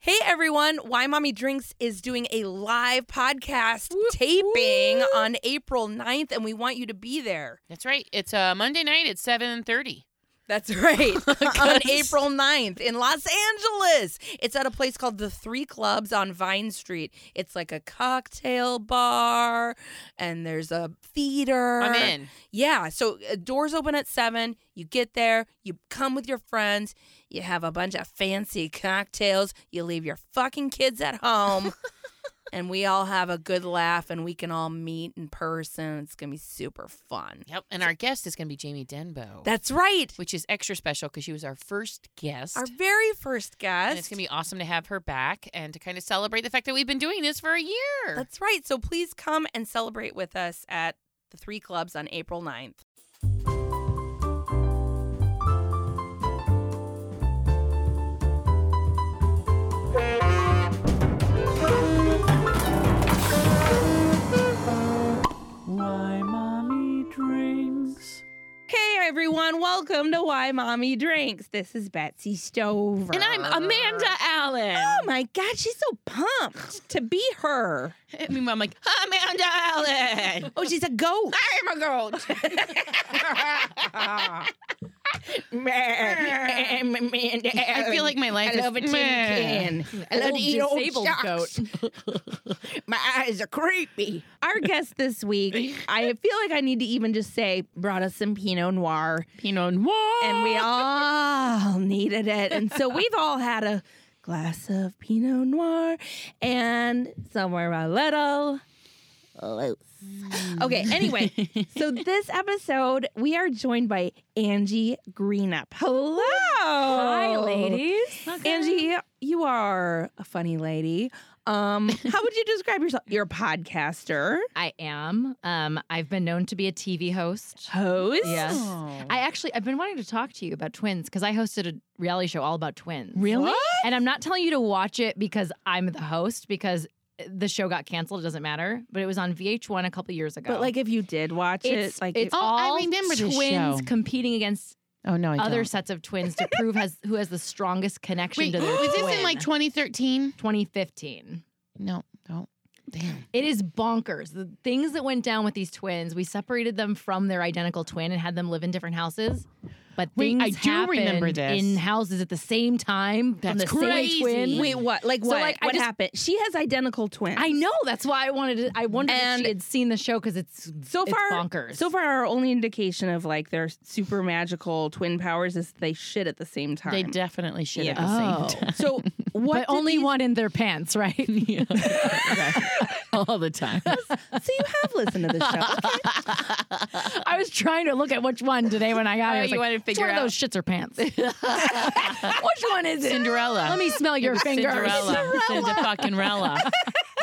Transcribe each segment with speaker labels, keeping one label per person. Speaker 1: Hey everyone, Why Mommy Drinks is doing a live podcast taping on April 9th and we want you to be there.
Speaker 2: That's right. It's uh, Monday night at seven thirty.
Speaker 1: That's right. on April 9th in Los Angeles. It's at a place called The Three Clubs on Vine Street. It's like a cocktail bar and there's a theater.
Speaker 2: I'm in.
Speaker 1: Yeah. So uh, doors open at seven. You get there. You come with your friends. You have a bunch of fancy cocktails. You leave your fucking kids at home. and we all have a good laugh and we can all meet in person. It's going to be super fun.
Speaker 2: Yep. And our guest is going to be Jamie Denbo,
Speaker 1: That's right.
Speaker 2: which is extra special because she was our first guest.
Speaker 1: Our very first guest.
Speaker 2: and it's going to be awesome to have her back and to kind of celebrate the fact that we've been doing this for a year.
Speaker 1: That's right. So please come and celebrate with us at the three clubs on April 9th.
Speaker 3: Why mommy drinks?
Speaker 1: Hey everyone, welcome to Why Mommy Drinks. This is Betsy Stover.
Speaker 2: and I'm Amanda Allen.
Speaker 1: Oh my god, she's so pumped to be her.
Speaker 2: I mean, I'm like, Amanda Allen.
Speaker 1: Oh, she's a goat.
Speaker 2: I'm a goat. I feel like my life is Meh.
Speaker 1: disabled goat.
Speaker 4: My eyes are creepy.
Speaker 1: Our guest this week, I feel like I need to even just say, brought us some Pinot Noir.
Speaker 2: Pinot Noir.
Speaker 1: and we all needed it. And so we've all had a glass of Pinot Noir and somewhere a little loose. Okay, anyway, so this episode we are joined by Angie Greenup. Hello. Hi,
Speaker 2: Oh.
Speaker 1: Angie, you are a funny lady. Um, how would you describe yourself? You're a podcaster,
Speaker 5: I am. Um, I've been known to be a TV host.
Speaker 1: host.
Speaker 5: Yes. I actually, I've been wanting to talk to you about twins because I hosted a reality show all about twins.
Speaker 1: Really?
Speaker 5: And I'm not telling you to watch it because I'm the host because eh, the show got canceled. It doesn't matter. But it was on VH1 a couple years ago.
Speaker 1: But like, if you did watch
Speaker 5: it's
Speaker 1: it, like,
Speaker 5: it's
Speaker 2: Oh, I
Speaker 5: all
Speaker 2: remember this
Speaker 5: twins
Speaker 2: show.
Speaker 5: competing against
Speaker 2: Oh no, I
Speaker 5: other
Speaker 2: don't.
Speaker 5: sets of twins to prove has who has the strongest connection
Speaker 2: Wait,
Speaker 5: to their
Speaker 2: was
Speaker 5: twin.
Speaker 2: this in like 2013?
Speaker 5: 2015?
Speaker 2: No, don't. Damn.
Speaker 5: It is bonkers. The things that went down with these twins, we separated them from their identical twin and had them live in different houses. But
Speaker 2: Wait,
Speaker 5: things
Speaker 2: I do remember
Speaker 5: happened
Speaker 2: this.
Speaker 5: in houses at the same time from
Speaker 2: That's
Speaker 5: the
Speaker 2: crazy.
Speaker 5: same twin.
Speaker 1: wait, what? Like,
Speaker 5: So,
Speaker 1: what?
Speaker 5: like, I
Speaker 1: what
Speaker 5: just-
Speaker 1: happened? She has identical twins.
Speaker 5: I know that's why I wanted to. I wondered if
Speaker 1: And-
Speaker 5: she had seen the show because it's
Speaker 1: so
Speaker 5: it's
Speaker 1: far
Speaker 5: bonkers.
Speaker 1: so far our only indication of like their super magical twin powers is they shit at the same time
Speaker 2: They definitely should
Speaker 1: Yeah.
Speaker 2: have the same
Speaker 5: Oh.
Speaker 2: time.
Speaker 1: so what
Speaker 5: but
Speaker 1: did
Speaker 5: only
Speaker 1: these-
Speaker 5: one in their pants, right?
Speaker 2: all the time.
Speaker 1: so you have listened to the show okay.
Speaker 5: I was trying to look at which one today when I got
Speaker 2: Oh,
Speaker 5: here. I was
Speaker 2: you
Speaker 5: like,
Speaker 2: wanted to figure
Speaker 5: which
Speaker 2: out."
Speaker 5: one of those shits are pants? which one is it?
Speaker 2: Cinderella.
Speaker 5: Let me smell your fingers.
Speaker 2: Cinderella. Cinda fucking Rella.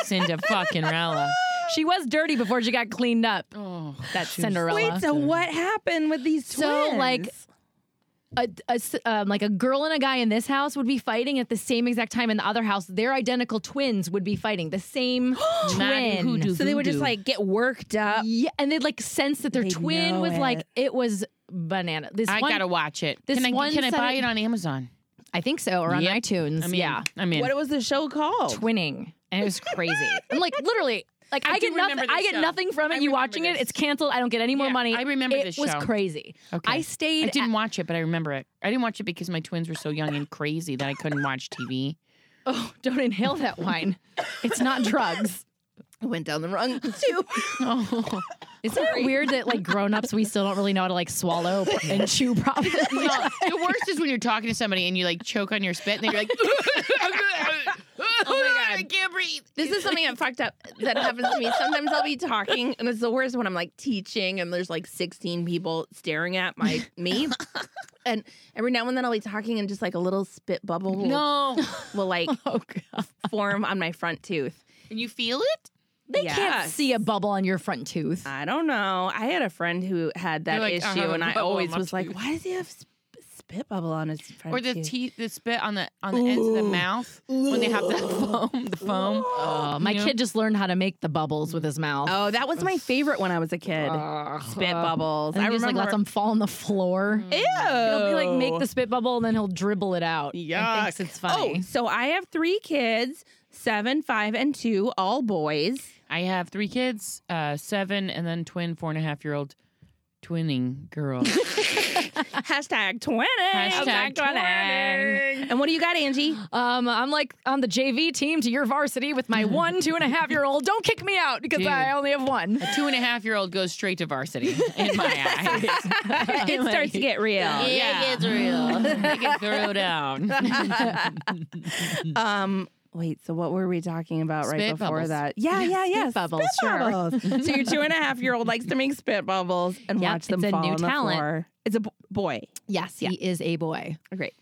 Speaker 2: Cinda fucking Rella.
Speaker 5: She was dirty before she got cleaned up.
Speaker 2: Oh,
Speaker 5: That's
Speaker 2: she was-
Speaker 5: Cinderella.
Speaker 1: wait so what happened with these twins
Speaker 5: So, like, a, a s- um, like a girl and a guy in this house would be fighting at the same exact time in the other house. Their identical twins would be fighting the same
Speaker 2: Mad
Speaker 5: twin. uh,
Speaker 2: hoodoo
Speaker 1: so they would just
Speaker 2: voodoo.
Speaker 1: like get worked up
Speaker 5: Yeah, and they'd like sense that their
Speaker 1: They'd
Speaker 5: twin
Speaker 1: know
Speaker 5: was like
Speaker 1: it.
Speaker 5: it was banana. This
Speaker 2: I
Speaker 5: one,
Speaker 2: gotta watch it.
Speaker 5: this
Speaker 2: can I
Speaker 5: one
Speaker 2: can I
Speaker 5: said
Speaker 2: buy
Speaker 5: it-
Speaker 2: it on Amazon?
Speaker 5: I think so, or on
Speaker 2: Yep.
Speaker 5: iTunes.
Speaker 2: I mean,
Speaker 5: yeah,
Speaker 2: I mean,
Speaker 1: what was the show called
Speaker 5: twinning, and it was crazy. I'm like literally, like
Speaker 2: I
Speaker 5: I,
Speaker 2: do
Speaker 5: get nothing.
Speaker 2: remember
Speaker 5: I
Speaker 2: this
Speaker 5: get
Speaker 2: show.
Speaker 5: nothing from
Speaker 2: I
Speaker 5: it. You
Speaker 2: remember
Speaker 5: watching
Speaker 2: this.
Speaker 5: it, it's canceled. I don't get any more
Speaker 2: Yeah,
Speaker 5: money.
Speaker 2: I remember
Speaker 5: it
Speaker 2: this
Speaker 5: was
Speaker 2: show.
Speaker 5: crazy.
Speaker 2: Okay.
Speaker 5: I stayed.
Speaker 2: I didn't watch it, but I remember it. I didn't watch it because my twins were so young and crazy that I couldn't watch TV.
Speaker 5: Oh, don't inhale that wine. It's not drugs.
Speaker 1: I went down the wrong tube
Speaker 2: Oh,
Speaker 5: Isn't it weird that like grown-ups we still don't really know how to like swallow and chew properly?
Speaker 2: No, the worst is when you're talking to somebody and you like choke on your spit and then you're like, oh my god, I can't breathe.
Speaker 1: This is something I'm fucked up that happens to me. Sometimes I'll be talking, and it's the worst when I'm like teaching, and there's like 16 people staring at my me. And every now and then I'll be talking, and just like a little spit bubble will,
Speaker 2: No,
Speaker 1: will like
Speaker 5: Oh, God.
Speaker 1: form on my front tooth.
Speaker 2: and you feel it.
Speaker 5: They can't
Speaker 1: Yes.
Speaker 5: see a bubble on your front tooth.
Speaker 1: I don't know. I had a friend who had that
Speaker 2: You're like, I
Speaker 1: issue,
Speaker 2: have a
Speaker 1: and I
Speaker 2: bubble on
Speaker 1: always
Speaker 2: my
Speaker 1: was like,
Speaker 2: tooth.
Speaker 1: "Why does he have sp- spit bubble on his front
Speaker 2: or the
Speaker 1: tooth.
Speaker 2: teeth, the spit on the on the ends of the mouth when they have that foam, the foam.
Speaker 5: Oh, my
Speaker 2: You know?
Speaker 5: kid just learned how to make the bubbles with his mouth.
Speaker 1: Oh, that was my favorite when I was a kid. spit bubbles.
Speaker 5: And
Speaker 1: I
Speaker 5: he
Speaker 1: remember.
Speaker 5: just
Speaker 1: Mm.
Speaker 5: like lets them fall on the floor.
Speaker 1: Ew.
Speaker 5: He'll be like make the spit bubble and then he'll dribble it out. And thinks
Speaker 2: Yuck.
Speaker 5: it's funny.
Speaker 1: Oh, so I have three kids, seven, five, and two, all boys.
Speaker 2: I have three kids, uh, seven, and then twin four and a half year old twinning girl.
Speaker 1: Hashtag twenty.
Speaker 2: Hashtag twinning.
Speaker 1: And what do you got, Angie?
Speaker 5: Um, I'm like on the JV team to your varsity with my one, two and a half year old. Don't kick me out because
Speaker 2: Dude.
Speaker 5: I only have one.
Speaker 2: A two and a half year old goes straight to varsity in my eyes.
Speaker 1: it starts to get real.
Speaker 2: yeah, it's real. they can throw down.
Speaker 1: Um, wait. So what were we talking about right
Speaker 2: Spit
Speaker 1: before
Speaker 2: bubbles.
Speaker 1: that? Yeah, yeah, yeah. Spit
Speaker 5: bubbles, sure.
Speaker 1: bubbles. so your two and a half year old likes to make spit bubbles and
Speaker 5: Yep,
Speaker 1: watch them
Speaker 5: it's a
Speaker 1: fall
Speaker 5: new
Speaker 1: on the
Speaker 5: talent.
Speaker 1: floor. It's a b- boy.
Speaker 5: Yes, he is a boy.
Speaker 1: Great.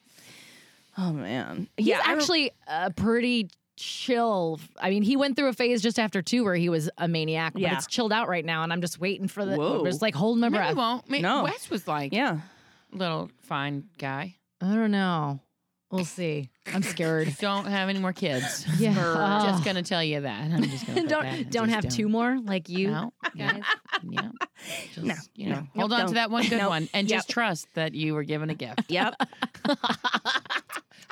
Speaker 1: Oh man.
Speaker 5: Yeah,
Speaker 1: yeah. I rem-
Speaker 5: actually a pretty chill. I mean, he went through a phase just after two where he was a maniac, but
Speaker 1: Yeah.
Speaker 5: it's chilled out right now, and I'm just waiting for the.
Speaker 1: Whoa.
Speaker 5: Just like holding my
Speaker 2: Maybe
Speaker 5: breath.
Speaker 2: won't. Maybe
Speaker 1: No.
Speaker 2: Wes was like
Speaker 1: yeah.
Speaker 2: little fine guy.
Speaker 5: I don't know. We'll see. I'm scared.
Speaker 2: Don't have any more kids.
Speaker 5: Yeah.
Speaker 2: We're
Speaker 5: Oh.
Speaker 2: just gonna tell you that. I'm just gonna put that.
Speaker 5: don't don't
Speaker 2: Just
Speaker 5: have two more like you.
Speaker 2: No,
Speaker 5: guys.
Speaker 2: Yeah. Just,
Speaker 1: No,
Speaker 2: you
Speaker 1: no.
Speaker 2: know, hold
Speaker 1: Nope,
Speaker 2: on
Speaker 1: don't.
Speaker 2: to that one good
Speaker 1: Nope.
Speaker 2: one and
Speaker 1: Yep.
Speaker 2: just trust that you were given a gift.
Speaker 1: Yep.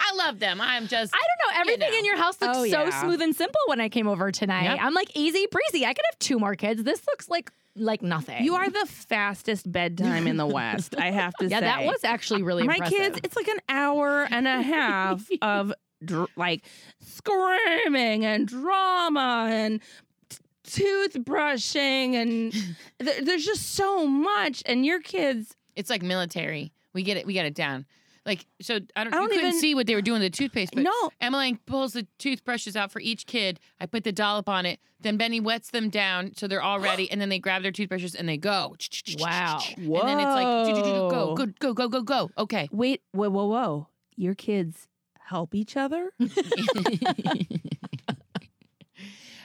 Speaker 2: I love them. I'm just
Speaker 5: I don't know. Everything
Speaker 2: know.
Speaker 5: in your house looks
Speaker 1: Oh,
Speaker 5: so
Speaker 1: yeah.
Speaker 5: smooth and simple when I came over tonight.
Speaker 2: Yep.
Speaker 5: I'm like easy breezy. I could have two more kids. This looks like like nothing.
Speaker 1: You are the fastest bedtime in the West. I have to
Speaker 5: Yeah,
Speaker 1: say.
Speaker 5: that was actually really
Speaker 1: my
Speaker 5: impressive.
Speaker 1: kids. It's like an hour and a half of dr- like screaming and drama and t- tooth brushing and there, there's just so much. And your kids,
Speaker 2: It's like military. We get it. We got it down. Like so, I don't.
Speaker 1: I
Speaker 2: I
Speaker 1: don't
Speaker 2: you couldn't
Speaker 1: even-
Speaker 2: see what they were doing with the toothpaste. But
Speaker 1: No.
Speaker 2: Emmeline pulls the toothbrushes out for each kid. I put the dollop on it. Then Benny wets them down so they're all ready, and then they grab their toothbrushes and they go.
Speaker 5: Wow.
Speaker 2: And then it's like do, do, do, do,
Speaker 1: Whoa.
Speaker 2: go, go, go, go, go, go. Okay.
Speaker 1: wait, whoa, whoa, whoa, your kids help each other.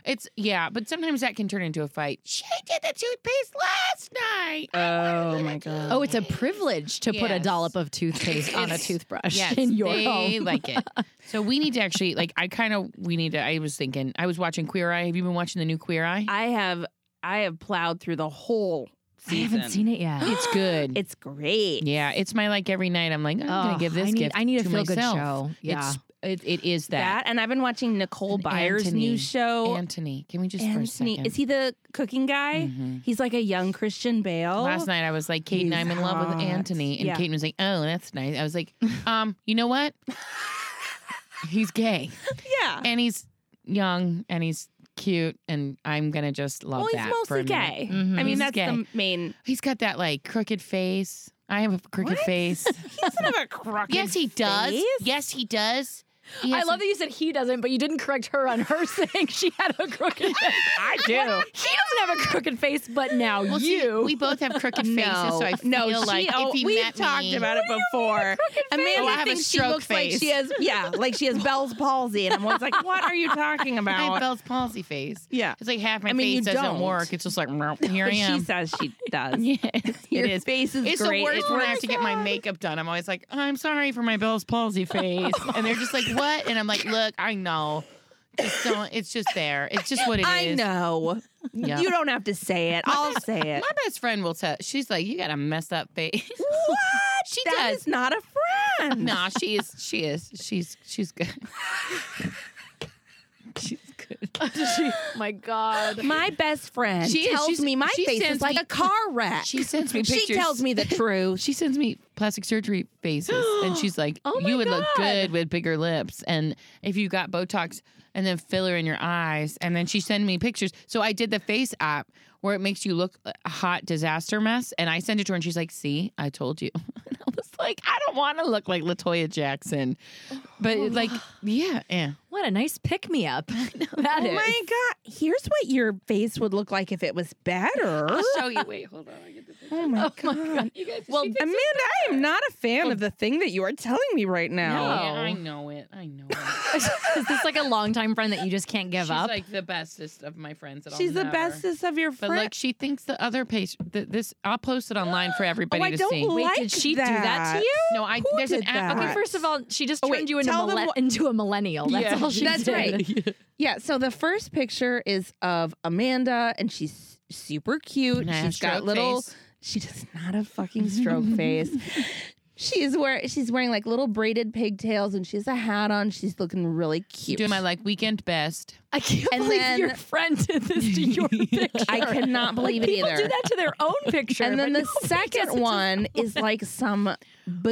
Speaker 2: It's yeah, but sometimes that can turn into a fight. She did the toothpaste last night.
Speaker 1: Oh my god.
Speaker 5: Oh, it's a privilege to put a
Speaker 2: Yes.
Speaker 5: dollop of toothpaste on a
Speaker 2: It's-
Speaker 5: toothbrush
Speaker 2: Yes,
Speaker 5: in your
Speaker 2: they
Speaker 5: home.
Speaker 2: like it. So we need to actually like. I kind of we need to. I was thinking. I was watching Queer Eye. Have you been watching the new Queer Eye?
Speaker 1: I have I have plowed through the whole.
Speaker 5: I haven't seen it yet.
Speaker 2: it's good.
Speaker 1: It's great.
Speaker 2: yeah, it's my like every night. I'm like I'm
Speaker 5: Oh,
Speaker 2: gonna give this
Speaker 5: I need,
Speaker 2: gift.
Speaker 5: I need a
Speaker 2: to
Speaker 5: feel good
Speaker 2: myself.
Speaker 5: show. Yeah.
Speaker 2: It's it, it is
Speaker 1: That
Speaker 2: that.
Speaker 1: and I've been watching Nicole
Speaker 2: And
Speaker 1: Byers' new
Speaker 2: Anthony.
Speaker 5: oh,
Speaker 1: show.
Speaker 2: Anthony, can we just for a
Speaker 1: Anthony,
Speaker 2: second?
Speaker 1: is he the cooking guy?
Speaker 2: Mhm.
Speaker 1: He's like a young Christian Bale.
Speaker 2: Last night I was like, Kate and
Speaker 1: Oh, He's
Speaker 2: I'm in love
Speaker 1: hot.
Speaker 2: with Anthony, and
Speaker 1: Yeah.
Speaker 2: Kate was like, Oh, that's nice. I was like, Um, you know what? he's gay,
Speaker 1: Yeah.
Speaker 2: and he's young, and he's cute, and I'm gonna just love
Speaker 1: well, he's
Speaker 2: that. for
Speaker 1: mostly
Speaker 2: a minute.
Speaker 1: gay. I
Speaker 5: Mhm.
Speaker 1: mean,
Speaker 2: Mm-hmm. He's
Speaker 1: that's
Speaker 2: gay.
Speaker 1: the main.
Speaker 2: He's got that like crooked face. I have a crooked
Speaker 1: What?
Speaker 2: face.
Speaker 1: He doesn't have a crooked.
Speaker 2: yes, he does.
Speaker 1: face?
Speaker 2: Yes, he does. He
Speaker 5: I
Speaker 2: has
Speaker 5: love that you said he doesn't, but you didn't correct her on her saying she had a crooked face.
Speaker 1: I do.
Speaker 5: She doesn't have a crooked face, but now
Speaker 2: a- Well, see,
Speaker 5: you.
Speaker 2: we both have crooked faces,
Speaker 1: No,
Speaker 2: so I feel
Speaker 1: no, she-
Speaker 2: like
Speaker 1: oh,
Speaker 2: if he
Speaker 1: we've
Speaker 2: met
Speaker 1: talked
Speaker 2: me,
Speaker 1: about it before. Amanda
Speaker 2: Oh, I have a
Speaker 1: thinks she
Speaker 2: stroke
Speaker 1: looks like she
Speaker 2: face.
Speaker 1: has, yeah, like she has Bell's palsy, and I'm always like, "What are you talking
Speaker 2: I have
Speaker 1: about?"
Speaker 2: Bell's palsy face.
Speaker 1: yeah,
Speaker 2: It's like half my
Speaker 1: I mean, you
Speaker 2: face doesn't
Speaker 1: don't.
Speaker 2: work. It's just like "Meow, here I
Speaker 1: But she
Speaker 2: am.
Speaker 1: says she does.
Speaker 2: Yes,
Speaker 1: Your
Speaker 2: it is.
Speaker 1: face is
Speaker 2: It's
Speaker 1: great.
Speaker 2: the worst
Speaker 1: It
Speaker 2: when I have
Speaker 1: works.
Speaker 2: to get my makeup done. I'm always like, I'm sorry for my Bell's palsy face, and they're just like, what? And I'm like, look, I know. Just don't. It's just there. It's just what it is.
Speaker 1: I know.
Speaker 2: Yeah.
Speaker 1: You don't have to say it. I'll say it.
Speaker 2: My best friend will tell. She's like, you got a messed up face.
Speaker 1: What?
Speaker 2: She
Speaker 1: That
Speaker 2: does.
Speaker 1: is not a friend.
Speaker 2: nah, she is. She is. She's. She's good. she's good.
Speaker 5: my God.
Speaker 1: My best friend
Speaker 2: She is.
Speaker 1: tells
Speaker 2: She's-
Speaker 1: me my
Speaker 2: she
Speaker 1: face is
Speaker 2: sends
Speaker 1: like
Speaker 2: me-
Speaker 1: a car wreck.
Speaker 2: She sends me pictures.
Speaker 1: She tells me the truth.
Speaker 2: She sends me plastic surgery faces, and she's like,
Speaker 5: Oh my
Speaker 2: "You would look
Speaker 5: God.
Speaker 2: good with bigger lips, and if you got Botox and then filler in your eyes." And then she sent me pictures. So I did the face app where it makes you look a hot disaster mess, and I sent it to her, and she's like, "See, I told you." And I was like, "I don't want to look like Latoya Jackson,"
Speaker 5: Oh.
Speaker 2: but like, yeah, yeah.
Speaker 5: What a nice pick me up. That
Speaker 1: Oh
Speaker 5: is.
Speaker 1: my god! Here's what your face would look like if it was better.
Speaker 2: I'll show you. Wait, hold on. I get the
Speaker 1: Oh my, god.
Speaker 5: Well,
Speaker 1: Amanda, I am not a fan of the thing that you are telling me right now.
Speaker 2: Yeah, I know it. I know it.
Speaker 5: is this like a longtime friend that you just can't give
Speaker 2: She's
Speaker 5: up?
Speaker 2: like the bestest of my friends. That I'll
Speaker 1: She's the
Speaker 2: never-
Speaker 1: bestest of your
Speaker 2: But
Speaker 1: friends.
Speaker 2: look, she thinks the other patient. Th- this I'll post it online for everybody
Speaker 1: oh, I
Speaker 2: to
Speaker 1: don't
Speaker 2: see.
Speaker 1: like
Speaker 5: did she do that to you?
Speaker 2: no, I
Speaker 1: Who
Speaker 2: there's an
Speaker 1: did
Speaker 2: app.
Speaker 5: okay,
Speaker 1: that?
Speaker 5: first of all, she just
Speaker 1: Oh,
Speaker 5: turned
Speaker 1: wait,
Speaker 5: you into,
Speaker 1: tell them
Speaker 5: mille-
Speaker 1: what-
Speaker 5: into a millennial. That's
Speaker 2: Yeah.
Speaker 5: all she
Speaker 1: That's
Speaker 5: did.
Speaker 1: right. Yeah, so the first picture is of Amanda and she's super cute.
Speaker 2: Can I have
Speaker 1: She's got
Speaker 2: stroke
Speaker 1: little
Speaker 2: face?
Speaker 1: she does not have fucking stroke face. She's wear she's wearing like little braided pigtails and she has a hat on. She's looking really cute.
Speaker 2: doing my like weekend best.
Speaker 5: I can't
Speaker 1: And
Speaker 5: believe
Speaker 1: then-
Speaker 5: your friend did this to your picture.
Speaker 1: I cannot believe it
Speaker 5: People
Speaker 1: either.
Speaker 5: do that to their own picture.
Speaker 1: and then
Speaker 5: but
Speaker 1: the second one is like some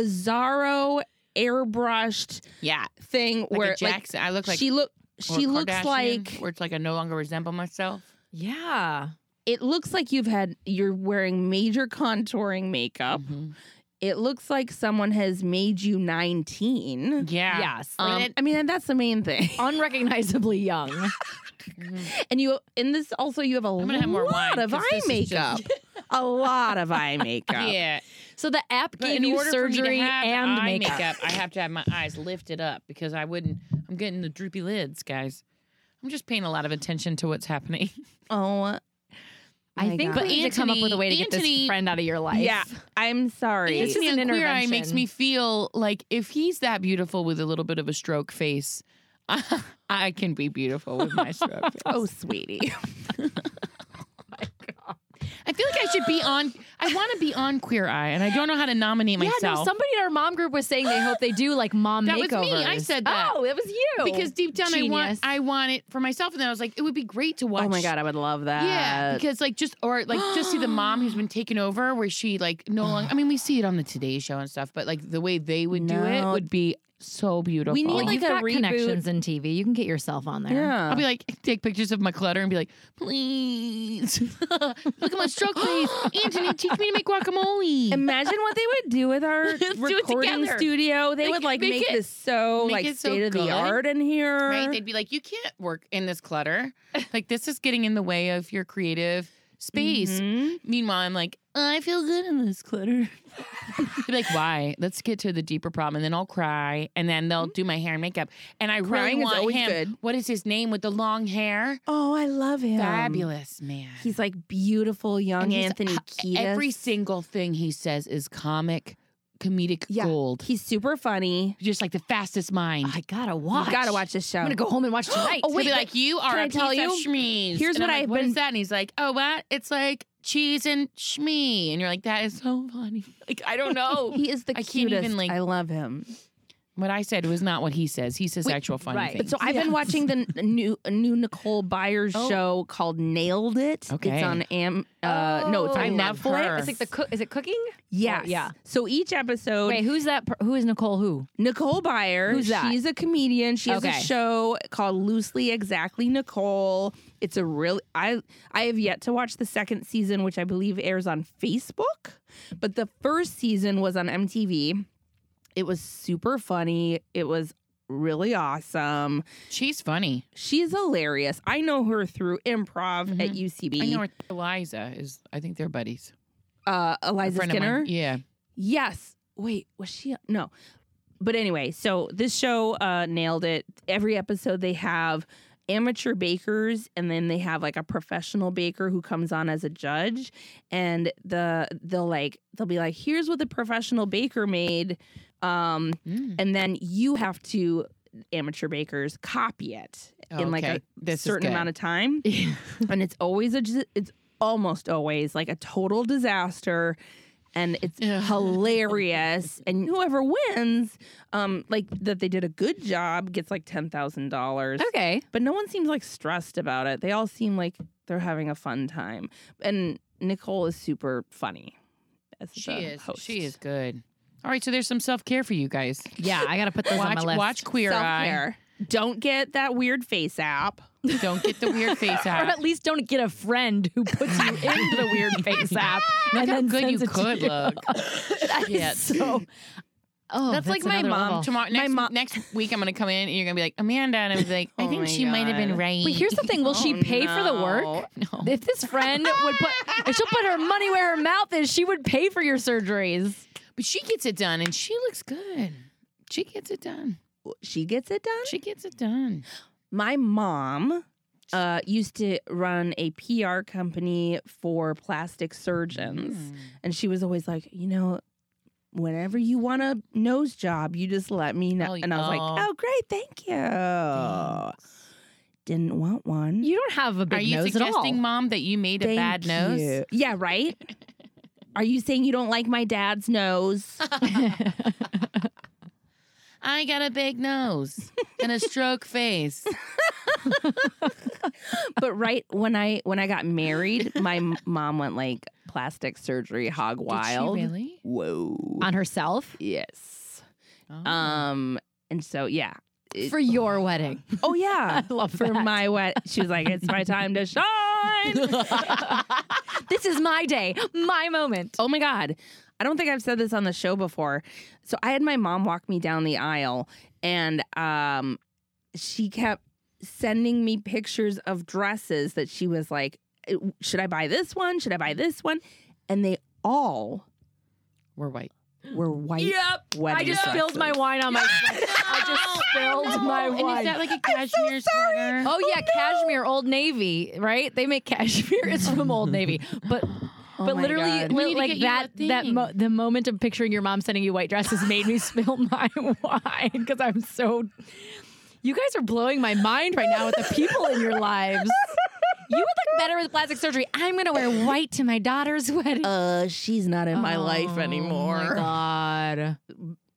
Speaker 1: bizarro airbrushed
Speaker 2: Yeah,
Speaker 1: thing
Speaker 2: like
Speaker 1: where
Speaker 2: a Jackson. I look
Speaker 1: like
Speaker 2: like
Speaker 1: she look
Speaker 2: or
Speaker 1: she looks
Speaker 2: Kardashian,
Speaker 1: like
Speaker 2: where it's like I no longer resemble myself.
Speaker 5: yeah.
Speaker 1: it looks like you've had you're wearing major contouring makeup.
Speaker 2: Mhm.
Speaker 1: It looks like someone has made you 19.
Speaker 2: Yeah,
Speaker 5: Yes.
Speaker 1: Um,
Speaker 5: Like,
Speaker 1: I mean, and that's the main thing.
Speaker 5: unrecognizably young.
Speaker 2: Mm-hmm.
Speaker 1: And you in this also you have a
Speaker 2: gonna have more
Speaker 1: lot
Speaker 2: wine,
Speaker 1: of
Speaker 2: 'cause
Speaker 1: eye
Speaker 2: this is
Speaker 1: makeup.
Speaker 2: just-
Speaker 1: a lot of eye makeup.
Speaker 2: yeah.
Speaker 5: So the app
Speaker 2: But
Speaker 5: gave
Speaker 2: in
Speaker 5: you
Speaker 2: order for me to
Speaker 5: surgery
Speaker 2: have
Speaker 5: and
Speaker 2: eye
Speaker 5: makeup.
Speaker 2: I have to have my eyes lifted up because I wouldn't. I'm getting the droopy lids, guys. I'm just paying a lot of attention to what's happening.
Speaker 1: Oh.
Speaker 5: I think
Speaker 1: God.
Speaker 5: we need to come up with a way to get this
Speaker 2: Anthony-
Speaker 5: friend out of your life.
Speaker 1: Yeah. I'm sorry.
Speaker 5: It's
Speaker 2: It's
Speaker 5: just
Speaker 2: me
Speaker 5: an
Speaker 2: on Queer Eye makes
Speaker 5: intervention.
Speaker 2: me feel like if he's that beautiful with a little bit of a stroke face, I can be beautiful with my stroke face.
Speaker 1: oh, sweetie.
Speaker 2: I feel like I should be on. I want to be on Queer Eye, and I don't know how to nominate
Speaker 5: Yeah,
Speaker 2: myself.
Speaker 5: no, somebody in our mom group was saying they hope they do like mom
Speaker 2: That was
Speaker 5: makeovers.
Speaker 2: me. I said that.
Speaker 5: Oh, it was you.
Speaker 2: because deep down I
Speaker 5: Genius.
Speaker 2: want I want it for myself, and then I was like, it would be great to watch.
Speaker 1: Oh my god, I would love that.
Speaker 2: Yeah, because like just or like just see the mom who's been taken over, where she like no longer. I mean, we see it on the Today Show and stuff, but like the way they would do it
Speaker 1: No.
Speaker 2: would be so beautiful.
Speaker 1: need,
Speaker 5: Well,
Speaker 1: like,
Speaker 5: you've
Speaker 1: a
Speaker 5: got
Speaker 1: reboot-
Speaker 5: connections in TV. You can get yourself on there.
Speaker 1: Yeah.
Speaker 2: I'll be like, take pictures of my clutter and be like, please, look at my stroke face. Anthony, teach me to make guacamole.
Speaker 1: Imagine what they would do with our
Speaker 2: do it
Speaker 1: recording
Speaker 2: together.
Speaker 1: studio. They
Speaker 2: Make-
Speaker 1: would like make,
Speaker 2: make it-
Speaker 1: this so
Speaker 2: make
Speaker 1: like
Speaker 2: it so
Speaker 1: state of the
Speaker 2: good.
Speaker 1: art in here.
Speaker 2: Right? They'd be like, you can't work in this clutter. Like, this is getting in the way of your creative space.
Speaker 1: Mhm.
Speaker 2: Meanwhile, I'm like, I feel good in this clutter. They'd be like, why? Let's get to the deeper problem. And then I'll cry. And then they'll do my hair and makeup. And I
Speaker 1: Mm-hmm. Crying
Speaker 2: really
Speaker 1: is
Speaker 2: want
Speaker 1: always
Speaker 2: him.
Speaker 1: good.
Speaker 2: What is his name with the long hair?
Speaker 1: Oh, I love him.
Speaker 2: Fabulous, man.
Speaker 1: He's like beautiful young
Speaker 2: And he's-
Speaker 1: Anthony Kiedis.
Speaker 2: Every single thing he says is comic, comedic
Speaker 1: Yeah.
Speaker 2: gold.
Speaker 1: He's super funny.
Speaker 2: just like the fastest mind.
Speaker 5: I gotta watch.
Speaker 1: You gotta watch this show.
Speaker 5: I'm gonna go home and watch tonight.
Speaker 2: oh, wait, like you are
Speaker 1: can
Speaker 2: a
Speaker 1: I tell
Speaker 2: piece of
Speaker 1: you?
Speaker 2: schmees.
Speaker 1: Here's
Speaker 2: And
Speaker 1: what
Speaker 2: I'm like,
Speaker 1: I've
Speaker 2: what
Speaker 1: been-
Speaker 2: is that? And he's like, oh, what? It's like cheese and schmee. And you're like, that is so funny. Like I don't know.
Speaker 1: He is the
Speaker 2: I can't
Speaker 1: cutest.
Speaker 2: even, like-
Speaker 1: I love him.
Speaker 2: what I said was not what he says. He says actual funny
Speaker 5: right.
Speaker 2: things.
Speaker 1: So I've been watching the n- new new Nicole Byers
Speaker 2: Oh.
Speaker 1: show called Nailed It.
Speaker 2: Okay.
Speaker 1: It's on Am. Uh, no, it's
Speaker 5: Oh.
Speaker 1: on
Speaker 5: I
Speaker 2: love her.
Speaker 1: Netflix.
Speaker 5: It's like the cook. Is it cooking?
Speaker 1: yes.
Speaker 5: yeah.
Speaker 1: So each episode,
Speaker 5: Wait, who's that? Per- who is Nicole? Who?
Speaker 1: Nicole Byer.
Speaker 5: Who's that?
Speaker 1: She's a comedian. She has
Speaker 5: Okay.
Speaker 1: a show called Loosely Exactly Nicole. It's a really I I have yet to watch the second season, which I believe airs on Facebook, but the first season was on MTV. It was super funny. It was really awesome.
Speaker 2: She's funny.
Speaker 1: She's hilarious. I know her through improv at UCB.
Speaker 2: Mm-hmm. I know her- Eliza is. I think they're buddies.
Speaker 1: uh,
Speaker 2: A
Speaker 1: Eliza
Speaker 2: friend of
Speaker 1: Skinner.
Speaker 2: mine. Yeah.
Speaker 1: Yes. Wait, was she? No. But anyway, so this show uh, nailed it. Every episode they have amateur bakers and then they have like a professional baker who comes on as a judge and the they'll like they'll be like here's what the professional baker made um
Speaker 2: Mm.
Speaker 1: and then you have to amateur bakers copy it in like
Speaker 2: Oh, Okay.
Speaker 1: a
Speaker 2: This is
Speaker 1: certain
Speaker 2: good.
Speaker 1: amount of time and it's always a dis- it's almost always like a total disaster and it's
Speaker 2: Yeah.
Speaker 1: hilarious and whoever wins um like that they did a good job gets like $10,000
Speaker 5: Okay.
Speaker 1: but no one seems like stressed about it they all seem like they're having a fun time and Nicole is super funny as
Speaker 2: She
Speaker 1: the
Speaker 2: is.
Speaker 1: host.
Speaker 2: She is good. All right, so there's some self care for you guys.
Speaker 5: Yeah, I gotta put those on
Speaker 2: Watch,
Speaker 5: my list.
Speaker 2: watch Queer Eye.
Speaker 1: self-care don't get that weird face app
Speaker 2: Don't get the weird face
Speaker 5: Or
Speaker 2: out.
Speaker 5: at least don't get a friend who puts you into the weird face app.
Speaker 2: Look
Speaker 5: and
Speaker 2: how
Speaker 5: then
Speaker 2: good you
Speaker 5: sends it to
Speaker 2: could look.
Speaker 5: That is
Speaker 2: Shit.
Speaker 5: so. Oh,
Speaker 1: That's like my
Speaker 5: another
Speaker 1: mom
Speaker 5: level.
Speaker 2: Tomorrow, next,
Speaker 1: mom-
Speaker 2: next week, I'm gonna come in and you're gonna be like Amanda, and I'm like, I
Speaker 1: Oh
Speaker 2: think
Speaker 1: my
Speaker 2: she might have been
Speaker 1: God.
Speaker 2: right.
Speaker 5: Wait, here's the thing. Will she
Speaker 1: Oh,
Speaker 5: pay for the work?
Speaker 1: no.
Speaker 2: No.
Speaker 5: If this friend would put, if she'll put her money where her mouth is, she would pay for your surgeries.
Speaker 2: But she gets it done, and she looks good. She gets it done.
Speaker 1: She gets it done.
Speaker 2: She gets it done.
Speaker 1: my mom uh, used to run a PR company for plastic surgeons.
Speaker 2: Hmm.
Speaker 1: And she was always like, you know, whenever you want a nose job, you just let me know.
Speaker 2: Oh,
Speaker 1: and I was like,
Speaker 2: oh.
Speaker 1: oh, great. Thank you. Didn't want one.
Speaker 5: You don't have a big
Speaker 2: Are you
Speaker 5: nose at all.
Speaker 2: suggesting, mom, that you made a
Speaker 1: Thank
Speaker 2: bad nose?
Speaker 1: you. Yeah, right? Are you saying you don't like my dad's nose?
Speaker 2: I got a big nose and a stroke face.
Speaker 1: but right when I when I got married, my m- mom went like plastic surgery hog wild.
Speaker 2: Did she really?
Speaker 1: Whoa.
Speaker 5: on herself
Speaker 1: Yes.
Speaker 2: Oh.
Speaker 1: Um. And so yeah. It-
Speaker 5: for your wedding.
Speaker 1: oh yeah.
Speaker 5: I love
Speaker 1: For
Speaker 5: that.
Speaker 1: my wet, she was like, "It's my time to shine."
Speaker 5: this is my day, my moment.
Speaker 1: oh my god, I don't think I've said this on the show before. So I had my mom walk me down the aisle, and um, she kept sending me pictures of dresses that she was like, "Eh, "Should I buy this one? Should I buy this one?" And they all
Speaker 2: We're white.
Speaker 1: were white.
Speaker 5: Yep. I
Speaker 1: Wedding
Speaker 5: just spilled my
Speaker 1: dresses.
Speaker 5: wine on my. I just spilled my
Speaker 2: and is
Speaker 5: wine.
Speaker 2: that like a cashmere sweater?
Speaker 5: Oh yeah, cashmere, Old Navy, right? They make cashmere. It's from Old Navy, but
Speaker 1: Oh
Speaker 5: but
Speaker 1: my
Speaker 5: literally,
Speaker 1: God.
Speaker 5: li-
Speaker 2: We need to
Speaker 5: like
Speaker 2: get you
Speaker 5: that
Speaker 2: that
Speaker 5: that
Speaker 2: thing.
Speaker 5: mo- the moment of picturing your mom sending you white dresses made me spill my wine because I'm so. You guys are blowing my mind right now with the people in your lives. You would look better with plastic surgery. I'm gonna wear white to my daughter's wedding.
Speaker 1: Uh, she's not in my life anymore,
Speaker 5: Oh my god!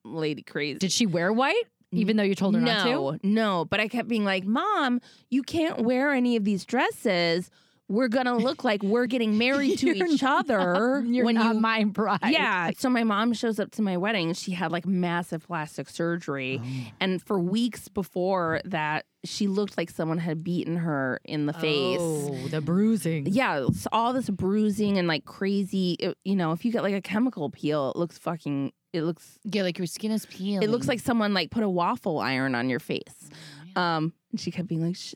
Speaker 1: lady crazy.
Speaker 5: Did she wear white? Even though you told her
Speaker 1: no,
Speaker 5: not to.
Speaker 1: No, but I kept being like, Mom, you can't wear any of these dresses. We're gonna look like we're getting married to
Speaker 5: You're
Speaker 1: each other
Speaker 5: You're
Speaker 1: when
Speaker 5: not
Speaker 1: you
Speaker 5: my bride.
Speaker 1: yeah. So my mom shows up to my wedding. She had like massive plastic
Speaker 5: Uh-huh.
Speaker 1: surgery, and for weeks before that, she looked like someone had beaten her in the face.
Speaker 5: Oh, the bruising.
Speaker 1: Yeah, it's all this bruising and like crazy. it- you know, if you get like a chemical peel, it looks fucking. It looks
Speaker 2: Yeah, like your skin is peeling.
Speaker 1: it looks like someone like put a waffle iron on your face. Um, and she kept being like, Sh-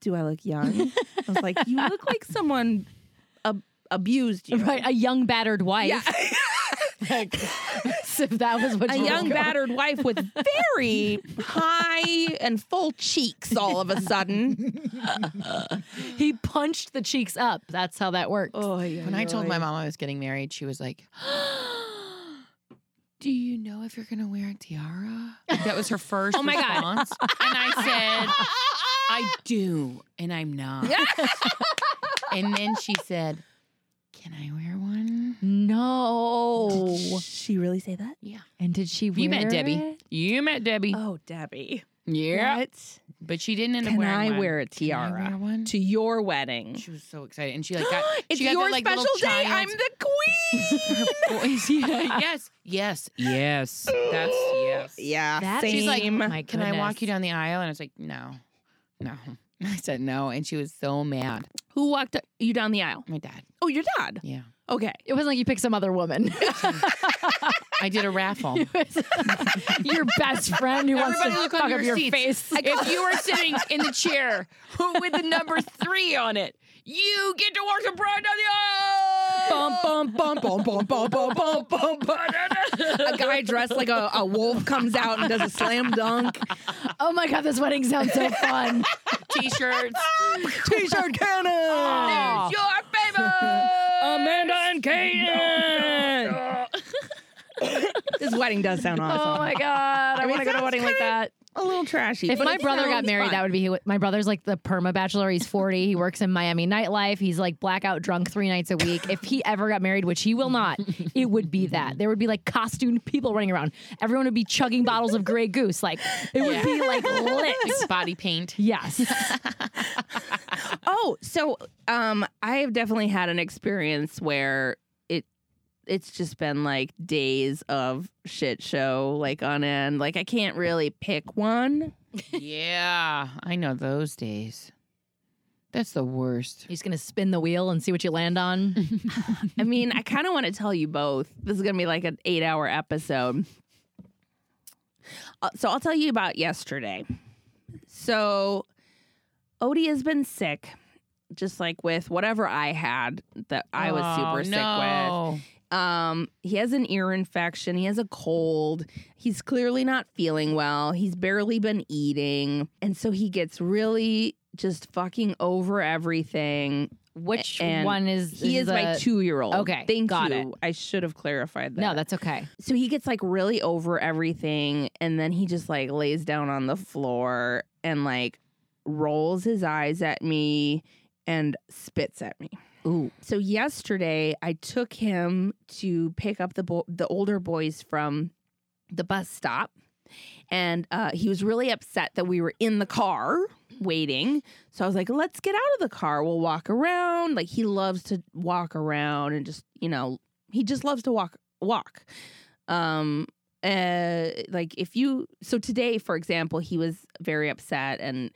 Speaker 1: "Do I look young?" I was like, "You look like someone ab- abused you,
Speaker 5: Right, a young battered wife.
Speaker 1: Yeah,
Speaker 5: if that was what
Speaker 1: a
Speaker 5: you were
Speaker 1: young
Speaker 5: going-
Speaker 1: battered wife with very high and full cheeks. All of a sudden,
Speaker 5: He punched the cheeks up. That's how that works.
Speaker 2: Oh.
Speaker 1: yeah,
Speaker 2: When I told my mom I was getting married, she was like, Do you know if you're going to wear a tiara? That was her first oh
Speaker 1: my God.
Speaker 2: response. God. And I said, I do, and I'm not. and then she said, Can I wear one?
Speaker 1: Oh.
Speaker 5: No.
Speaker 1: she really say that?
Speaker 5: And did she wear
Speaker 2: You met Debbie.
Speaker 5: it?
Speaker 2: You met Debbie.
Speaker 1: Oh, Debbie,
Speaker 2: yeah.
Speaker 1: what?
Speaker 2: But she didn't end up
Speaker 1: Can
Speaker 2: wearing
Speaker 1: I
Speaker 2: one.
Speaker 1: wear a
Speaker 2: Can I
Speaker 1: tiara
Speaker 2: wear one?
Speaker 1: to your wedding?
Speaker 2: She was so excited, and she like got
Speaker 1: it's
Speaker 2: she got
Speaker 1: your
Speaker 2: that, like,
Speaker 1: special
Speaker 2: little
Speaker 1: day.
Speaker 2: child's
Speaker 1: I'm the queen.
Speaker 5: Oh,
Speaker 2: voice. Yeah, yes, yes, yes. That's yes.
Speaker 1: yeah,
Speaker 5: That-
Speaker 1: same.
Speaker 2: She's like,
Speaker 5: My
Speaker 2: Can I walk you
Speaker 5: goodness.
Speaker 2: down the aisle? And I was like, No, no. I said no, and she was so mad.
Speaker 1: Who walked you down the aisle?
Speaker 2: My dad.
Speaker 1: Oh, your dad.
Speaker 2: Yeah,
Speaker 1: Okay.
Speaker 5: It wasn't like you picked some other woman.
Speaker 2: I did a raffle.
Speaker 5: It was your best friend who wants to
Speaker 2: Everybody look on
Speaker 5: fuck
Speaker 2: your
Speaker 5: up your
Speaker 2: seats.
Speaker 5: face.
Speaker 2: if you were sitting in the chair with the number three on it, you get to walk the bride down the aisle.
Speaker 1: Bum bum bum bum bum bum bum bum bum. bum. a guy dressed like a, a wolf comes out and does a slam dunk.
Speaker 5: Oh my god, this wedding sounds so fun.
Speaker 2: T-shirts.
Speaker 1: T-shirt cannon.
Speaker 5: Aw.
Speaker 2: Your favorite.
Speaker 1: Amanda and Kaden. this wedding does sound awesome.
Speaker 5: Oh my god, I,
Speaker 1: mean,
Speaker 5: want to
Speaker 1: it
Speaker 5: go to a
Speaker 1: sounds
Speaker 5: wedding like
Speaker 1: kinda-
Speaker 5: that.
Speaker 1: A little trashy.
Speaker 5: If my brother got married, that would be who- my brother's like the perma bachelor. He's 40. He works in Miami nightlife. He's like blackout drunk three nights a week. If he ever got married, which he will not, it would be that. There would be like costumed people running around. Everyone would be chugging bottles of Grey Goose. Like it would be like lit.
Speaker 2: Body paint.
Speaker 5: Yes.
Speaker 1: Oh, so um, I have definitely had an experience where it it's just been like days of shit show, like on end. Like I can't really pick one.
Speaker 2: Yeah, I know those days. That's the worst.
Speaker 5: He's gonna spin the wheel and see what you land on.
Speaker 1: I mean, I kind of want to tell you both. This is gonna be like an eight-hour episode. Uh, so I'll tell you about yesterday. So Odie has been sick, just like with whatever I had that I was
Speaker 2: Oh,
Speaker 1: super sick with. Um, he has an ear infection. He has a cold. He's clearly not feeling well. He's barely been eating. And so he gets really just fucking over everything.
Speaker 5: Which
Speaker 1: And
Speaker 5: one is
Speaker 1: He is
Speaker 5: the,
Speaker 1: my two year old.
Speaker 5: Okay,
Speaker 1: Thank
Speaker 5: got
Speaker 1: you. I should have clarified that.
Speaker 5: No, that's okay.
Speaker 1: so he gets like really over everything. And then he just like lays down on the floor and like rolls his eyes at me and spits at me.
Speaker 5: Ooh,
Speaker 1: So yesterday, I took him to pick up the bo- the older boys from the bus stop, and uh, he was really upset that we were in the car waiting. So I was like, "Let's get out of the car. We'll walk around." Like he loves to walk around and just you know he just loves to walk walk. Um, uh, like if you so today, for example, he was very upset, and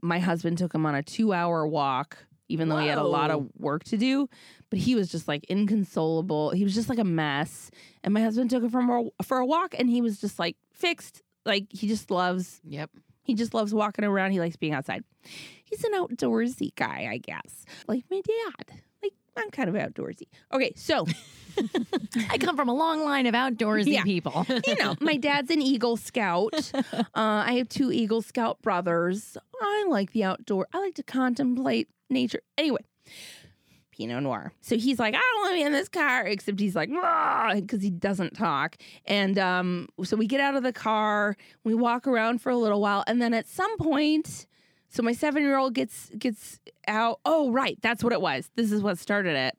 Speaker 1: my husband took him on a two hour walk. Even though he had a lot of work to do, but he was just like inconsolable. He was just like a mess. And my husband took him for a, for a walk, and he was just like fixed. Like he just loves
Speaker 2: Yep.
Speaker 1: he just loves walking around. He likes being outside. He's an outdoorsy guy, I guess. Like my dad. Like I'm kind of outdoorsy. Okay, so
Speaker 5: I come from a long line of outdoorsy
Speaker 1: Yeah.
Speaker 5: people.
Speaker 1: you know, my dad's an Eagle Scout. Uh, I have two Eagle Scout brothers. I like the outdoor. I like to contemplate nature. Anyway, Pinot Noir. So he's like, I don't want to be in this car, except he's like, because he doesn't talk. And um, so we get out of the car, we walk around for a little while, and then at some point, so my seven year old gets gets out. Oh, right, that's what it was. This is what started it.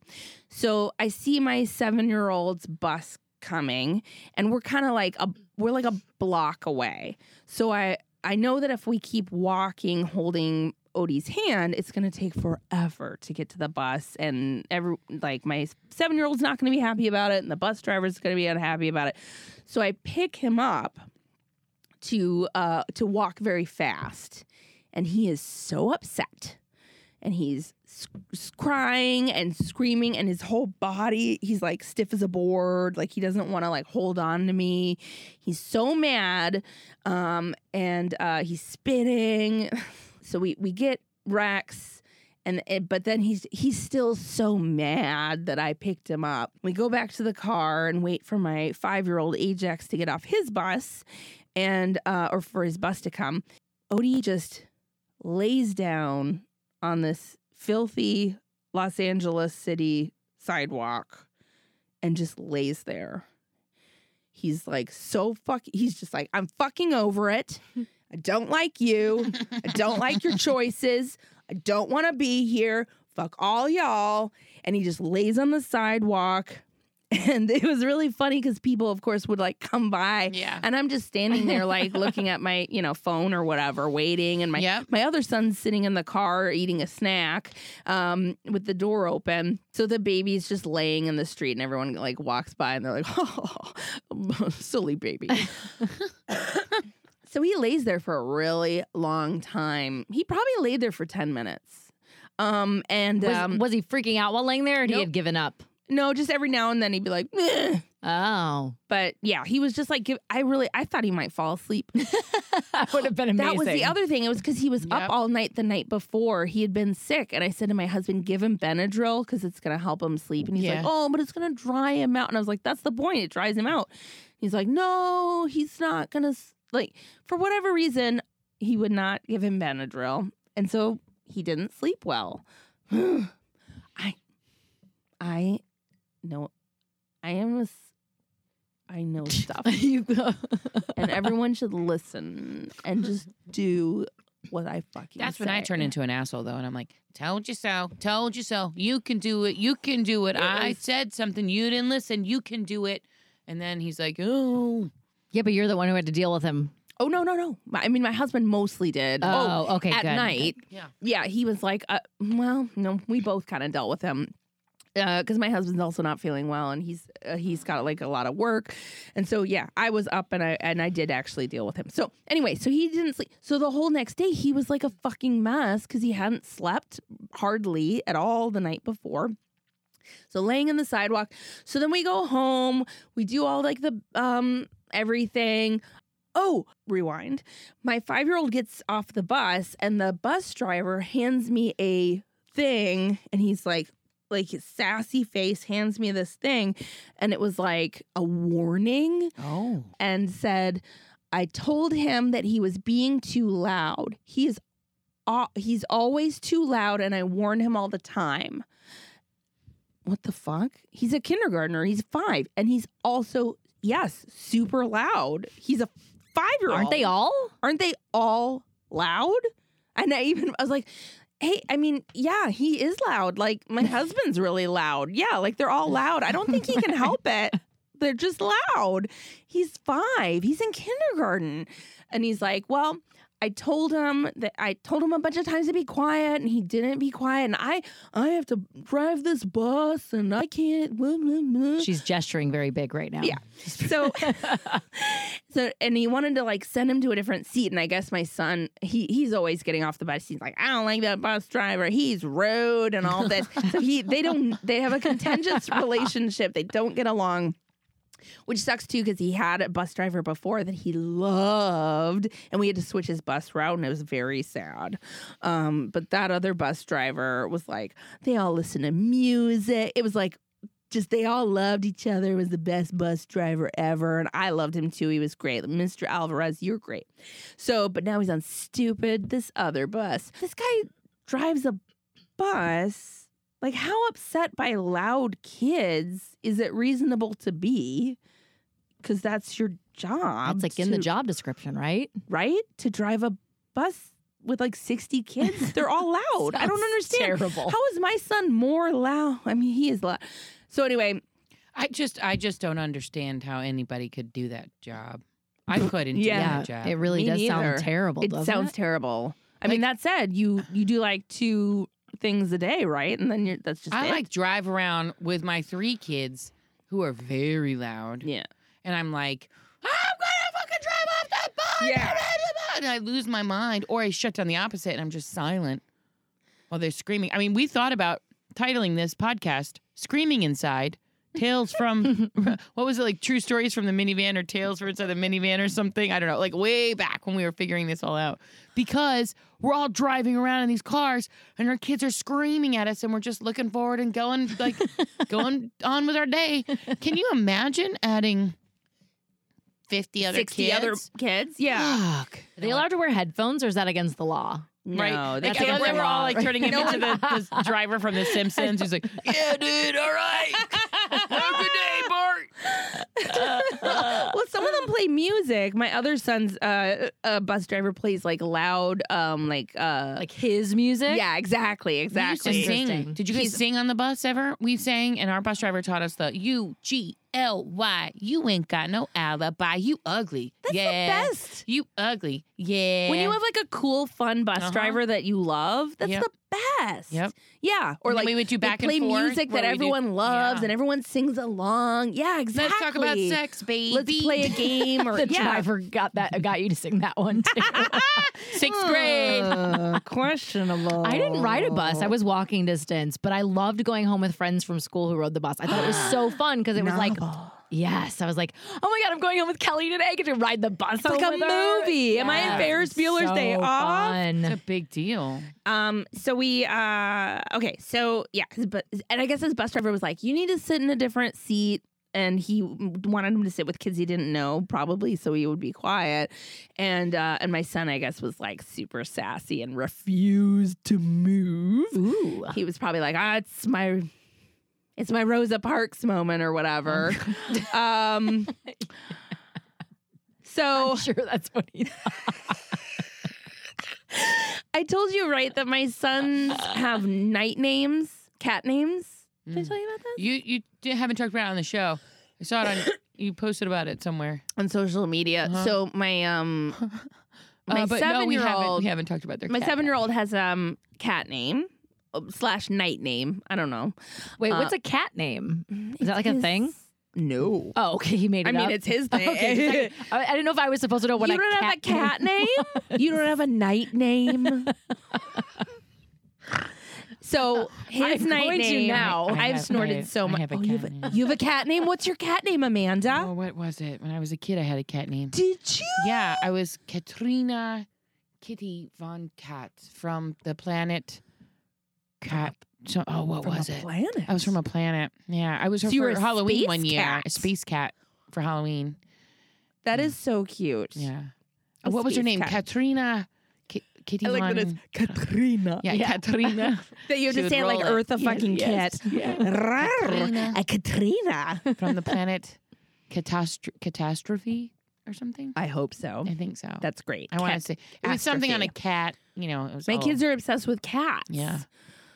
Speaker 1: So I see my seven year old's bus coming, and we're kind of like a we're like a block away. So I I know that if we keep walking, holding Odie's hand, it's going to take forever to get to the bus, and every like my seven year old's not going to be happy about it, and the bus driver's going to be unhappy about it. So I pick him up to uh, to walk very fast, and he is so upset, and he's s- s- crying and screaming, and his whole body he's like stiff as a board, like he doesn't want to like hold on to me. He's so mad, um, and uh, he's spitting. So we we get Rex. And, and- but then he's he's still so mad that I picked him up. We go back to the car and wait for my five year old Ajax to get off his bus, and uh, or for his bus to come. Odie just lays down on this filthy Los Angeles City sidewalk and just lays there. He's like so fuck. He's just like I'm fucking over it. I don't like you. I don't like your choices. I don't want to be here. Fuck all y'all. And he just lays on the sidewalk. And it was really funny because people, of course, would like come by.
Speaker 2: Yeah.
Speaker 1: And I'm just standing there, like looking at my, you know, phone or whatever, waiting. And my
Speaker 2: Yep.
Speaker 1: my other son's sitting in the car eating a snack, um, with the door open. So the baby's just laying in the street, and everyone like walks by, and they're like, "Oh, silly baby." So he lays there for a really long time. He probably laid there for 10 minutes. Um, and
Speaker 5: was,
Speaker 1: um,
Speaker 5: was he freaking out while laying there, or he
Speaker 1: Nope.
Speaker 5: had given up?
Speaker 1: no, just every now and then he'd be like, "Ugh."
Speaker 5: Oh,
Speaker 1: but yeah, he was just like, give, I really, I thought he might fall asleep.
Speaker 5: that would have been amazing.
Speaker 1: That was the other thing. It was because he was
Speaker 2: Yep.
Speaker 1: up all night the night before. He had been sick. And I said to my husband, give him Benadryl because it's going to help him sleep. And he's
Speaker 2: Yeah.
Speaker 1: like, oh, but it's going to dry him out. And I was like, that's the point. It dries him out. He's like, no, he's not going to, like, for whatever reason, he would not give him Benadryl. And so he didn't sleep well. I, I know, I am a, s- I know stuff
Speaker 5: you
Speaker 1: and everyone should listen and just do what I fucking.
Speaker 2: That's when I turn into an asshole though, and I'm like, "Told you so. Told you so. You can do it. You can do it. I said something. You didn't listen. You can do it." And then he's like, "Oh,
Speaker 5: yeah, but you're the one who had to deal with him.
Speaker 1: Oh no no no! My- I mean, my husband mostly did.
Speaker 5: Oh, okay,
Speaker 1: at
Speaker 5: good.
Speaker 1: night.
Speaker 2: Yeah.
Speaker 1: yeah. He was like, uh, well, no, we both kind of dealt with him because my husband's also not feeling well, and he's uh, he's got like a lot of work, and so yeah, I was up and I and I did actually deal with him. So anyway, so he didn't sleep. So the whole next day, he was like a fucking mess because he hadn't slept hardly at all the night before. So laying in the sidewalk. So then we go home. We do all like the um everything. oh, rewind. My five year old gets off the bus and the bus driver hands me a thing and he's like, like his sassy face hands me this thing and it was like a warning
Speaker 2: Oh.
Speaker 1: and said, I told him that he was being too loud. He is al- he's always too loud and I warn him all the time. What the fuck? He's a kindergartner. He's 5 and he's also yes, super loud. He's a 5-year-old.
Speaker 5: Aren't they all?
Speaker 1: Aren't they all loud? And I even I was like Hey, I mean, yeah, he is loud. Like my husband's really loud. Yeah, like they're all loud. I don't think he can help it. They're just loud. He's five. He's in kindergarten. And he's like, Well, I told him that I told him a bunch of times to be quiet and he didn't be quiet. And I I have to drive this bus and I can't. blah, blah, blah."
Speaker 5: She's gesturing very big right now.
Speaker 1: Yeah. So so and he wanted to like send him to a different seat. And I guess my son, he he's always getting off the bus. He's like, I don't like that bus driver. He's rude and all this. so he they don't they have a contentious relationship. They don't get along. Which sucks too because he had a bus driver before that he loved, and we had to switch his bus route, and it was very sad. Um, but that other bus driver was like, they all listen to music. It was like, just they all loved each other. It was the best bus driver ever, and I loved him too. He was great, Mr. Alvarez. You're great. So, but now he's on stupid this other bus. This guy drives a bus. Like, how upset by loud kids is it reasonable to be? Because that's your job.
Speaker 5: That's like in the
Speaker 1: to-
Speaker 5: job description, right?
Speaker 1: right? To drive a bus with like 60 kids. They're all loud. Oh, I don't
Speaker 5: Sounds
Speaker 1: understand.
Speaker 5: terrible.
Speaker 1: How is my son more loud? I mean, he is loud. So, anyway,
Speaker 2: I just I just don't understand how anybody could do that job. I couldn't
Speaker 1: Yeah.
Speaker 2: do that job.
Speaker 5: It really
Speaker 1: Me
Speaker 5: does
Speaker 1: neither.
Speaker 5: sound terrible.
Speaker 1: it
Speaker 5: doesn't
Speaker 1: sounds terrible. I mean, that said, you you do like two things a day, right? And then you're that's just
Speaker 2: I
Speaker 1: it.
Speaker 2: like drive around with my three kids who are very loud.
Speaker 1: yeah.
Speaker 2: And I'm like, I'm gonna fucking drive off that bus.
Speaker 1: Yeah.
Speaker 2: And I lose my mind. Or I shut down the opposite and I'm just silent while they're screaming. I mean, we thought about titling this podcast Screaming Inside. Tales from what was it like? True stories from the minivan or tales from inside the minivan or something. I don't know. Like way back when we were figuring this all out, because we're all driving around in these cars and our kids are screaming at us, and we're just looking forward and going like going on with our day. Can you imagine adding fifty other
Speaker 1: 60
Speaker 2: kids?
Speaker 1: other kids. Yeah.
Speaker 2: Fuck.
Speaker 5: Are they allowed to wear headphones or is that against the law?
Speaker 2: Right.
Speaker 1: No,
Speaker 2: like,
Speaker 1: that's
Speaker 2: I love
Speaker 1: against
Speaker 2: that
Speaker 1: the
Speaker 2: we're all
Speaker 1: law.
Speaker 2: like turning him into the, the driver from The Simpsons who's like, yeah, dude, all right. Have a good day, Bart.
Speaker 1: well, some of them play music. My other son's uh, uh bus driver plays like loud um like uh
Speaker 5: Like his music?
Speaker 1: yeah, exactly, exactly.
Speaker 2: We used to sing.
Speaker 5: Interesting.
Speaker 2: Did you guys sing on the bus ever? We sang, and our bus driver taught us the U G L Y. You ain't got no alibi. You ugly.
Speaker 1: That's
Speaker 2: yeah.
Speaker 1: the best.
Speaker 2: You ugly. Yeah.
Speaker 1: When you have like a cool, fun bus
Speaker 2: Uh-huh.
Speaker 1: driver that you love, that's
Speaker 2: Yep.
Speaker 1: the best.
Speaker 2: Yep.
Speaker 1: Yeah. Or
Speaker 2: And then
Speaker 1: like
Speaker 2: we would do
Speaker 1: they
Speaker 2: back and
Speaker 1: play
Speaker 2: forth,
Speaker 1: music
Speaker 2: where
Speaker 1: that
Speaker 2: we do-
Speaker 1: everyone loves
Speaker 2: Yeah.
Speaker 1: and everyone sings along. Yeah, exactly.
Speaker 2: Let's talk about sex, baby.
Speaker 1: Let's play a game or
Speaker 5: The
Speaker 1: yeah.
Speaker 5: driver got that got you to sing that one too.
Speaker 2: Sixth grade.
Speaker 1: questionable.
Speaker 5: I didn't ride a bus.
Speaker 1: Oh.
Speaker 5: I was walking distance, but I loved going home with friends from school who rode the bus. I thought it was so fun because it was like, yes, I was like, oh my god, I'm going home with Kelly today. I get to ride the bus.
Speaker 1: It's like a movie. Am I in Ferris Bueller's Day Off?
Speaker 2: It's a big deal.
Speaker 1: Um, so we uh okay, so yeah, his bu- and I guess his bus driver was like, You need to sit in a different seat and he wanted him to sit with kids he didn't know, probably so he would be quiet. And uh and my son, I guess, was like super sassy and refused to move.
Speaker 5: Ooh.
Speaker 1: He was probably like, Ah, it's my it's my Rosa Parks moment or whatever. um so
Speaker 5: Sure, that's what he thought.
Speaker 1: I told you right that my sons have night names, cat names. Did I tell you about that?
Speaker 2: You you di- haven't talked about it on the show. I saw it on you posted about it somewhere.
Speaker 1: On social media.
Speaker 2: Uh-huh.
Speaker 1: So my um
Speaker 2: Uh,
Speaker 1: my
Speaker 2: but no,
Speaker 1: seven
Speaker 2: we
Speaker 1: year
Speaker 2: haven't,
Speaker 1: old
Speaker 2: we haven't talked about their
Speaker 1: my
Speaker 2: cat.
Speaker 1: seven year old has um cat name uh, slash night name. I don't know.
Speaker 5: Wait,
Speaker 1: Uh,
Speaker 5: what's a cat name? Is that like a thing?
Speaker 1: No.
Speaker 5: Oh, okay, he made it
Speaker 1: I mean,
Speaker 5: up.
Speaker 1: it's his thing.
Speaker 5: Okay, just a second. I, I didn't know if I was supposed to know what
Speaker 1: you
Speaker 5: a
Speaker 1: don't
Speaker 5: cat
Speaker 1: have a cat name. you don't have a night name. So his
Speaker 5: I'm
Speaker 1: night
Speaker 5: going to
Speaker 1: name.
Speaker 5: now. I
Speaker 1: I've
Speaker 2: have-
Speaker 1: snorted
Speaker 2: I-
Speaker 1: so
Speaker 2: I
Speaker 1: much.
Speaker 2: have a
Speaker 1: oh, you,
Speaker 2: cat
Speaker 1: have,
Speaker 2: name.
Speaker 1: you have a cat name. What's your cat name, Amanda?
Speaker 2: Oh, what was it? When I was a kid, I had a cat name.
Speaker 1: Did you?
Speaker 2: Yeah, I was Katrina Kitty Von Cat from the planet Cat. So, oh, what
Speaker 1: From
Speaker 2: was
Speaker 1: a
Speaker 2: it?
Speaker 1: Planet.
Speaker 2: I was from a planet. Yeah, I was her
Speaker 1: So you
Speaker 2: for
Speaker 1: were a
Speaker 2: Halloween
Speaker 1: space
Speaker 2: one year.
Speaker 1: cat.
Speaker 2: A space cat for Halloween.
Speaker 1: That is so cute.
Speaker 2: Yeah.
Speaker 1: A
Speaker 2: what was her
Speaker 1: space
Speaker 2: name?
Speaker 1: cat.
Speaker 2: Katrina Ki- Kitty
Speaker 1: I like that it's
Speaker 2: Von-
Speaker 1: Katrina.
Speaker 2: Yeah, Katrina
Speaker 1: That you have
Speaker 2: She
Speaker 1: to
Speaker 2: would
Speaker 1: say it like
Speaker 2: roll it.
Speaker 1: Eartha fucking
Speaker 2: Yes,
Speaker 1: cat.
Speaker 2: yes.
Speaker 1: Rawr,
Speaker 2: Katrina.
Speaker 1: A Katrina.
Speaker 2: from the planet Catastro- Catastrophe or something.
Speaker 1: I hope so.
Speaker 2: I think so.
Speaker 1: That's great.
Speaker 2: I want to say it was something on a
Speaker 1: Catastrophe.
Speaker 2: cat. You know, it was
Speaker 1: My
Speaker 2: all-
Speaker 1: kids are obsessed with cats.
Speaker 2: Yeah,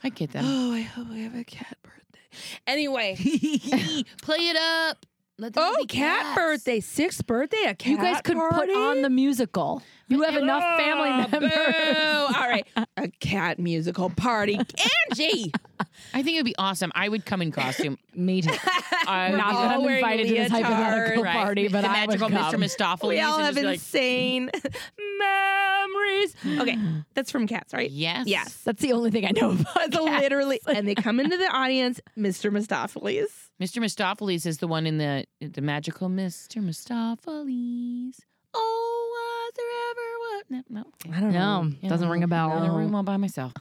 Speaker 2: I get them.
Speaker 1: Oh, I hope I have a cat birthday. Anyway.
Speaker 2: Play it up. Let them
Speaker 1: oh,
Speaker 2: be
Speaker 1: cat
Speaker 2: cats.
Speaker 1: birthday. Sixth birthday. A cat
Speaker 5: You guys could
Speaker 1: party?
Speaker 5: put on the musical. You have enough
Speaker 1: Ah,
Speaker 5: family members.
Speaker 1: boo. All right. A cat musical party. Angie.
Speaker 2: I think it would be awesome. I would come in costume.
Speaker 5: Me too.
Speaker 2: I
Speaker 5: Not
Speaker 1: all
Speaker 5: that I'm
Speaker 1: wearing
Speaker 5: invited to this
Speaker 1: leotards,
Speaker 5: hypothetical
Speaker 2: right.
Speaker 5: party, but
Speaker 2: the
Speaker 5: I would
Speaker 2: magical
Speaker 5: come.
Speaker 2: Mr. Mistopheles.
Speaker 1: we all
Speaker 2: and
Speaker 1: have
Speaker 2: just be like,
Speaker 1: insane memories. Okay. That's from cats, right?
Speaker 2: Yes.
Speaker 1: Hmm. Yes.
Speaker 5: That's the only thing I know about
Speaker 1: The
Speaker 5: cats.
Speaker 1: literally, and they come into the audience, Mr. Mistopheles.
Speaker 2: Mr. Mistopheles is the one in the the magical Mr. Mistopheles. Oh, was there ever what? No, no.
Speaker 1: I don't
Speaker 5: No, doesn't ring a bell.
Speaker 2: I'm in a room all by myself.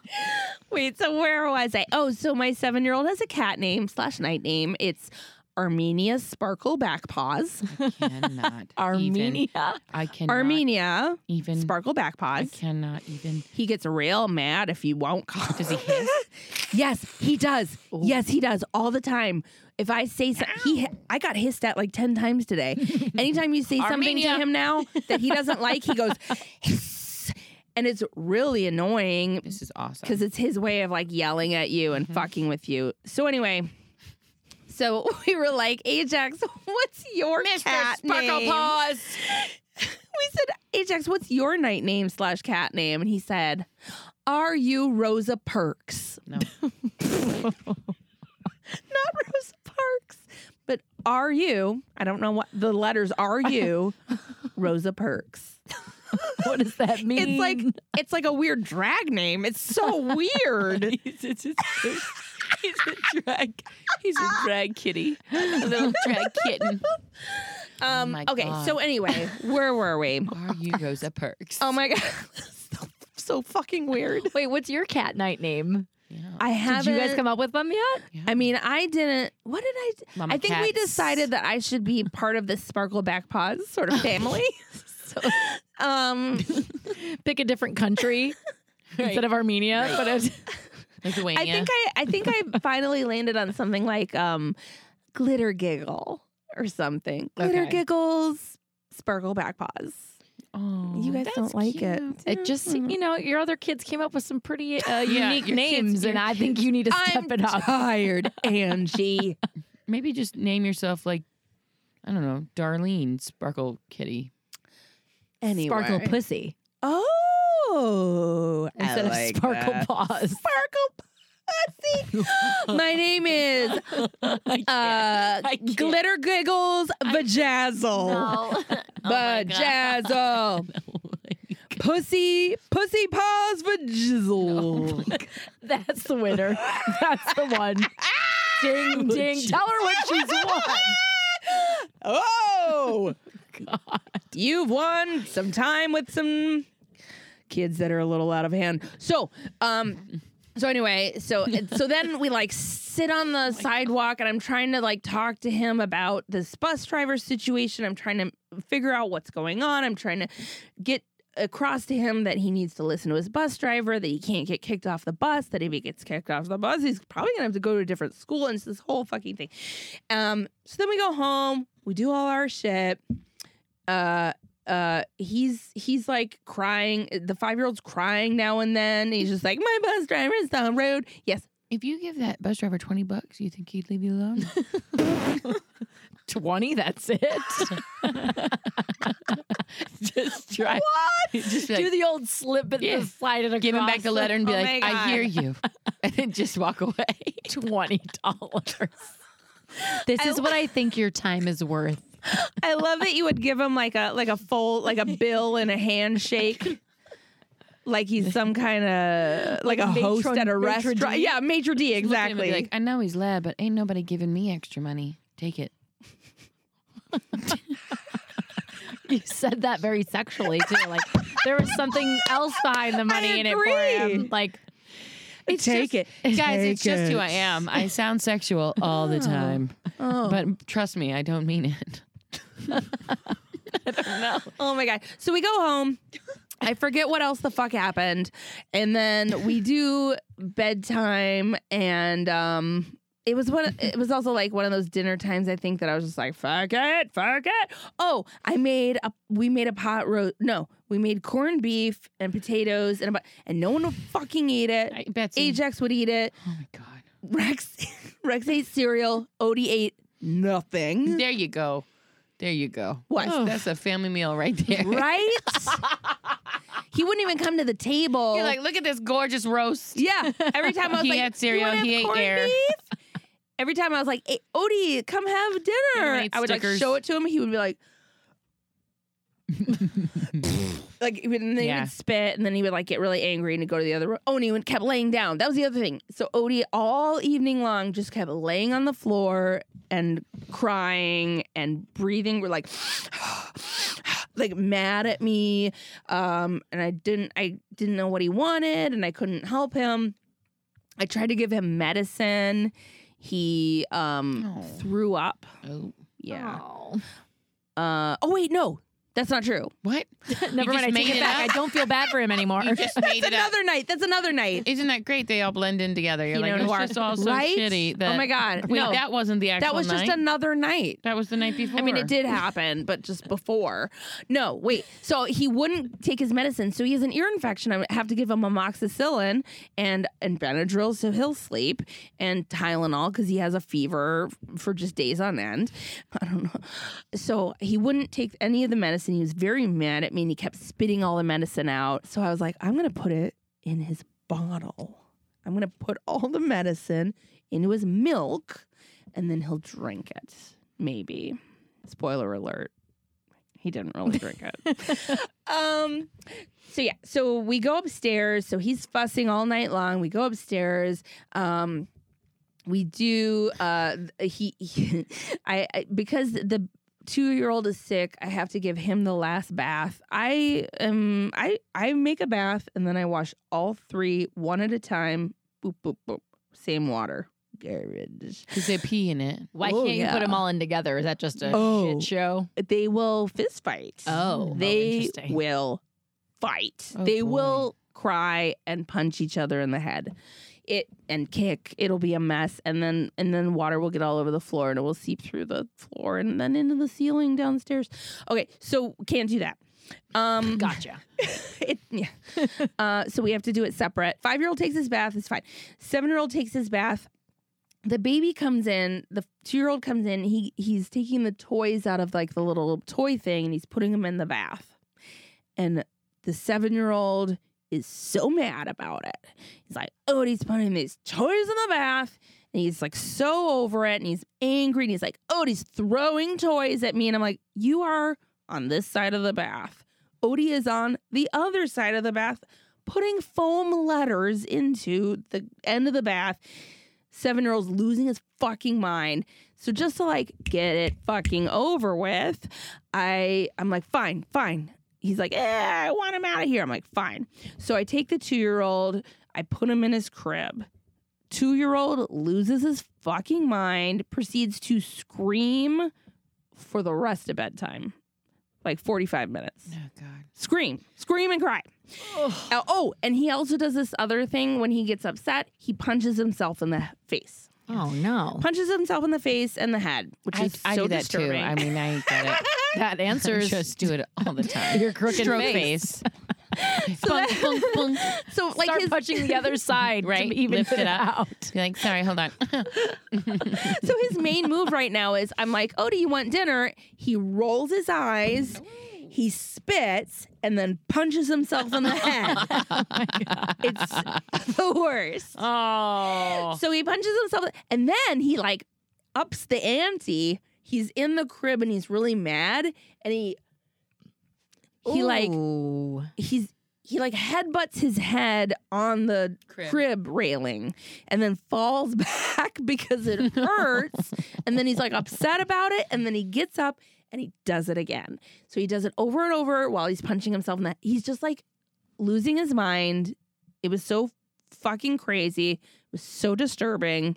Speaker 1: Wait, so where was I? Oh, so my seven year old has a cat name slash night name. It's Armenia Sparkle Backpaws.
Speaker 2: Cannot. Even.
Speaker 5: Armenia.
Speaker 2: I cannot.
Speaker 1: Armenia
Speaker 2: Even.
Speaker 1: Sparkle
Speaker 2: I
Speaker 1: Backpaws.
Speaker 2: cannot even.
Speaker 1: He gets real mad if you won't call.
Speaker 2: Does he hiss?
Speaker 1: yes, he does. Yes, he does all the time. If I say something, he I got hissed at like ten times today. Anytime you say something to
Speaker 2: Armenia.
Speaker 1: him now that he doesn't like, he goes hiss, and it's really annoying
Speaker 2: This is awesome.
Speaker 1: because it's his way of like yelling at you
Speaker 2: Mm-hmm.
Speaker 1: and fucking with you. So anyway, so we were like, Ajax, what's your cat name?
Speaker 2: Paws.
Speaker 1: We said, Ajax, what's your night name slash cat name? And he said, Are you Rosa Perks?
Speaker 2: No.
Speaker 1: Not Rosa Parks, but are you? I don't know what the letters are. You Rosa Perks.
Speaker 5: What does that mean?
Speaker 1: It's like it's like a weird drag name. It's so weird.
Speaker 2: He's a, he's a drag. He's a drag kitty. A little drag kitten.
Speaker 1: Um,
Speaker 2: Oh my
Speaker 1: okay, so
Speaker 2: God.
Speaker 1: anyway, where were we?
Speaker 2: Are you Rosa Perks?
Speaker 1: Oh my god, so, so fucking weird.
Speaker 5: Wait, what's your cat night name?
Speaker 2: Yeah.
Speaker 1: I
Speaker 5: Did
Speaker 1: haven't.
Speaker 5: you guys come up with them yet?
Speaker 1: I mean, I didn't. What did I? d-
Speaker 2: Mama
Speaker 1: I think we
Speaker 2: Cats.
Speaker 1: decided that I should be part of this sparkle back paws sort of family. So, um,
Speaker 5: Pick a different country instead
Speaker 2: Right.
Speaker 5: of Armenia, but it's
Speaker 2: Lithuania.
Speaker 1: I think I, I think I finally landed on something like um, glitter giggle or something. Glitter
Speaker 2: Okay.
Speaker 1: giggles, sparkle back paws.
Speaker 2: oh,
Speaker 1: You guys
Speaker 2: that's
Speaker 1: don't like it.
Speaker 2: cute.
Speaker 5: it just you know your other kids came up with some pretty uh,
Speaker 2: Yeah,
Speaker 5: unique
Speaker 2: your kids-
Speaker 5: names,
Speaker 2: your
Speaker 5: and I think you need to step
Speaker 1: Mm-hmm. I'm
Speaker 5: it up.
Speaker 1: tired, Angie.
Speaker 2: Maybe just name yourself like I don't know, Darlene Sparkle Kitty.
Speaker 1: Anyway.
Speaker 5: Sparkle pussy
Speaker 1: Oh, I
Speaker 5: instead
Speaker 1: like
Speaker 5: of sparkle
Speaker 1: that.
Speaker 5: paws.
Speaker 1: Sparkle pussy. My name is uh, Glitter Giggles Vajazzle. Oh Vajazzle. Pussy, pussy paws vajizzle.
Speaker 5: That's the winner. That's the one. ding ding. Tell her what she's won.
Speaker 1: Oh, you've won some time with some kids that are a little out of hand. So, um, so anyway, so so then we like sit on the sidewalk, and I'm trying to like talk to him about this bus driver situation. I'm trying to figure out what's going on. I'm trying to get across to him that he needs to listen to his bus driver, that he can't get kicked off the bus, that if he gets kicked off the bus, he's probably gonna have to go to a different school. And it's this whole fucking thing. Um, so then we go home, we do all our shit. Uh uh he's he's like crying the five year old's crying now and then he's just like my bus driver is down the road yes
Speaker 2: If you give that bus driver twenty bucks, you think he'd leave you alone?
Speaker 5: Twenty. That's it.
Speaker 2: just try. What? Just be like,
Speaker 5: Do the old slip and
Speaker 2: Yeah.
Speaker 5: the slide it across.
Speaker 2: give him back the letter and be
Speaker 1: Oh
Speaker 2: like,
Speaker 1: my
Speaker 2: "I hear
Speaker 1: God.
Speaker 2: you," and then just walk away.
Speaker 5: twenty dollars. This
Speaker 1: I
Speaker 5: is
Speaker 1: lo-
Speaker 5: what I think your time is worth.
Speaker 1: i love that you would give him like a like a full like a bill and a handshake like he's some kind of like, a
Speaker 5: Like
Speaker 1: host
Speaker 5: matron-
Speaker 1: at a
Speaker 5: maitre
Speaker 1: restaurant.
Speaker 5: d'?
Speaker 1: Yeah, maitre d
Speaker 2: Look at him and be
Speaker 1: exactly.
Speaker 2: Like I know he's lad, but ain't nobody giving me extra money. Take it.
Speaker 5: You said that very sexually too. Like there was something else behind the money in it for
Speaker 1: agree.
Speaker 5: him. Like
Speaker 1: Take
Speaker 2: just-
Speaker 1: it.
Speaker 2: guys.
Speaker 1: Take
Speaker 2: it's just who
Speaker 1: it.
Speaker 2: I am. I sound sexual all the time, but trust me, I don't mean it.
Speaker 1: Oh my god. So we go home. I forget what else the fuck happened. And then we do bedtime and um it was one it was also like one of those dinner times I think that I was just like fuck it, fuck it. Oh, I made a we made a pot roast. No, we made corned beef and potatoes and a, bu- and no one would fucking eat it.
Speaker 2: I, Betsy.
Speaker 1: Ajax would eat it.
Speaker 2: Oh my god.
Speaker 1: Rex Rex ate cereal. Odie ate nothing.
Speaker 2: There you go. There you go.
Speaker 1: What?
Speaker 2: That's, that's a family meal right there.
Speaker 1: right? he wouldn't even come to the table.
Speaker 2: You're like, look at this gorgeous roast.
Speaker 1: Yeah. Every time I was
Speaker 2: He
Speaker 1: like,
Speaker 2: had cereal,
Speaker 1: "You wanna
Speaker 2: he
Speaker 1: have
Speaker 2: ate
Speaker 1: corned
Speaker 2: air."
Speaker 1: beef?" Every time I was like, "Hey, Odie, come have dinner.
Speaker 2: ate
Speaker 1: I would like
Speaker 2: Snickers.
Speaker 1: show it to him. He would be like, like, he would- and then he
Speaker 2: Yeah.
Speaker 1: would spit, and then he would like get really angry and he'd go to the other room. Oh, and he would kept laying down. That was the other thing. So Odie all evening long just kept laying on the floor and crying and breathing. We're like, like mad at me um and i didn't i didn't know what he wanted and i couldn't help him i tried to give him medicine he um
Speaker 2: Oh.
Speaker 1: threw up
Speaker 2: Oh.
Speaker 1: yeah
Speaker 5: oh.
Speaker 1: uh oh wait no that's not true
Speaker 2: What?
Speaker 5: never
Speaker 2: just
Speaker 5: mind. I
Speaker 2: made
Speaker 5: take it,
Speaker 2: it
Speaker 5: back.
Speaker 2: up?
Speaker 5: I don't feel bad for him anymore.
Speaker 2: You just made it up.
Speaker 1: another night that's another night
Speaker 2: Isn't that great? They all blend in together. You're
Speaker 1: Pinot
Speaker 2: like, it's
Speaker 1: Noir.
Speaker 2: just all so
Speaker 1: Right?
Speaker 2: shitty. That,
Speaker 1: oh my god
Speaker 2: Wait,
Speaker 1: no
Speaker 2: that wasn't the actual
Speaker 1: that was just
Speaker 2: night?
Speaker 1: another night
Speaker 2: That was the night before.
Speaker 1: I mean, it did happen, but just before. No, wait. So he wouldn't take his medicine. So he has an ear infection. I would have to give him amoxicillin and and Benadryl so he'll sleep and Tylenol because he has a fever for just days on end. I don't know. So he wouldn't take any of the medicine. He was very mad at me and he kept spitting all the medicine out. So I was like, I'm gonna put it in his bottle. I'm gonna put all the medicine into his milk, and then he'll drink it. Maybe. Spoiler alert. He didn't really drink it. um. So yeah. So we go upstairs. So he's fussing all night long. We go upstairs. Um. We do. Uh. He. he- I, I. Because the two-year-old is sick. I have to give him the last bath. I am. I. I make a bath and then I wash all three one at a time. Boop boop boop. Same water. Garbage.
Speaker 2: Because they pee in it.
Speaker 5: Why
Speaker 1: Oh,
Speaker 5: can't you
Speaker 1: yeah.
Speaker 5: put them all in together? Is that just a
Speaker 1: Oh.
Speaker 5: shit show?
Speaker 1: They will fist fight.
Speaker 5: Oh,
Speaker 1: they
Speaker 5: interesting.
Speaker 1: will fight.
Speaker 2: Oh,
Speaker 1: they
Speaker 2: boy.
Speaker 1: will cry and punch each other in the head. It and kick. It'll be a mess, and then and then water will get all over the floor, and it will seep through the floor and then into the ceiling downstairs. Okay, so can't do that. Um,
Speaker 5: Gotcha.
Speaker 1: it, yeah. uh, so we have to do it separate. Five year old takes his bath, it's fine. Seven year old takes his bath. The baby comes in, the two year old comes in, he he's taking the toys out of like the little toy thing and he's putting them in the bath. And the seven year old is so mad about it. He's like, oh, and he's putting these toys in the bath. And he's like so over it and he's angry and he's like, oh, and he's throwing toys at me. And I'm like, you are on this side of the bath. Odie is on the other side of the bath, putting foam letters into the end of the bath. Seven year old's losing his fucking mind. So just to like get it fucking over with, I I'm like, fine, fine. He's like, eh, I want him out of here. I'm like, fine. So I take the two year old, I put him in his crib. Two year old loses his fucking mind, proceeds to scream for the rest of bedtime, like 45 minutes
Speaker 2: Oh, God.
Speaker 1: scream, scream and cry. Uh, oh, and he also does this other thing when he gets upset, he punches himself in the face.
Speaker 5: Oh no.
Speaker 1: Punches himself in the face and the head, which
Speaker 2: I,
Speaker 1: is
Speaker 2: I
Speaker 1: so
Speaker 2: do that
Speaker 1: disturbing.
Speaker 2: too. I mean, I get it.
Speaker 5: That
Speaker 2: I
Speaker 5: answers
Speaker 2: just do it all the time.
Speaker 5: your crooked
Speaker 2: Stroke face.
Speaker 5: face.
Speaker 2: Bonk, bonk, bonk.
Speaker 1: so like
Speaker 5: Start
Speaker 1: his
Speaker 5: punching the other side,
Speaker 2: Right,
Speaker 5: To even
Speaker 2: lift it up.
Speaker 5: out.
Speaker 2: Be like, sorry, hold on.
Speaker 1: so his main move right now is I'm like, "Oh, do you want dinner?" He rolls his eyes. He spits and then punches himself in the head. it's the worst.
Speaker 2: oh.
Speaker 1: So he punches himself, and then he like ups the ante. He's in the crib and he's really mad, and he he like
Speaker 5: Ooh.
Speaker 1: he's he like headbutts his head on the crib,
Speaker 2: Crib.
Speaker 1: railing and then falls back because it hurts and then he's like upset about it and then he gets up and he does it again so he does it over and over while he's punching himself in the he's just like losing his mind it was so fucking crazy it was so disturbing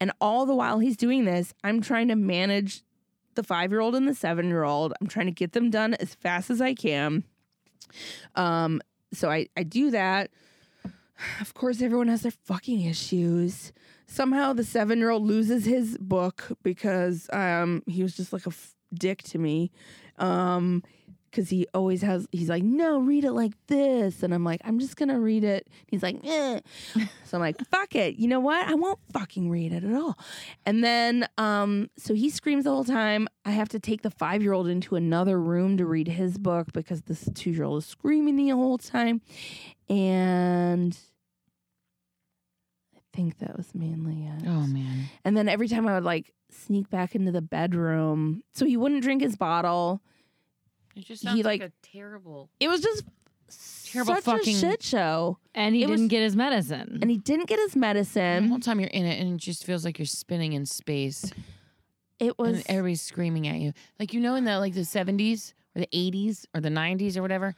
Speaker 1: and all the while he's doing this i'm trying to manage the five year old and the seven year old. I'm trying to get them done as fast as I can. Um, so I, I do that. Of course, everyone has their fucking issues. Somehow the seven year old loses his book because um, he was just like a f- dick to me. Um, because he always has, he's like, no, read it like this. And I'm like, I'm just going to read it. He's like, eh. So I'm like, fuck it. You know what? I won't fucking read it at all. And then, um, so he screams the whole time. I have to take the five year old into another room to read his book because this two year old is screaming the whole time. And I think that was mainly it.
Speaker 2: Oh man.
Speaker 1: And then every time I would like sneak back into the bedroom so he wouldn't drink his bottle.
Speaker 2: It just
Speaker 1: He,
Speaker 2: sounds like,
Speaker 1: like-
Speaker 2: a terrible.
Speaker 1: It was just
Speaker 2: Terrible
Speaker 1: such
Speaker 2: fucking-
Speaker 1: a shit show.
Speaker 5: and he
Speaker 1: It was-
Speaker 5: didn't get his medicine.
Speaker 1: And he didn't get his
Speaker 2: And the whole
Speaker 1: medicine.
Speaker 2: time you're in it, and it just feels like you're spinning in space,
Speaker 1: It was
Speaker 2: and everybody's screaming at you. Like you know, in the like the '70s or the '80s or the '90s or whatever,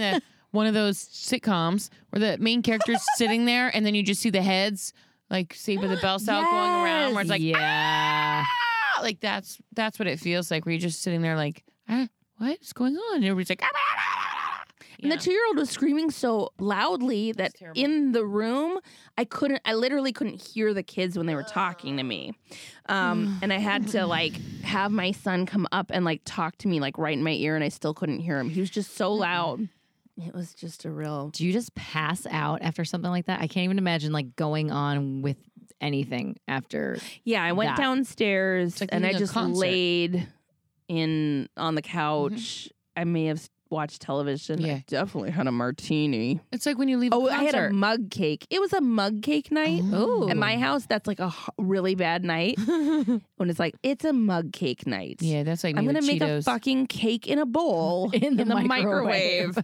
Speaker 2: a, one of those sitcoms where the main character's sitting there, and then you just see the heads like Saved by the Bell style going around, where it's like,
Speaker 5: yeah.
Speaker 2: "Ah!" like that's that's what it feels like. Where you're just sitting there like, ah, what's going on? And everybody's like, ah, ah, ah, ah, ah."
Speaker 1: And the
Speaker 2: Yeah.
Speaker 1: two year old was screaming so loudly that
Speaker 2: terrible.
Speaker 1: in the room, I couldn't, I literally couldn't hear the kids when they were talking to me. Um, and I had to like have my son come up and like talk to me like right in my ear, and I still couldn't hear him. He was just
Speaker 2: Mm-hmm.
Speaker 1: so loud. It was just a real.
Speaker 5: Do you just pass out after something like that? I can't even imagine like going on with anything after.
Speaker 1: Yeah, I went
Speaker 5: That.
Speaker 1: downstairs
Speaker 2: like
Speaker 1: and I
Speaker 2: leaving a
Speaker 1: just
Speaker 2: concert.
Speaker 1: laid in on the
Speaker 5: Mm-hmm.
Speaker 1: couch. I may have s- watched television.
Speaker 2: Yeah.
Speaker 1: I definitely had a martini.
Speaker 2: It's like when you leave.
Speaker 1: Oh,
Speaker 2: a
Speaker 1: I had a
Speaker 2: concert.
Speaker 1: mug cake. It was a mug cake night.
Speaker 5: Oh,
Speaker 1: At my house, that's like a h- really bad night when it's like it's a mug cake night.
Speaker 2: Yeah, that's like
Speaker 1: I'm
Speaker 2: new
Speaker 1: gonna make a
Speaker 2: Cheetos.
Speaker 1: fucking cake in a bowl
Speaker 5: In the microwave.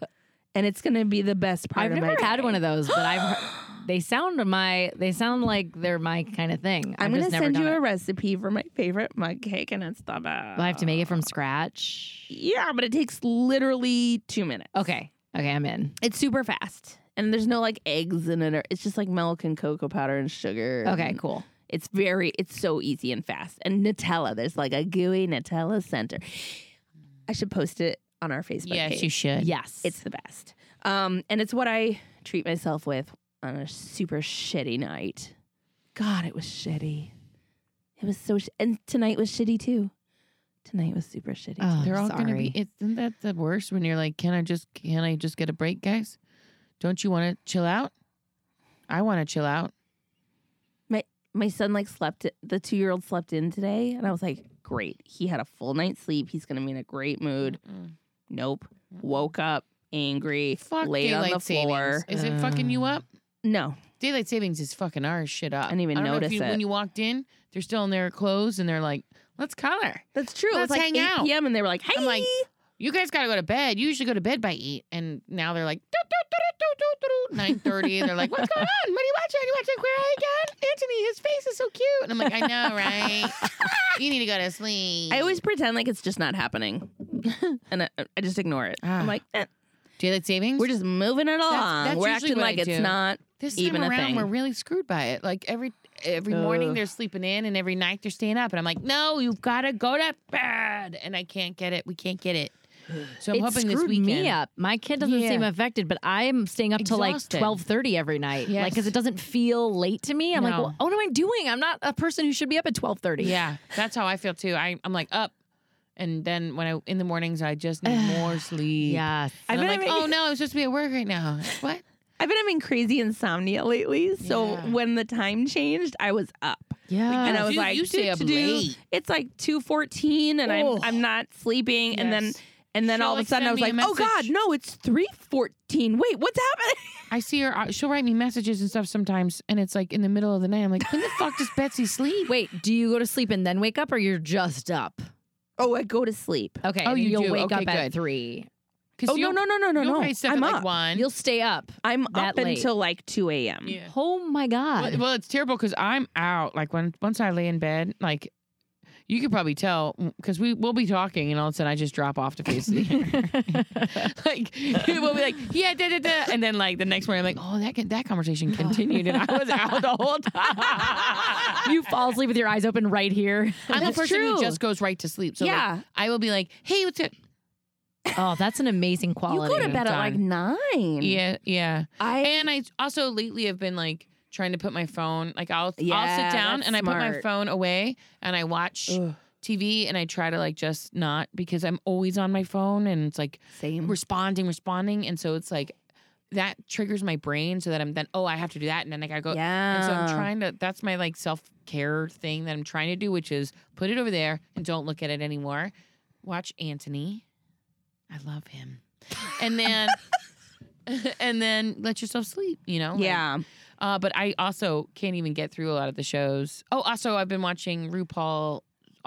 Speaker 1: and it's gonna be the best part.
Speaker 5: I've
Speaker 1: of
Speaker 5: never
Speaker 1: my
Speaker 5: had
Speaker 1: day.
Speaker 5: one of those, but I've. They sound my. They sound like they're my kind of thing.
Speaker 1: I'm
Speaker 5: I've
Speaker 1: gonna
Speaker 5: just never
Speaker 1: send you
Speaker 5: done
Speaker 1: a
Speaker 5: it.
Speaker 1: recipe for my favorite mug cake, and it's the best.
Speaker 5: Do I have to make it from scratch.
Speaker 1: Yeah, but it takes literally two minutes.
Speaker 5: Okay. Okay, I'm in.
Speaker 1: it's super fast, and there's no like eggs in it. Or, it's just like milk and cocoa powder and sugar.
Speaker 5: Okay,
Speaker 1: and-
Speaker 5: cool.
Speaker 1: It's very, it's so easy and fast. And Nutella, there's like a gooey Nutella center. I should post it on our Facebook
Speaker 2: Yes,
Speaker 1: page.
Speaker 2: you should.
Speaker 5: Yes.
Speaker 1: It's the best. Um, and it's what I treat myself with on a super shitty night. God, it was shitty. It was so, sh- and tonight was shitty too. Tonight was super shitty.
Speaker 5: Oh,
Speaker 2: They're
Speaker 5: I'm
Speaker 2: all gonna
Speaker 5: sorry.
Speaker 2: be. It's, isn't that the worst when you're like, can I just can I just get a break, guys? Don't you want to chill out? I want to chill out.
Speaker 1: my son like slept the two year old slept in today and i was like great he had a full night's sleep he's gonna be in a great mood nope woke up angry
Speaker 2: Fuck
Speaker 1: laid on the
Speaker 2: daylight
Speaker 1: floor
Speaker 2: savings. Is it fucking you up?
Speaker 1: no
Speaker 2: Daylight savings is fucking our shit up.
Speaker 1: I didn't even
Speaker 2: don't know if
Speaker 1: notice
Speaker 2: you-
Speaker 1: it.
Speaker 2: When you walked in, they're still in their clothes and they're like, "Let's color."
Speaker 1: that's true
Speaker 2: Let's
Speaker 1: it was like
Speaker 2: hang
Speaker 1: 8
Speaker 2: out.
Speaker 1: p.m and they were like hey
Speaker 2: I'm like, "You guys gotta go to bed. You usually go to bed by eight, and now they're like, "Doo, doo, doo, doo, doo, doo, doo," 9:30. and They're like, "What's going on? What are you watching? Are you watching Queer Eye again? Anthony, his face is so cute." And I'm like, "I know, right? you need to go to sleep."
Speaker 1: i always pretend like it's just not happening and I, I just ignore it
Speaker 2: Ah.
Speaker 1: i'm like eh,
Speaker 2: daylight savings.
Speaker 1: we're just moving it along
Speaker 2: that's
Speaker 1: we're
Speaker 2: usually
Speaker 1: acting
Speaker 2: what I
Speaker 1: like it's
Speaker 2: do.
Speaker 1: not
Speaker 2: this
Speaker 1: even a
Speaker 2: time around,
Speaker 1: thing.
Speaker 2: we're really screwed by it. Like every every morning
Speaker 1: Ugh.
Speaker 2: they're sleeping in, and every night they're staying up. And I'm like, no, you've got to go to bed. And I can't get it. We can't get it. So I'm
Speaker 5: it
Speaker 2: hoping
Speaker 5: screwed
Speaker 2: this weekend.
Speaker 5: me up. My kid doesn't
Speaker 2: Yeah.
Speaker 5: seem affected, but I'm staying up till like
Speaker 2: Exhausted.
Speaker 5: twelve thirty every night, like
Speaker 2: Yes.
Speaker 5: because it doesn't feel late to me. I'm like,
Speaker 2: No.
Speaker 5: well, oh no, I'm doing. I'm not a person who should be up at twelve thirty.
Speaker 2: Yeah, that's how I feel too. I, I'm like up, and then when I in the mornings I just need more sleep.
Speaker 5: Yes.
Speaker 1: I've
Speaker 2: And I'm
Speaker 1: been
Speaker 2: like,
Speaker 1: having-
Speaker 2: oh no, I'm supposed to be at work right now. What?
Speaker 1: i've been having crazy insomnia lately so
Speaker 2: Yeah.
Speaker 1: when the time changed i was up
Speaker 5: Yeah.
Speaker 1: and I
Speaker 2: Oh,
Speaker 1: was
Speaker 2: you-
Speaker 1: like,
Speaker 2: you stay
Speaker 1: "Doo,
Speaker 2: up
Speaker 1: doo, doo."
Speaker 2: late.
Speaker 1: It's like two fourteen, and
Speaker 2: Oh.
Speaker 1: I'm I'm not sleeping, and then
Speaker 2: Yes.
Speaker 1: and then
Speaker 2: She'll,
Speaker 1: all of a
Speaker 2: like,
Speaker 1: sudden I
Speaker 2: send
Speaker 1: was
Speaker 2: me a
Speaker 1: like, oh god,
Speaker 2: message.
Speaker 1: no, it's three fourteen. Wait, what's happening?
Speaker 2: I see her. uh, She'll write me messages and stuff sometimes, and it's like in the middle of the night. I'm like, when the fuck does Betsy sleep?
Speaker 5: Wait, do you go to sleep and then wake up, or you're just up?
Speaker 1: Oh, I go to sleep.
Speaker 5: Okay.
Speaker 2: Oh,
Speaker 5: and
Speaker 2: you
Speaker 5: you'll
Speaker 2: do.
Speaker 5: wake
Speaker 2: Okay,
Speaker 5: up at
Speaker 2: good.
Speaker 5: three.
Speaker 2: 'Cause
Speaker 1: Oh no
Speaker 2: you'll-
Speaker 1: no no no no
Speaker 2: you'll
Speaker 1: no!
Speaker 2: write stuff
Speaker 1: I'm
Speaker 2: at
Speaker 1: up.
Speaker 2: like one.
Speaker 5: You'll stay up.
Speaker 1: I'm
Speaker 5: that
Speaker 1: up
Speaker 5: late.
Speaker 1: until like two a.m.
Speaker 2: yeah.
Speaker 5: Oh my
Speaker 2: Well,
Speaker 5: god.
Speaker 2: well, it's terrible because I'm out. Like when once I lay in bed, like you could probably tell because we will be talking, and all of a sudden I just drop off to face the air. like we'll be like, yeah, da da da, and then like the next morning I'm like, oh, that con- that conversation continued, and I was out the whole time.
Speaker 5: you fall asleep with your eyes open right here.
Speaker 2: I'm
Speaker 5: That's
Speaker 2: a person
Speaker 5: true.
Speaker 2: who just goes right to sleep. So like,
Speaker 1: Yeah.
Speaker 2: I will be like, hey, what's it?
Speaker 5: Oh, that's an amazing
Speaker 1: You
Speaker 5: quality.
Speaker 1: go to bed at like nine.
Speaker 2: Yeah, yeah.
Speaker 1: I
Speaker 2: And I also lately have been like trying to put my phone like I'll I'll
Speaker 1: Yeah,
Speaker 2: sit down
Speaker 1: that's
Speaker 2: and I put my
Speaker 1: smart.
Speaker 2: phone away and I watch
Speaker 1: Ugh.
Speaker 2: TV and I try to like just not because I'm always on my phone and it's like
Speaker 1: same.
Speaker 2: responding, responding, and so it's like that triggers my brain so that I'm then oh I have to do that and then I gotta go.
Speaker 1: yeah.
Speaker 2: And so I'm trying to. That's my like self care thing that I'm trying to do, which is put it over there and don't look at it anymore. Watch Anthony. I love him. And then, and then let yourself sleep. You know. like,
Speaker 1: Yeah.
Speaker 2: uh, but I also can't even get through a lot of the shows. Oh, also I've been watching RuPaul All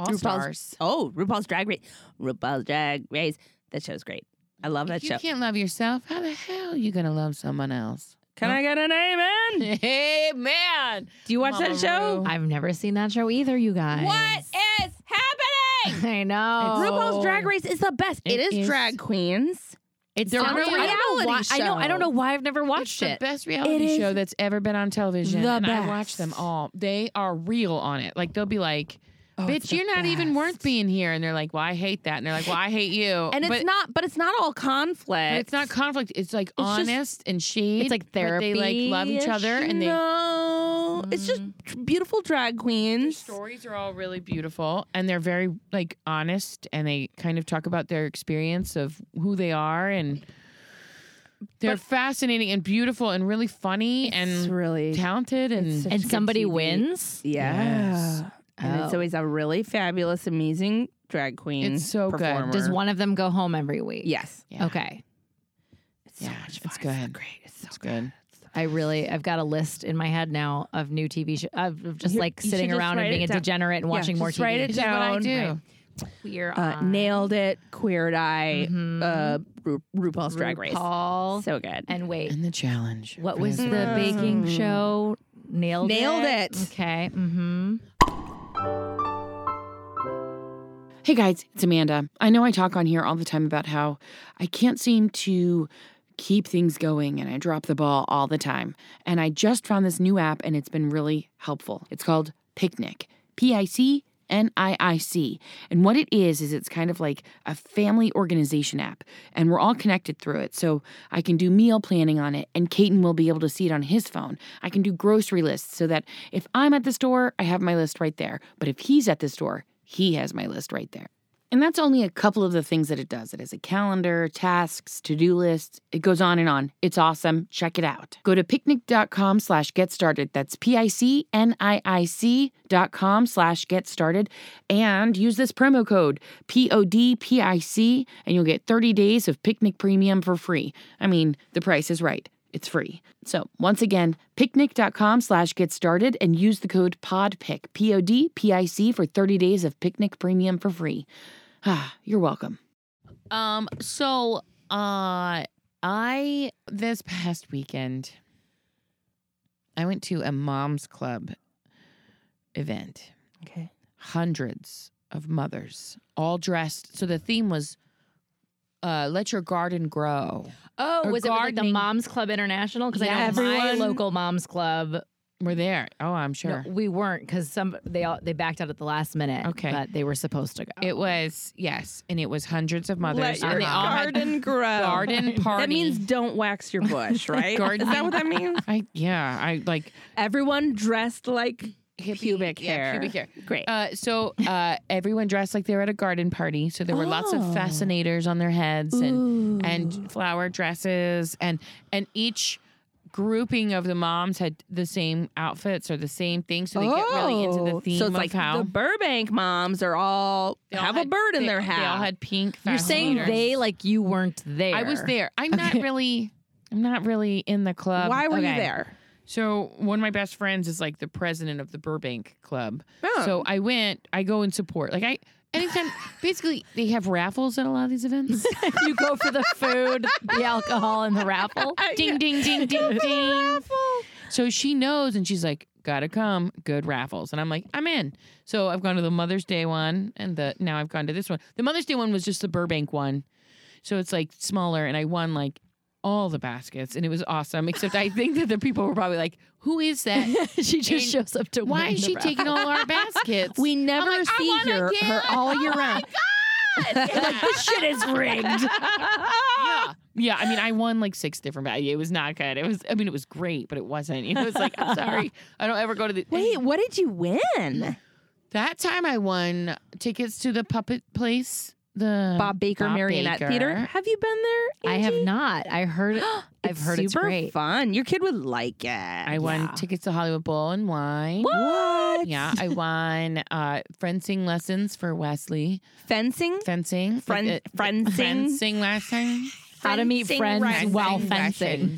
Speaker 1: RuPaul's
Speaker 2: Stars.
Speaker 1: Oh, RuPaul's Drag Race. RuPaul's Drag Race. That show's great. I love that
Speaker 2: If you
Speaker 1: show.
Speaker 2: can't love yourself, how the hell are you gonna love someone else?
Speaker 1: Can I get an amen?
Speaker 2: hey man,
Speaker 1: Do you watch
Speaker 2: Mama
Speaker 1: that show?
Speaker 2: Ru.
Speaker 5: I've never seen that show either, you guys.
Speaker 1: What is happening?
Speaker 5: I know.
Speaker 2: It's-
Speaker 1: RuPaul's Drag Race is the best.
Speaker 2: Oh. It
Speaker 1: it is,
Speaker 2: is.
Speaker 1: drag queens.
Speaker 5: It's
Speaker 2: They're
Speaker 5: on
Speaker 2: on a
Speaker 5: a reality I don't know why.
Speaker 1: reality
Speaker 5: I know. I don't
Speaker 1: show.
Speaker 5: know why I've never
Speaker 2: it's
Speaker 5: watched
Speaker 2: the
Speaker 5: it.
Speaker 2: best
Speaker 1: It
Speaker 2: reality
Speaker 1: is
Speaker 2: show that's ever been on television.
Speaker 1: the
Speaker 2: and I watch them
Speaker 1: best.
Speaker 2: all. They are real on it. Like they'll be like,
Speaker 1: Oh,
Speaker 2: "Bitch, you're not even worth being here," and they're like, "Well, I hate that," and they're like, "Well, I hate you."
Speaker 1: And it's
Speaker 2: but,
Speaker 1: not, but it's not all conflict.
Speaker 2: but it's not conflict. It's like
Speaker 1: just-
Speaker 2: honest and shade.
Speaker 5: It's like
Speaker 2: but They like love each other and they
Speaker 1: no, it's just tr- beautiful drag
Speaker 2: Their
Speaker 1: queens.
Speaker 2: stories are all really beautiful and they're very like honest and they kind of talk about their experience of who they are and they're fascinating and beautiful and really funny
Speaker 1: It's
Speaker 2: and
Speaker 1: really
Speaker 2: talented
Speaker 1: it's
Speaker 2: and
Speaker 1: such
Speaker 5: And
Speaker 1: good
Speaker 5: somebody
Speaker 1: TV.
Speaker 5: wins.
Speaker 1: Yeah,
Speaker 2: Yes.
Speaker 1: and it's
Speaker 5: Oh.
Speaker 1: always a really fabulous, amazing drag queen.
Speaker 2: It's so good.
Speaker 1: performer.
Speaker 5: Does one of them go home every week?
Speaker 1: Yes,
Speaker 2: Yeah.
Speaker 5: Okay.
Speaker 1: it's
Speaker 2: Yeah, it's
Speaker 1: so
Speaker 2: good.
Speaker 1: great. It's so
Speaker 2: it's good.
Speaker 5: I really, I've got a list in my head now of new TV shows, of just
Speaker 1: You-
Speaker 5: like
Speaker 1: you
Speaker 5: sitting
Speaker 1: should just
Speaker 5: around and
Speaker 1: write
Speaker 5: being
Speaker 1: it
Speaker 5: a
Speaker 1: down.
Speaker 5: degenerate and
Speaker 1: Yeah,
Speaker 5: watching more
Speaker 1: just
Speaker 5: TV.
Speaker 1: write it
Speaker 2: This is what I
Speaker 1: down.
Speaker 2: do.
Speaker 5: Right. We're
Speaker 1: Uh, nailed it. Queered Eye. Uh, Ru- RuPaul's Drag Race.
Speaker 5: Paul.
Speaker 1: So good.
Speaker 5: and wait,
Speaker 2: And the challenge.
Speaker 5: what
Speaker 2: for
Speaker 5: was
Speaker 2: this-
Speaker 5: the baking show? Nailed
Speaker 1: Nailed
Speaker 5: it.
Speaker 1: it.
Speaker 5: Okay. Mm-hmm.
Speaker 2: Hey guys, it's Amanda. I know I talk on here all the time about how I can't seem to keep things going and I drop the ball all the time. And I just found this new app and it's been really helpful. It's called Picnic. P I C N I I C. And what it is, is it's kind of like a family organization app, and we're all connected through it. So I can do meal planning on it, and Caton will be able to see it on his phone. I can do grocery lists so that if I'm at the store, I have my list right there. But if he's at the store, he has my list right there. And that's only a couple of the things that it does. It has a calendar, tasks, to-do lists. It goes on and on. It's awesome. Check it out. Go to picnic.com slash get started. That's P-I-C-N-I-I-C dot com slash get started. And use this promo code P-O-D-P-I-C and you'll get 30 days of Picnic Premium for free. I mean, the price is right. It's free. So once again, picnic.com slash get started and use the code PODPIC, P-O-D-P-I-C for 30 days of Picnic Premium for free. Ah, you're welcome. Um, so uh I this past weekend I went to a mom's club event.
Speaker 1: Okay.
Speaker 2: Hundreds of mothers, all dressed. So the theme was uh let your garden grow.
Speaker 5: Oh,
Speaker 2: Or
Speaker 5: was it with, like the
Speaker 2: gardening.
Speaker 5: Moms Club International? Because
Speaker 2: Yeah,
Speaker 5: I know my
Speaker 1: everyone-
Speaker 5: local Moms Club.
Speaker 2: We're there. Oh, I'm
Speaker 5: No,
Speaker 2: sure.
Speaker 5: we weren't because some they all they backed out at the last minute.
Speaker 2: Okay.
Speaker 5: but they were supposed to go.
Speaker 2: It was yes, and it was hundreds of mothers.
Speaker 1: Oh. Let your
Speaker 2: and they all had
Speaker 1: garden grow.
Speaker 2: garden party.
Speaker 1: That means don't wax your bush, right?
Speaker 2: Garden-
Speaker 1: Is that what that means?
Speaker 2: I yeah, I like
Speaker 1: Everyone dressed like pubic
Speaker 2: yeah,
Speaker 1: hair.
Speaker 2: pubic hair.
Speaker 1: Great.
Speaker 2: Uh, so uh, everyone dressed like they were at a garden party. So there were lots of
Speaker 1: Oh.
Speaker 2: fascinators on their heads and and flower dresses and and each grouping of the moms had the same outfits or the same thing. So they get really into the
Speaker 1: Oh.
Speaker 2: theme
Speaker 1: So
Speaker 2: of
Speaker 1: it's like
Speaker 2: how
Speaker 1: the Burbank moms are all
Speaker 2: they all
Speaker 1: have a
Speaker 2: had-
Speaker 1: bird in
Speaker 2: they-
Speaker 1: their hat.
Speaker 2: They all had pink.
Speaker 5: You're saying
Speaker 2: fascinators.
Speaker 5: they like you weren't there.
Speaker 2: I was there. I'm not really. I'm not really in the club.
Speaker 1: Why were you
Speaker 5: okay.
Speaker 1: there?
Speaker 2: So one of my best friends is like the president of the Burbank Club.
Speaker 1: Oh.
Speaker 2: So I went, I go and support. Like I anytime, basically, they have raffles at a lot of these events.
Speaker 5: you go for the food, the alcohol, and the raffle.
Speaker 2: ding, ding, ding, ding, ding. So she knows, and she's like, "Gotta come, good raffles." And I'm like, "I'm in." So I've gone to the Mother's Day one, and the now I've gone to this one. The Mother's Day one was just the Burbank one, so it's like smaller, and I won like all the baskets, and it was awesome. Except I think that the people were probably like, "Who is that?
Speaker 5: she just
Speaker 2: And
Speaker 5: shows up to
Speaker 2: Why
Speaker 5: win
Speaker 2: is
Speaker 5: the
Speaker 2: she
Speaker 5: raffle.
Speaker 2: taking all our baskets?"
Speaker 1: We never
Speaker 2: like, I
Speaker 1: see
Speaker 2: wanna
Speaker 1: her,
Speaker 2: get
Speaker 1: her
Speaker 2: it.
Speaker 1: all year round.
Speaker 5: like this shit is rigged?
Speaker 2: yeah, yeah. I mean, I won like six different baskets. It was not good. It was. I mean, it was great, but it wasn't. It was like, I'm sorry, I don't ever go to the
Speaker 1: Wait, what did you win?
Speaker 2: That time I won tickets to the puppet place, the
Speaker 1: Bob Baker
Speaker 2: Bob
Speaker 1: Marionette
Speaker 2: Baker.
Speaker 1: Theater. Have you been there?
Speaker 5: I have
Speaker 1: Angie?
Speaker 5: not. I heard. I've heard it's
Speaker 1: super
Speaker 5: great.
Speaker 1: fun. Your kid would like it.
Speaker 2: I won tickets to Hollywood Bowl and Wine.
Speaker 1: What?
Speaker 2: Yeah, I won uh, fencing lessons for Wesley.
Speaker 1: Fencing?
Speaker 2: Fencing,
Speaker 1: Fren-
Speaker 2: Like, uh,
Speaker 1: frensing?
Speaker 2: fencing lesson,
Speaker 5: How to meet
Speaker 1: Fencing
Speaker 5: friends
Speaker 1: right.
Speaker 5: while
Speaker 2: Fencing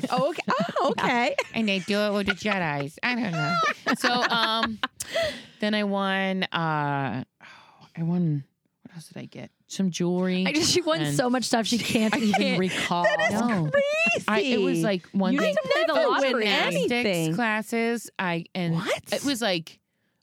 Speaker 5: fencing.
Speaker 2: lesson.
Speaker 1: Oh, okay. Oh, okay.
Speaker 2: and they do it with the Jedi's. I don't know. So, um, then I won. Uh, oh, I won. What else did I get? Some jewelry.
Speaker 5: I just she won
Speaker 2: And-
Speaker 5: so much stuff she can't even recall.
Speaker 2: no.
Speaker 1: Crazy.
Speaker 2: I, it was like one
Speaker 5: You
Speaker 2: thing.
Speaker 5: didn't play the
Speaker 1: never win
Speaker 5: lottery.
Speaker 1: any- anything.
Speaker 2: gymnastics classes. I and
Speaker 1: What?
Speaker 2: it was like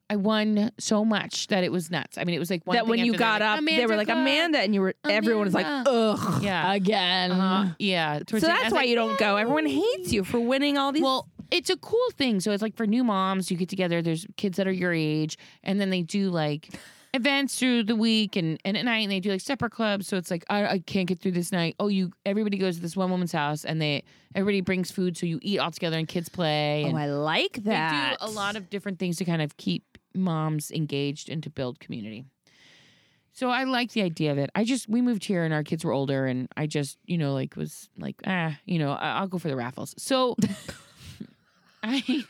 Speaker 2: I won so much that it was nuts. I mean, it was like one
Speaker 1: that
Speaker 2: thing
Speaker 1: when you
Speaker 2: after the
Speaker 1: got
Speaker 2: other,
Speaker 1: up, they were like
Speaker 2: Clark."
Speaker 1: Amanda, and you were everyone was like,
Speaker 2: Amanda.
Speaker 1: ugh.
Speaker 2: Yeah,
Speaker 5: again.
Speaker 2: uh-huh. yeah.
Speaker 1: So
Speaker 2: Towards the end, I
Speaker 1: that's
Speaker 2: was
Speaker 1: why
Speaker 2: like,
Speaker 1: you don't go. Everyone hates you for winning all these.
Speaker 2: Well, it's a cool thing. So it's like for new moms, you get together. There's kids that are your age, and then they do like events through the week and, and at night, and they do like supper clubs. So it's like I, I can't get through this night. Oh, you everybody goes to this one woman's house, and they everybody brings food, so you eat all together, and kids play.
Speaker 1: oh,
Speaker 2: and
Speaker 1: I like that.
Speaker 2: They do a lot of different things to kind of keep moms engaged and to build community. So I like the idea of it. I just we moved here and our kids were older, and I just you know like was like ah you know I- I'll go for the raffles. So I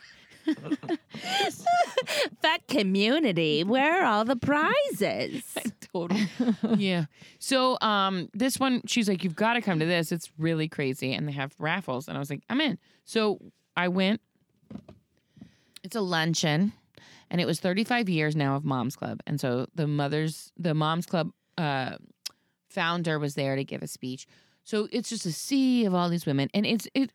Speaker 1: that community. Where are all the prizes?
Speaker 2: totally yeah. So um this one she's like you've got to come to this. It's really crazy, and they have raffles, and I was like I'm in. So I went. It's a luncheon. and it was 35 years now of Moms Club. And so the mothers, the Moms Club uh, founder was there to give a speech. So it's just a sea of all these women, and it's it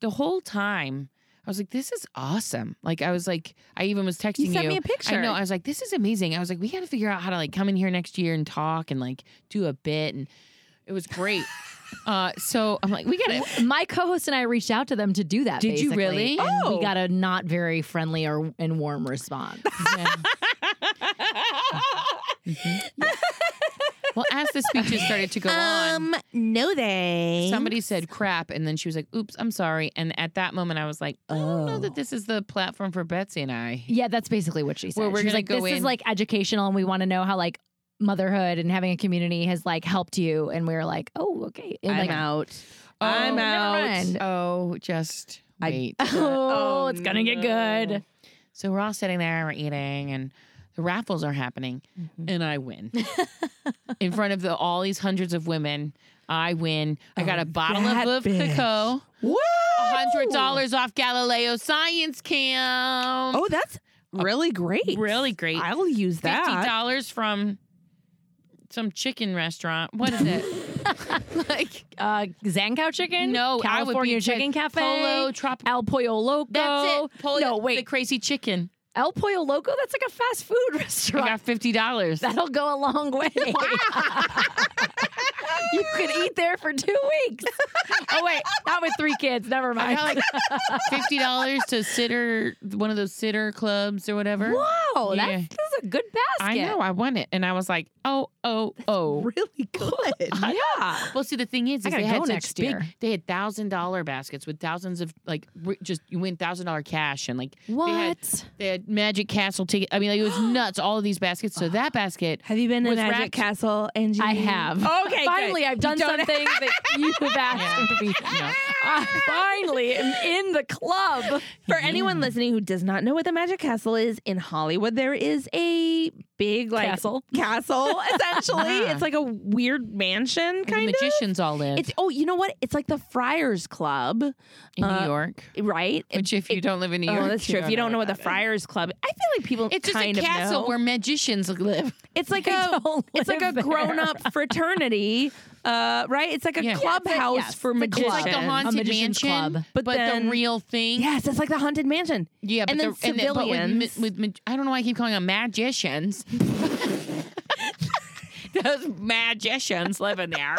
Speaker 2: the whole time. I was like, this is awesome. Like I was like, I even was texting you.
Speaker 1: sent me a picture.
Speaker 2: I know. I was like, this is amazing. I was like, we got to figure out how to like come in here next year and talk and like do a bit, and it was great. uh, so I'm like, we got to.
Speaker 5: My co-host and I reached out to them to do that.
Speaker 2: Did you
Speaker 5: basically,
Speaker 2: really?
Speaker 5: and
Speaker 1: Oh.
Speaker 5: we got a not very friendly or and warm response.
Speaker 2: Well, as the speeches started to go
Speaker 1: Um,
Speaker 2: on,
Speaker 1: no, they.
Speaker 2: Somebody said crap, and then she was like, "Oops, I'm sorry." And at that moment, I was like, "I don't know
Speaker 1: Oh.
Speaker 2: that this is the platform for Betsy and I."
Speaker 5: yeah, that's basically what she said.
Speaker 2: Well, we're
Speaker 5: she was
Speaker 2: gonna
Speaker 5: like,
Speaker 2: go
Speaker 5: "This is
Speaker 2: in-
Speaker 5: like educational, and we want to know how like motherhood and having a community has like helped you." And we were like, "Oh, okay." And,
Speaker 1: I'm
Speaker 5: like,
Speaker 1: out. I'm
Speaker 5: never
Speaker 1: out.
Speaker 5: mind.
Speaker 2: Oh, just
Speaker 1: I-
Speaker 2: wait.
Speaker 5: Oh, it's gonna get
Speaker 1: no.
Speaker 5: good.
Speaker 2: so we're all sitting there, we're eating, and the raffles are happening,
Speaker 1: Mm-hmm.
Speaker 2: and I win in front of the, all these hundreds of women. I win. I got a bottle
Speaker 1: Oh, that
Speaker 2: of
Speaker 1: bitch. Oh.
Speaker 2: Cacao,
Speaker 1: Whoa!
Speaker 2: hundred dollars off Galileo Science Camp.
Speaker 1: Oh, that's really great.
Speaker 2: really great.
Speaker 1: I'll use
Speaker 2: fifty
Speaker 1: that.
Speaker 2: dollars from some chicken restaurant. What is it? like
Speaker 5: Uh, Zankow Chicken?
Speaker 2: no, I would
Speaker 5: California
Speaker 2: be
Speaker 5: Chicken
Speaker 2: to
Speaker 5: Cafe.
Speaker 2: Polo trop.
Speaker 5: El Pollo Loco.
Speaker 2: That's it. Polo,
Speaker 5: no,
Speaker 2: the
Speaker 5: wait.
Speaker 2: crazy chicken.
Speaker 5: El Pollo Loco? That's like a fast food
Speaker 2: I
Speaker 5: restaurant.
Speaker 2: got fifty dollars.
Speaker 5: That'll go a long way. you could eat there for two weeks. Oh wait, not with three kids. Never
Speaker 2: I
Speaker 5: mind.
Speaker 2: got like fifty dollars to sitter one of those sitter clubs or whatever.
Speaker 5: wow,
Speaker 2: Yeah.
Speaker 5: that's, that's a good
Speaker 2: I
Speaker 5: basket.
Speaker 2: know I won it, and I was like, oh oh oh.
Speaker 1: Really good.
Speaker 5: Yeah.
Speaker 2: Well, see, the thing is, is
Speaker 5: I gotta
Speaker 2: they had
Speaker 5: go
Speaker 2: such
Speaker 5: next
Speaker 2: big.
Speaker 5: year.
Speaker 2: They had thousand dollar baskets with thousands of like r- just you win thousand dollar cash and like They had,
Speaker 5: What?
Speaker 2: they had Magic Castle ticket. I mean, like, it was nuts. All of these baskets. So that basket.
Speaker 1: Have you been to
Speaker 2: Was
Speaker 1: Magic
Speaker 2: wrapped-
Speaker 1: Castle, Angie?
Speaker 5: I have.
Speaker 1: Okay, good.
Speaker 5: Finally, I've done
Speaker 1: don't-
Speaker 5: something that you have asked me.
Speaker 2: No.
Speaker 5: I finally am in the club.
Speaker 1: For anyone listening who does not know what the Magic Castle is, in Hollywood there is a a big like
Speaker 5: Castle.
Speaker 1: castle essentially. it's like a weird mansion
Speaker 2: The
Speaker 1: kind of.
Speaker 2: Ah. magicians all live
Speaker 1: It's oh, you know what? It's like the Friars Club,
Speaker 2: in
Speaker 1: uh,
Speaker 2: New York.
Speaker 1: right?
Speaker 2: Which, if you don't live in New York,
Speaker 1: oh, that's true. If you don't know what the Friars Club, I feel like people
Speaker 2: it's just a
Speaker 1: kind of
Speaker 2: castle
Speaker 1: know.
Speaker 2: where magicians live.
Speaker 1: It's like a
Speaker 5: don't
Speaker 1: it's like a
Speaker 5: live there.
Speaker 1: grown up fraternity, uh, right? It's like a
Speaker 2: Yeah. Yeah,
Speaker 1: clubhouse
Speaker 5: yes,
Speaker 1: for
Speaker 5: it's a club.
Speaker 1: magicians.
Speaker 2: It's like the
Speaker 5: Mansion.
Speaker 2: haunted
Speaker 5: A magician's
Speaker 2: mansion,
Speaker 5: club.
Speaker 2: but,
Speaker 1: But
Speaker 2: the
Speaker 1: then-
Speaker 2: real thing.
Speaker 1: yes, it's like the haunted mansion.
Speaker 2: Yeah, but
Speaker 1: and
Speaker 2: the,
Speaker 1: then
Speaker 2: but with ma-
Speaker 1: civilians.
Speaker 2: with, ma- I don't know why I keep calling them magicians. Those magicians live in there,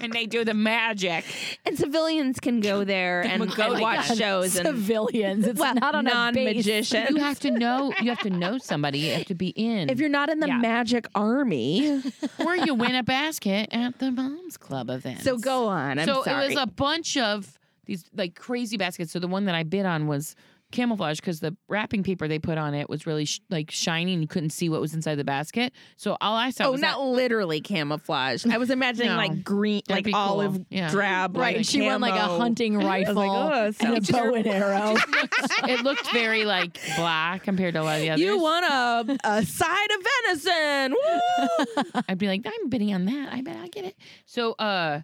Speaker 2: and they do the magic.
Speaker 1: and civilians can go there and,
Speaker 2: go
Speaker 1: and
Speaker 2: there.
Speaker 1: watch shows and
Speaker 5: Civilians. It's
Speaker 1: well,
Speaker 5: not on a base.
Speaker 1: non-magicians.
Speaker 2: You have to know. You have to know somebody. You have to be in.
Speaker 1: if you're not in the
Speaker 5: Yeah.
Speaker 1: magic army,
Speaker 2: or you win a basket at the moms club event.
Speaker 1: so go on. I'm
Speaker 2: so
Speaker 1: sorry.
Speaker 2: it was a bunch of these like crazy baskets. So the one that I bid on was camouflage because the wrapping paper they put on it was really sh- like shiny and you couldn't see what was inside the basket. So all I saw
Speaker 1: oh,
Speaker 2: was
Speaker 1: not
Speaker 2: that-
Speaker 1: literally camouflage. I was imagining
Speaker 2: No.
Speaker 1: like green,
Speaker 2: That'd be
Speaker 1: like
Speaker 2: cool.
Speaker 1: olive
Speaker 2: Yeah.
Speaker 1: drab,
Speaker 5: Right.
Speaker 1: Like
Speaker 5: she went like a
Speaker 1: camo.
Speaker 5: hunting
Speaker 1: I
Speaker 5: rifle
Speaker 1: was like, oh, that
Speaker 5: and
Speaker 1: sounds-
Speaker 5: a bow and arrow.
Speaker 2: it looked very like black compared to a lot of the others.
Speaker 1: You want a, a side of venison? Woo!
Speaker 2: I'd be like, I'm bidding on that. I bet I'll get it. So uh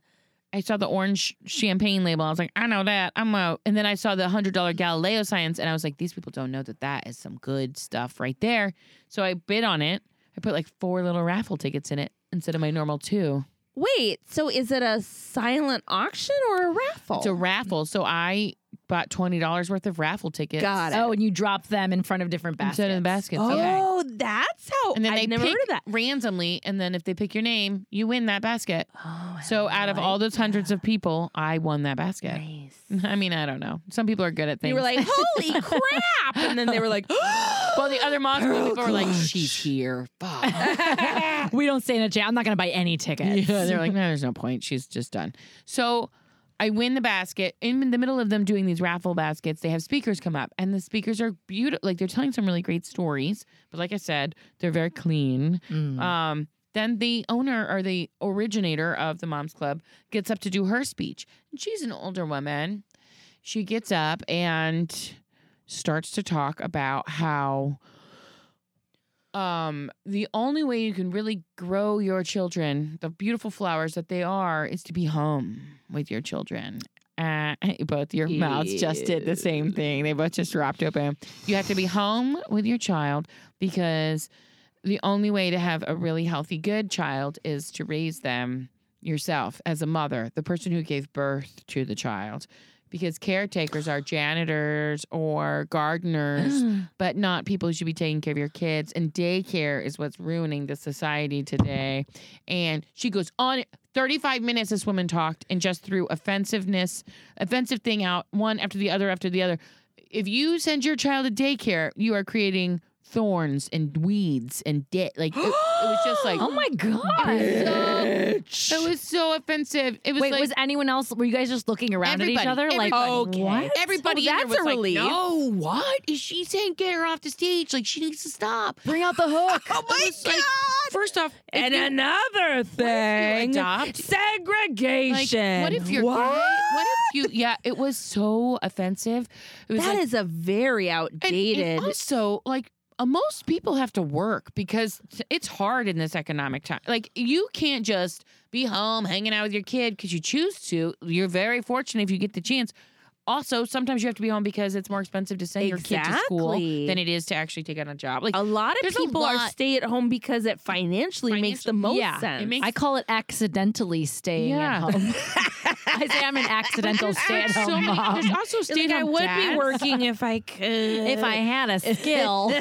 Speaker 2: I saw the orange champagne label. I was like, I know that. I'm out. And then I saw the hundred dollar Galileo science, and I was like, these people don't know that that is some good stuff right there. So I bid on it. I put like four little raffle tickets in it instead of my normal two.
Speaker 1: Wait, so is it a silent auction or a raffle?
Speaker 2: It's a raffle. So I bought twenty dollars worth of raffle tickets.
Speaker 1: Got it.
Speaker 5: Oh, and you drop them in front of different baskets.
Speaker 2: Instead of the baskets. Okay.
Speaker 1: oh, that's how.
Speaker 2: And then
Speaker 1: I've
Speaker 2: they
Speaker 1: never
Speaker 2: pick
Speaker 1: heard of that.
Speaker 2: randomly, and then if they pick your name, you win that basket.
Speaker 1: Oh, I
Speaker 2: So out of
Speaker 1: like
Speaker 2: all Mm-hmm. those hundreds of people, I won that basket.
Speaker 1: nice.
Speaker 2: I mean, I don't know. Some people are good at things.
Speaker 1: You were like, holy crap! And then they were like, Oh,
Speaker 2: well, the other Moss people were like, she's here. Fuck.
Speaker 5: We don't stay in a jail. I'm not going to buy any tickets.
Speaker 2: yeah, they're like, no, there's no point. She's just done. So I win the basket. In the middle of them doing these raffle baskets, they have speakers come up, and the speakers are beautiful. Like they're telling some really great stories, but like I said, they're very clean.
Speaker 5: Mm.
Speaker 1: Mm-hmm.
Speaker 5: Uh,
Speaker 2: Um, then the owner or the originator of the Moms Club gets up to do her speech, and she's an older woman. She gets up and starts to talk about how um the only way you can really grow your children the beautiful flowers that they are is to be home with your children uh, both your mouths just did the same thing they both just dropped open you have to be home with your child because the only way to have a really healthy good child is to raise them yourself as a mother the person who gave birth to the child because caretakers are janitors or gardeners but not people who should be taking care of your kids. And daycare is what's ruining the society today. And she goes on 35 minutes. This woman talked and just threw offensiveness, offensive thing out one after the other after the other. If you send your child to daycare, you are creating thorns and weeds and debt. Like it, it was just like
Speaker 5: Oh my god!
Speaker 2: God. So, it was so offensive. It was
Speaker 5: Wait,
Speaker 2: like
Speaker 5: was anyone else? Were you guys just looking around at each
Speaker 2: Everybody,
Speaker 5: other? Like,
Speaker 2: everybody.
Speaker 5: what?
Speaker 2: everybody
Speaker 1: Oh,
Speaker 2: in there
Speaker 1: that's
Speaker 2: was
Speaker 1: a
Speaker 2: like,
Speaker 1: relief.
Speaker 2: no, what is she saying? Get her off the stage. Like she needs to stop.
Speaker 5: Bring out the hook.
Speaker 1: oh my god!
Speaker 2: First off, if
Speaker 1: and
Speaker 2: you-
Speaker 1: another
Speaker 2: if you
Speaker 1: thing,
Speaker 2: adopt- like,
Speaker 1: segregation.
Speaker 2: what if you're
Speaker 1: What?
Speaker 2: gay? What if you? Yeah, it was so offensive. It was
Speaker 1: That
Speaker 2: like,
Speaker 1: is a very outdated.
Speaker 2: And, and also, like uh, most people have to work because t- it's hard in this economic time. Like you can't just be home hanging out with your kid because you choose to. You're very fortunate if you get the chance. Also, sometimes you have to be home because it's more expensive to send your kid to school
Speaker 1: Exactly.
Speaker 2: than it is to actually take on a job. Like
Speaker 1: a lot of
Speaker 2: There's a
Speaker 1: people are
Speaker 2: lot-
Speaker 1: stay at home because it financially makes the most
Speaker 5: yeah, it
Speaker 1: sense.
Speaker 2: makes-
Speaker 5: I call it accidentally staying
Speaker 2: Yeah.
Speaker 5: at home. I say I'm an accidental
Speaker 2: there's
Speaker 5: stay-at-home
Speaker 2: so many-
Speaker 5: mom.
Speaker 2: There's also
Speaker 1: It's like,
Speaker 2: stay-at-home
Speaker 1: I would
Speaker 2: dads.
Speaker 1: be working if I could.
Speaker 5: if I had a skill,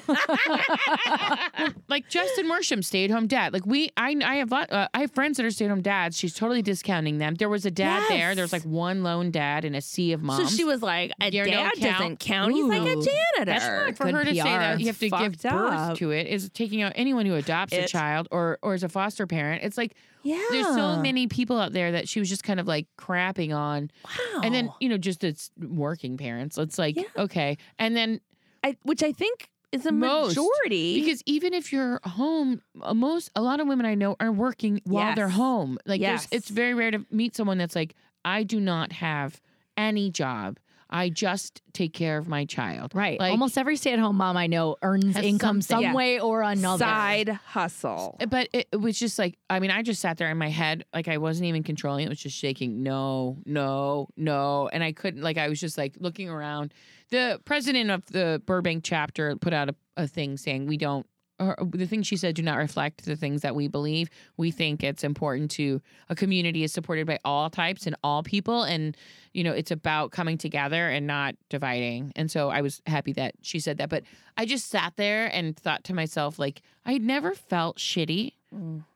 Speaker 2: like Justin Worsham, stay at home dad. Like we, I, I have, lot- uh, I have friends that are stay at home dads. She's totally discounting them. There was a dad there. There was like one lone dad in a sea of
Speaker 1: so
Speaker 2: moms.
Speaker 1: she was like, a
Speaker 2: You're no
Speaker 1: dad
Speaker 2: count.
Speaker 1: doesn't count. He's like a
Speaker 5: Ooh,
Speaker 1: janitor.
Speaker 2: that's not for
Speaker 5: Good
Speaker 2: her to say
Speaker 5: PR.
Speaker 2: that you have to give
Speaker 1: Fucked
Speaker 2: birth
Speaker 1: up.
Speaker 2: to it is taking out anyone who adopts a
Speaker 1: It-
Speaker 2: child or or is a foster parent. It's like
Speaker 1: yeah.
Speaker 2: there's so many people out there that she was just kind of like crapping on,
Speaker 1: Wow.
Speaker 2: and then you know just it's working parents. It's like
Speaker 1: Yeah.
Speaker 2: okay, and then
Speaker 1: I, which I think is a
Speaker 2: Most,
Speaker 1: majority.
Speaker 2: Because even if you're home, uh, most a lot of women I know are working while they're
Speaker 1: Yes.
Speaker 2: home. Like there's
Speaker 1: Yes.
Speaker 2: it's very rare to meet someone that's like, I do not have any job. I just take care of my child.
Speaker 5: Right.
Speaker 2: Like,
Speaker 5: Almost every stay at home mom I know earns
Speaker 2: Has
Speaker 5: income
Speaker 2: something.
Speaker 5: some
Speaker 1: Yeah.
Speaker 5: way or another.
Speaker 1: Side hustle.
Speaker 2: Uh, But it, it was just like I mean I just sat there in my head like I wasn't even controlling it. it was just shaking no no no and I couldn't like I was just like looking around. The president of the Burbank chapter put out a, a thing saying we don't or uh, the things she said do not reflect the things that we believe. We think it's important to a community is supported by all types and all people and you know it's about coming together and not dividing. And so I was happy that she said that but I just sat there and thought to myself like I had never felt shitty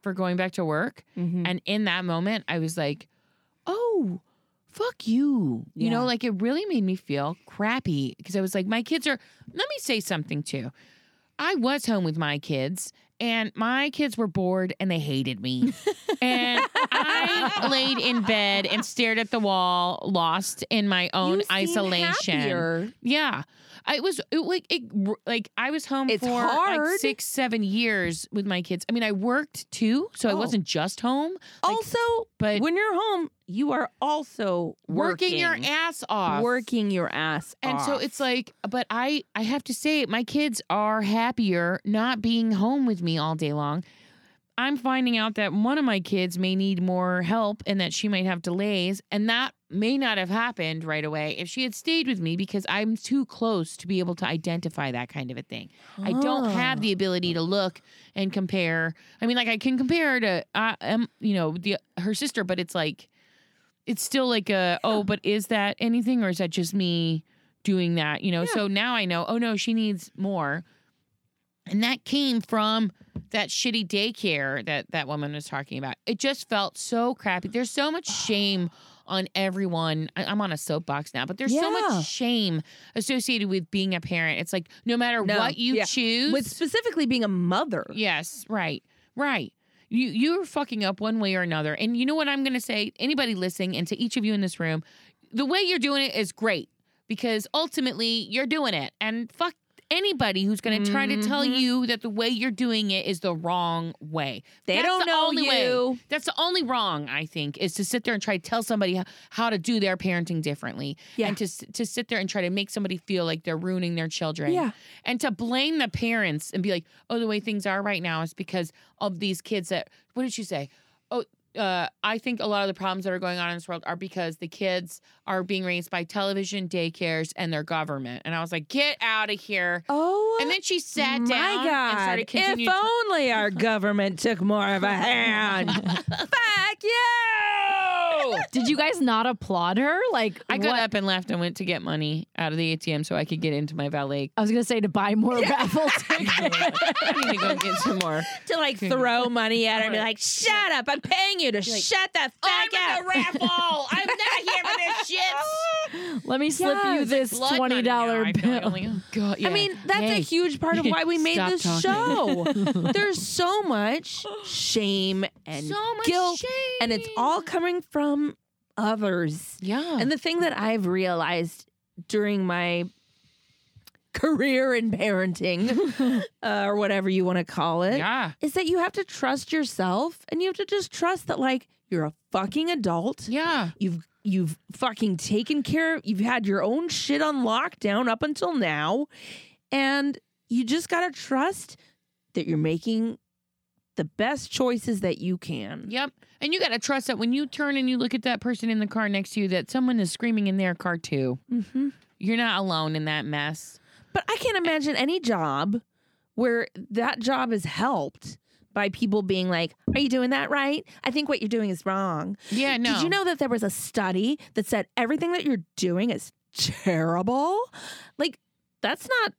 Speaker 2: for going back to work.
Speaker 1: Mhm.
Speaker 2: And in that moment, I was like, oh, fuck you. You
Speaker 1: Yeah.
Speaker 2: know, like it really made me feel crappy because I was like, my kids are, let me say something too. I was home with my kids and my kids were bored and they hated me. and I laid in bed and stared at the wall, lost in my own
Speaker 1: You seem
Speaker 2: isolation.
Speaker 1: happier.
Speaker 2: Yeah, I was it, like it, like I was home
Speaker 1: It's
Speaker 2: for
Speaker 1: hard.
Speaker 2: like six, seven years with my kids. I mean, I worked too, so I
Speaker 1: Oh.
Speaker 2: wasn't just home,
Speaker 1: Also,
Speaker 2: but
Speaker 1: when you're home, you are also
Speaker 2: working,
Speaker 1: working,
Speaker 2: your ass off,
Speaker 1: working your ass
Speaker 2: And so
Speaker 1: off.
Speaker 2: it's like, but I I have to say, my kids are happier not being home with me all day long. I'm finding out that one of my kids may need more help and that she might have delays, and that may not have happened right away if she had stayed with me because I'm too close to be able to identify that kind of a thing. I don't have
Speaker 1: Oh.
Speaker 2: the ability to look and compare. I mean, like I can compare to, uh, um, you know, the her sister, but it's like, it's still like a oh, but is that anything or is that just me doing that? You know. So now I know. Oh no, she needs more, and that came from that shitty daycare that that woman was talking about. It just felt so crappy. There's so much shame on everyone. I, I'm on a soapbox now, but there's so
Speaker 1: Yeah.
Speaker 2: much shame associated with being a parent. It's like no matter
Speaker 1: No.
Speaker 2: what you
Speaker 1: Yeah.
Speaker 2: choose,
Speaker 1: with specifically being a mother.
Speaker 2: Yes, right, right. You you're fucking up one way or another. And you know what I'm going to say? Anybody listening, and to each of you in this room, the way you're doing it is great because ultimately you're doing it. And fuck anybody who's going to try to tell you that the way you're doing it is the wrong way.
Speaker 1: They
Speaker 2: That's
Speaker 1: don't
Speaker 2: the
Speaker 1: know
Speaker 2: only
Speaker 1: you.
Speaker 2: Way. That's the only wrong I think is to sit there and try to tell somebody h- how to do their parenting differently,
Speaker 1: Yeah.
Speaker 2: and to s- to sit there and try to make somebody feel like they're ruining their children,
Speaker 1: Yeah.
Speaker 2: and to blame the parents and be like, oh, the way things are right now is because of these kids that. What did she say? Oh. Uh, I think a lot of the problems that are going on in this world are because the kids are being raised by television, daycares, and their government. And I was like, get out of here.
Speaker 1: Oh,
Speaker 2: And then she sat
Speaker 1: my
Speaker 2: down
Speaker 1: God.
Speaker 2: and started continuing.
Speaker 1: if only our government took more of a hand. Fuck you!
Speaker 5: Did you guys not applaud her? Like
Speaker 2: Oh, I got
Speaker 5: what-
Speaker 2: up and left and went to get money out of the ATM so I could get into my valet.
Speaker 5: I was gonna say to buy more raffle tickets.
Speaker 2: I need to go get some more.
Speaker 1: to like throw money at her and be like, shut up, I'm paying you to shut the fuck
Speaker 2: I'm
Speaker 1: up.
Speaker 2: in the raffle. I'm not here for this shit.
Speaker 5: Let me slip you
Speaker 1: Yes.
Speaker 5: this
Speaker 2: Blood
Speaker 5: twenty
Speaker 2: money now,
Speaker 5: dollar
Speaker 2: I feel like,
Speaker 5: bill.
Speaker 2: oh, God, yeah.
Speaker 1: I mean, that's a
Speaker 2: Yay.
Speaker 1: huge part of why we made
Speaker 2: Stop
Speaker 1: this show. There's so much shame and
Speaker 2: so much
Speaker 1: guilt,
Speaker 2: shame.
Speaker 1: and it's all coming from others.
Speaker 2: yeah.
Speaker 1: And the thing that I've realized during my career in parenting, uh, or whatever you want to call it, is
Speaker 2: yeah.
Speaker 1: that you have to trust yourself and you have to just trust that, like, you're a fucking adult.
Speaker 2: Yeah.
Speaker 1: You've you've fucking taken care you've had your own shit on lockdown up until now and you just got to trust that you're making the best choices that you can.
Speaker 2: Yep. And you got to trust that when you turn and you look at that person in the car next to you, that someone is screaming in their car too.
Speaker 1: Mhm.
Speaker 2: You're not alone in that mess.
Speaker 1: But I can't imagine any job where that job is helped by people being like, Are you doing that right? I think what you're doing is wrong.
Speaker 2: Yeah. No.
Speaker 1: Did you know that there was a study that said everything that you're doing is terrible? Like, that's not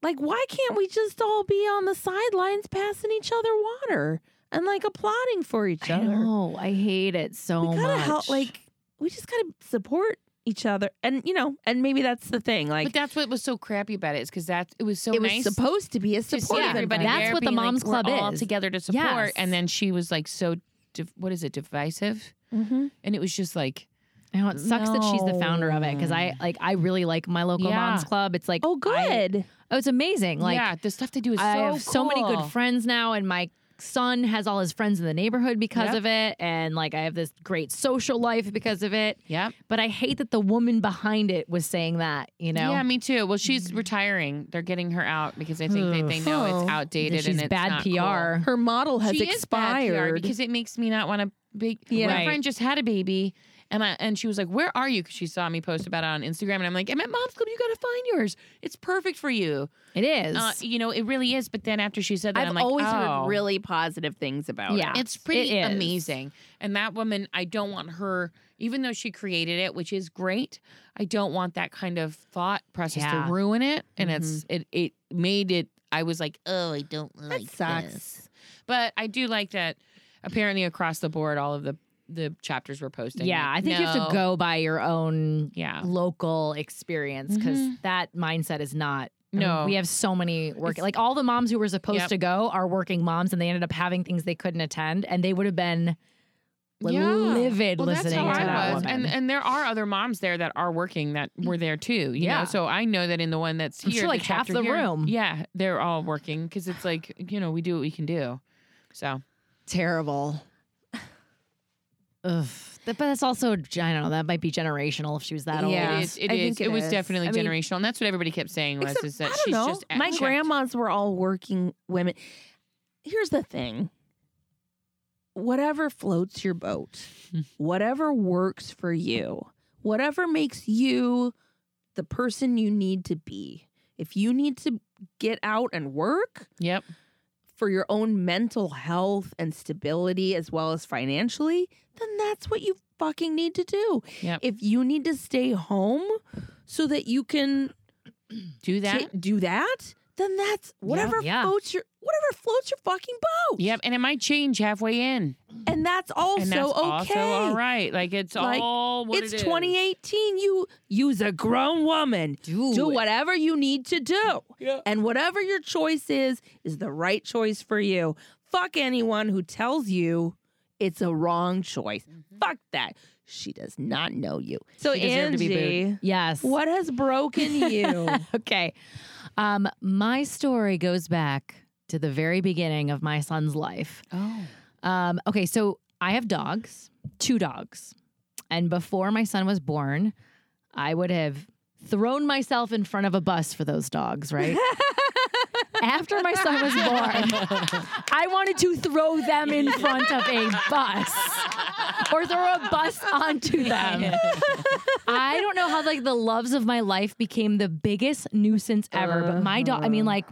Speaker 1: like why can't we just all be on the sidelines passing each other water and like applauding for each
Speaker 5: I
Speaker 1: other?
Speaker 5: know. I hate it so
Speaker 1: we gotta
Speaker 5: much.
Speaker 1: help like we just gotta support each other and you know, and maybe that's the thing. Like
Speaker 2: but that's what was so crappy about it is because that it was so
Speaker 1: it was
Speaker 2: nice.
Speaker 1: supposed to be a
Speaker 2: to see
Speaker 1: supportive
Speaker 2: everybody
Speaker 1: environment.
Speaker 5: That's
Speaker 2: there
Speaker 5: what the
Speaker 2: being like,
Speaker 5: mom's
Speaker 2: "We're
Speaker 5: club
Speaker 2: all
Speaker 5: is."
Speaker 2: together to support.
Speaker 5: Yes.
Speaker 2: And then she was like so, div- what is it, divisive?
Speaker 4: Mm-hmm.
Speaker 1: Mhm.
Speaker 2: And it was just like,
Speaker 5: I know it sucks that she's the founder of it because I like I really like my local
Speaker 2: Yeah.
Speaker 5: moms club. It's like
Speaker 1: Oh,
Speaker 5: I-
Speaker 1: good.
Speaker 5: oh, it's amazing. Like
Speaker 2: yeah, the stuff they do is
Speaker 5: I
Speaker 2: so
Speaker 5: have so many
Speaker 2: cool.
Speaker 5: good friends now, and my son has all his friends in the neighborhood because
Speaker 2: Yep.
Speaker 5: of it, and like I have this great social life because of it.
Speaker 2: Yep.
Speaker 5: But I hate that the woman behind it was saying that. You know,
Speaker 2: Yeah, me too. Well, she's retiring. They're getting her out because they think they, they know
Speaker 1: Oh.
Speaker 2: it's outdated
Speaker 5: she's
Speaker 2: and it's
Speaker 5: bad
Speaker 2: not cool.
Speaker 5: PR.
Speaker 1: Her model has
Speaker 2: she Is bad PR
Speaker 1: expired.
Speaker 2: because it makes me not want to be.
Speaker 5: Yeah.
Speaker 2: My
Speaker 5: Right.
Speaker 2: friend just had a baby, and I and she was like, "Where are you?" Because she saw me post about it on Instagram, and I'm like, "I'm at Mom's Club. You gotta find yours. It's perfect for you.
Speaker 5: It is.
Speaker 2: Uh, you know, it really is." But then after she said that,
Speaker 4: I've
Speaker 2: am like,
Speaker 4: always
Speaker 2: oh,
Speaker 4: heard really positive things about
Speaker 5: Yeah.
Speaker 4: it.
Speaker 2: It's pretty
Speaker 5: It is.
Speaker 2: amazing. And that woman, I don't want her, even though she created it, which is great, I don't want that kind of thought process
Speaker 5: Yeah. Mm-hmm.
Speaker 2: to ruin it. And it's it it made it I was like, oh, I don't
Speaker 1: that
Speaker 2: like
Speaker 1: sucks.
Speaker 2: this. But I do like that apparently across the board all of the the chapters were posting.
Speaker 5: yeah,
Speaker 2: like,
Speaker 5: I think you have
Speaker 2: no.
Speaker 5: to go by your own
Speaker 2: Yeah.
Speaker 5: local experience because
Speaker 2: Mhm.
Speaker 5: that mindset is not. I mean,
Speaker 2: No.
Speaker 5: we have so many work.
Speaker 2: It's-
Speaker 5: Like all the moms who were supposed
Speaker 2: Yep.
Speaker 5: to go are working moms, and they ended up having things they couldn't attend, and they would have been li-
Speaker 2: Yeah.
Speaker 5: livid
Speaker 2: Well,
Speaker 5: listening
Speaker 2: that's how
Speaker 5: to
Speaker 2: I
Speaker 5: that
Speaker 2: was,
Speaker 5: woman.
Speaker 2: and and there are other moms there that are working that were there too. You
Speaker 5: Yeah.
Speaker 2: know, so I know that in the one that's
Speaker 5: I'm
Speaker 2: here,
Speaker 5: sure, like,
Speaker 2: the
Speaker 5: half
Speaker 2: chapter
Speaker 5: the
Speaker 2: here,
Speaker 5: room.
Speaker 2: yeah, they're all working because it's like you know we do what we can do. So
Speaker 1: Terrible.
Speaker 5: Ugh. Th- But that's also I don't know. That might be generational if she was that old.
Speaker 1: Yeah.
Speaker 2: it is, it
Speaker 1: I
Speaker 2: is-
Speaker 1: think
Speaker 2: it,
Speaker 1: it
Speaker 2: was
Speaker 1: is.
Speaker 2: definitely
Speaker 1: I mean-
Speaker 2: generational, and that's what everybody kept saying was
Speaker 1: Except,
Speaker 2: is that
Speaker 1: I don't
Speaker 2: she's
Speaker 1: know.
Speaker 2: just at-
Speaker 1: my
Speaker 2: checked.
Speaker 1: grandmas were all working women. Here's the thing. Whatever floats your boat,
Speaker 2: Hmm.
Speaker 1: whatever works for you, whatever makes you the person you need to be. If you need to get out and work,
Speaker 2: Yep,
Speaker 1: for your own mental health and stability as well as financially, then that's what you fucking need to do.
Speaker 2: Yep.
Speaker 1: If you need to stay home so that you can
Speaker 2: do that.
Speaker 1: ta- do that, then that's whatever
Speaker 5: Yeah.
Speaker 1: floats your whatever floats your fucking boat.
Speaker 2: Yep, and it might change halfway in,
Speaker 1: And that's also
Speaker 2: and that's
Speaker 1: Oh, okay.
Speaker 2: also all right. Like it's
Speaker 1: Like,
Speaker 2: all what
Speaker 1: it's
Speaker 2: it is.
Speaker 1: 2018. You use a grown woman.
Speaker 5: Do,
Speaker 1: do
Speaker 5: it.
Speaker 1: whatever you need to do. And whatever your choice is, is the right choice for you. Fuck anyone who tells you it's a wrong choice. Fuck that. She does not know you. So,
Speaker 2: She deserved to be booed.
Speaker 1: Angie,
Speaker 5: Yes.
Speaker 1: what has broken you?
Speaker 5: okay. Um, my story goes back to the very beginning of my son's life.
Speaker 2: Oh,
Speaker 5: Um, okay, so I have dogs, two dogs. And before my son was born, I would have thrown myself in front of a bus for those dogs, right? After my son was born, I wanted to throw them in front of a bus or throw a bus onto them. I don't know how like the loves of my life became the biggest nuisance ever, but my dog, I mean like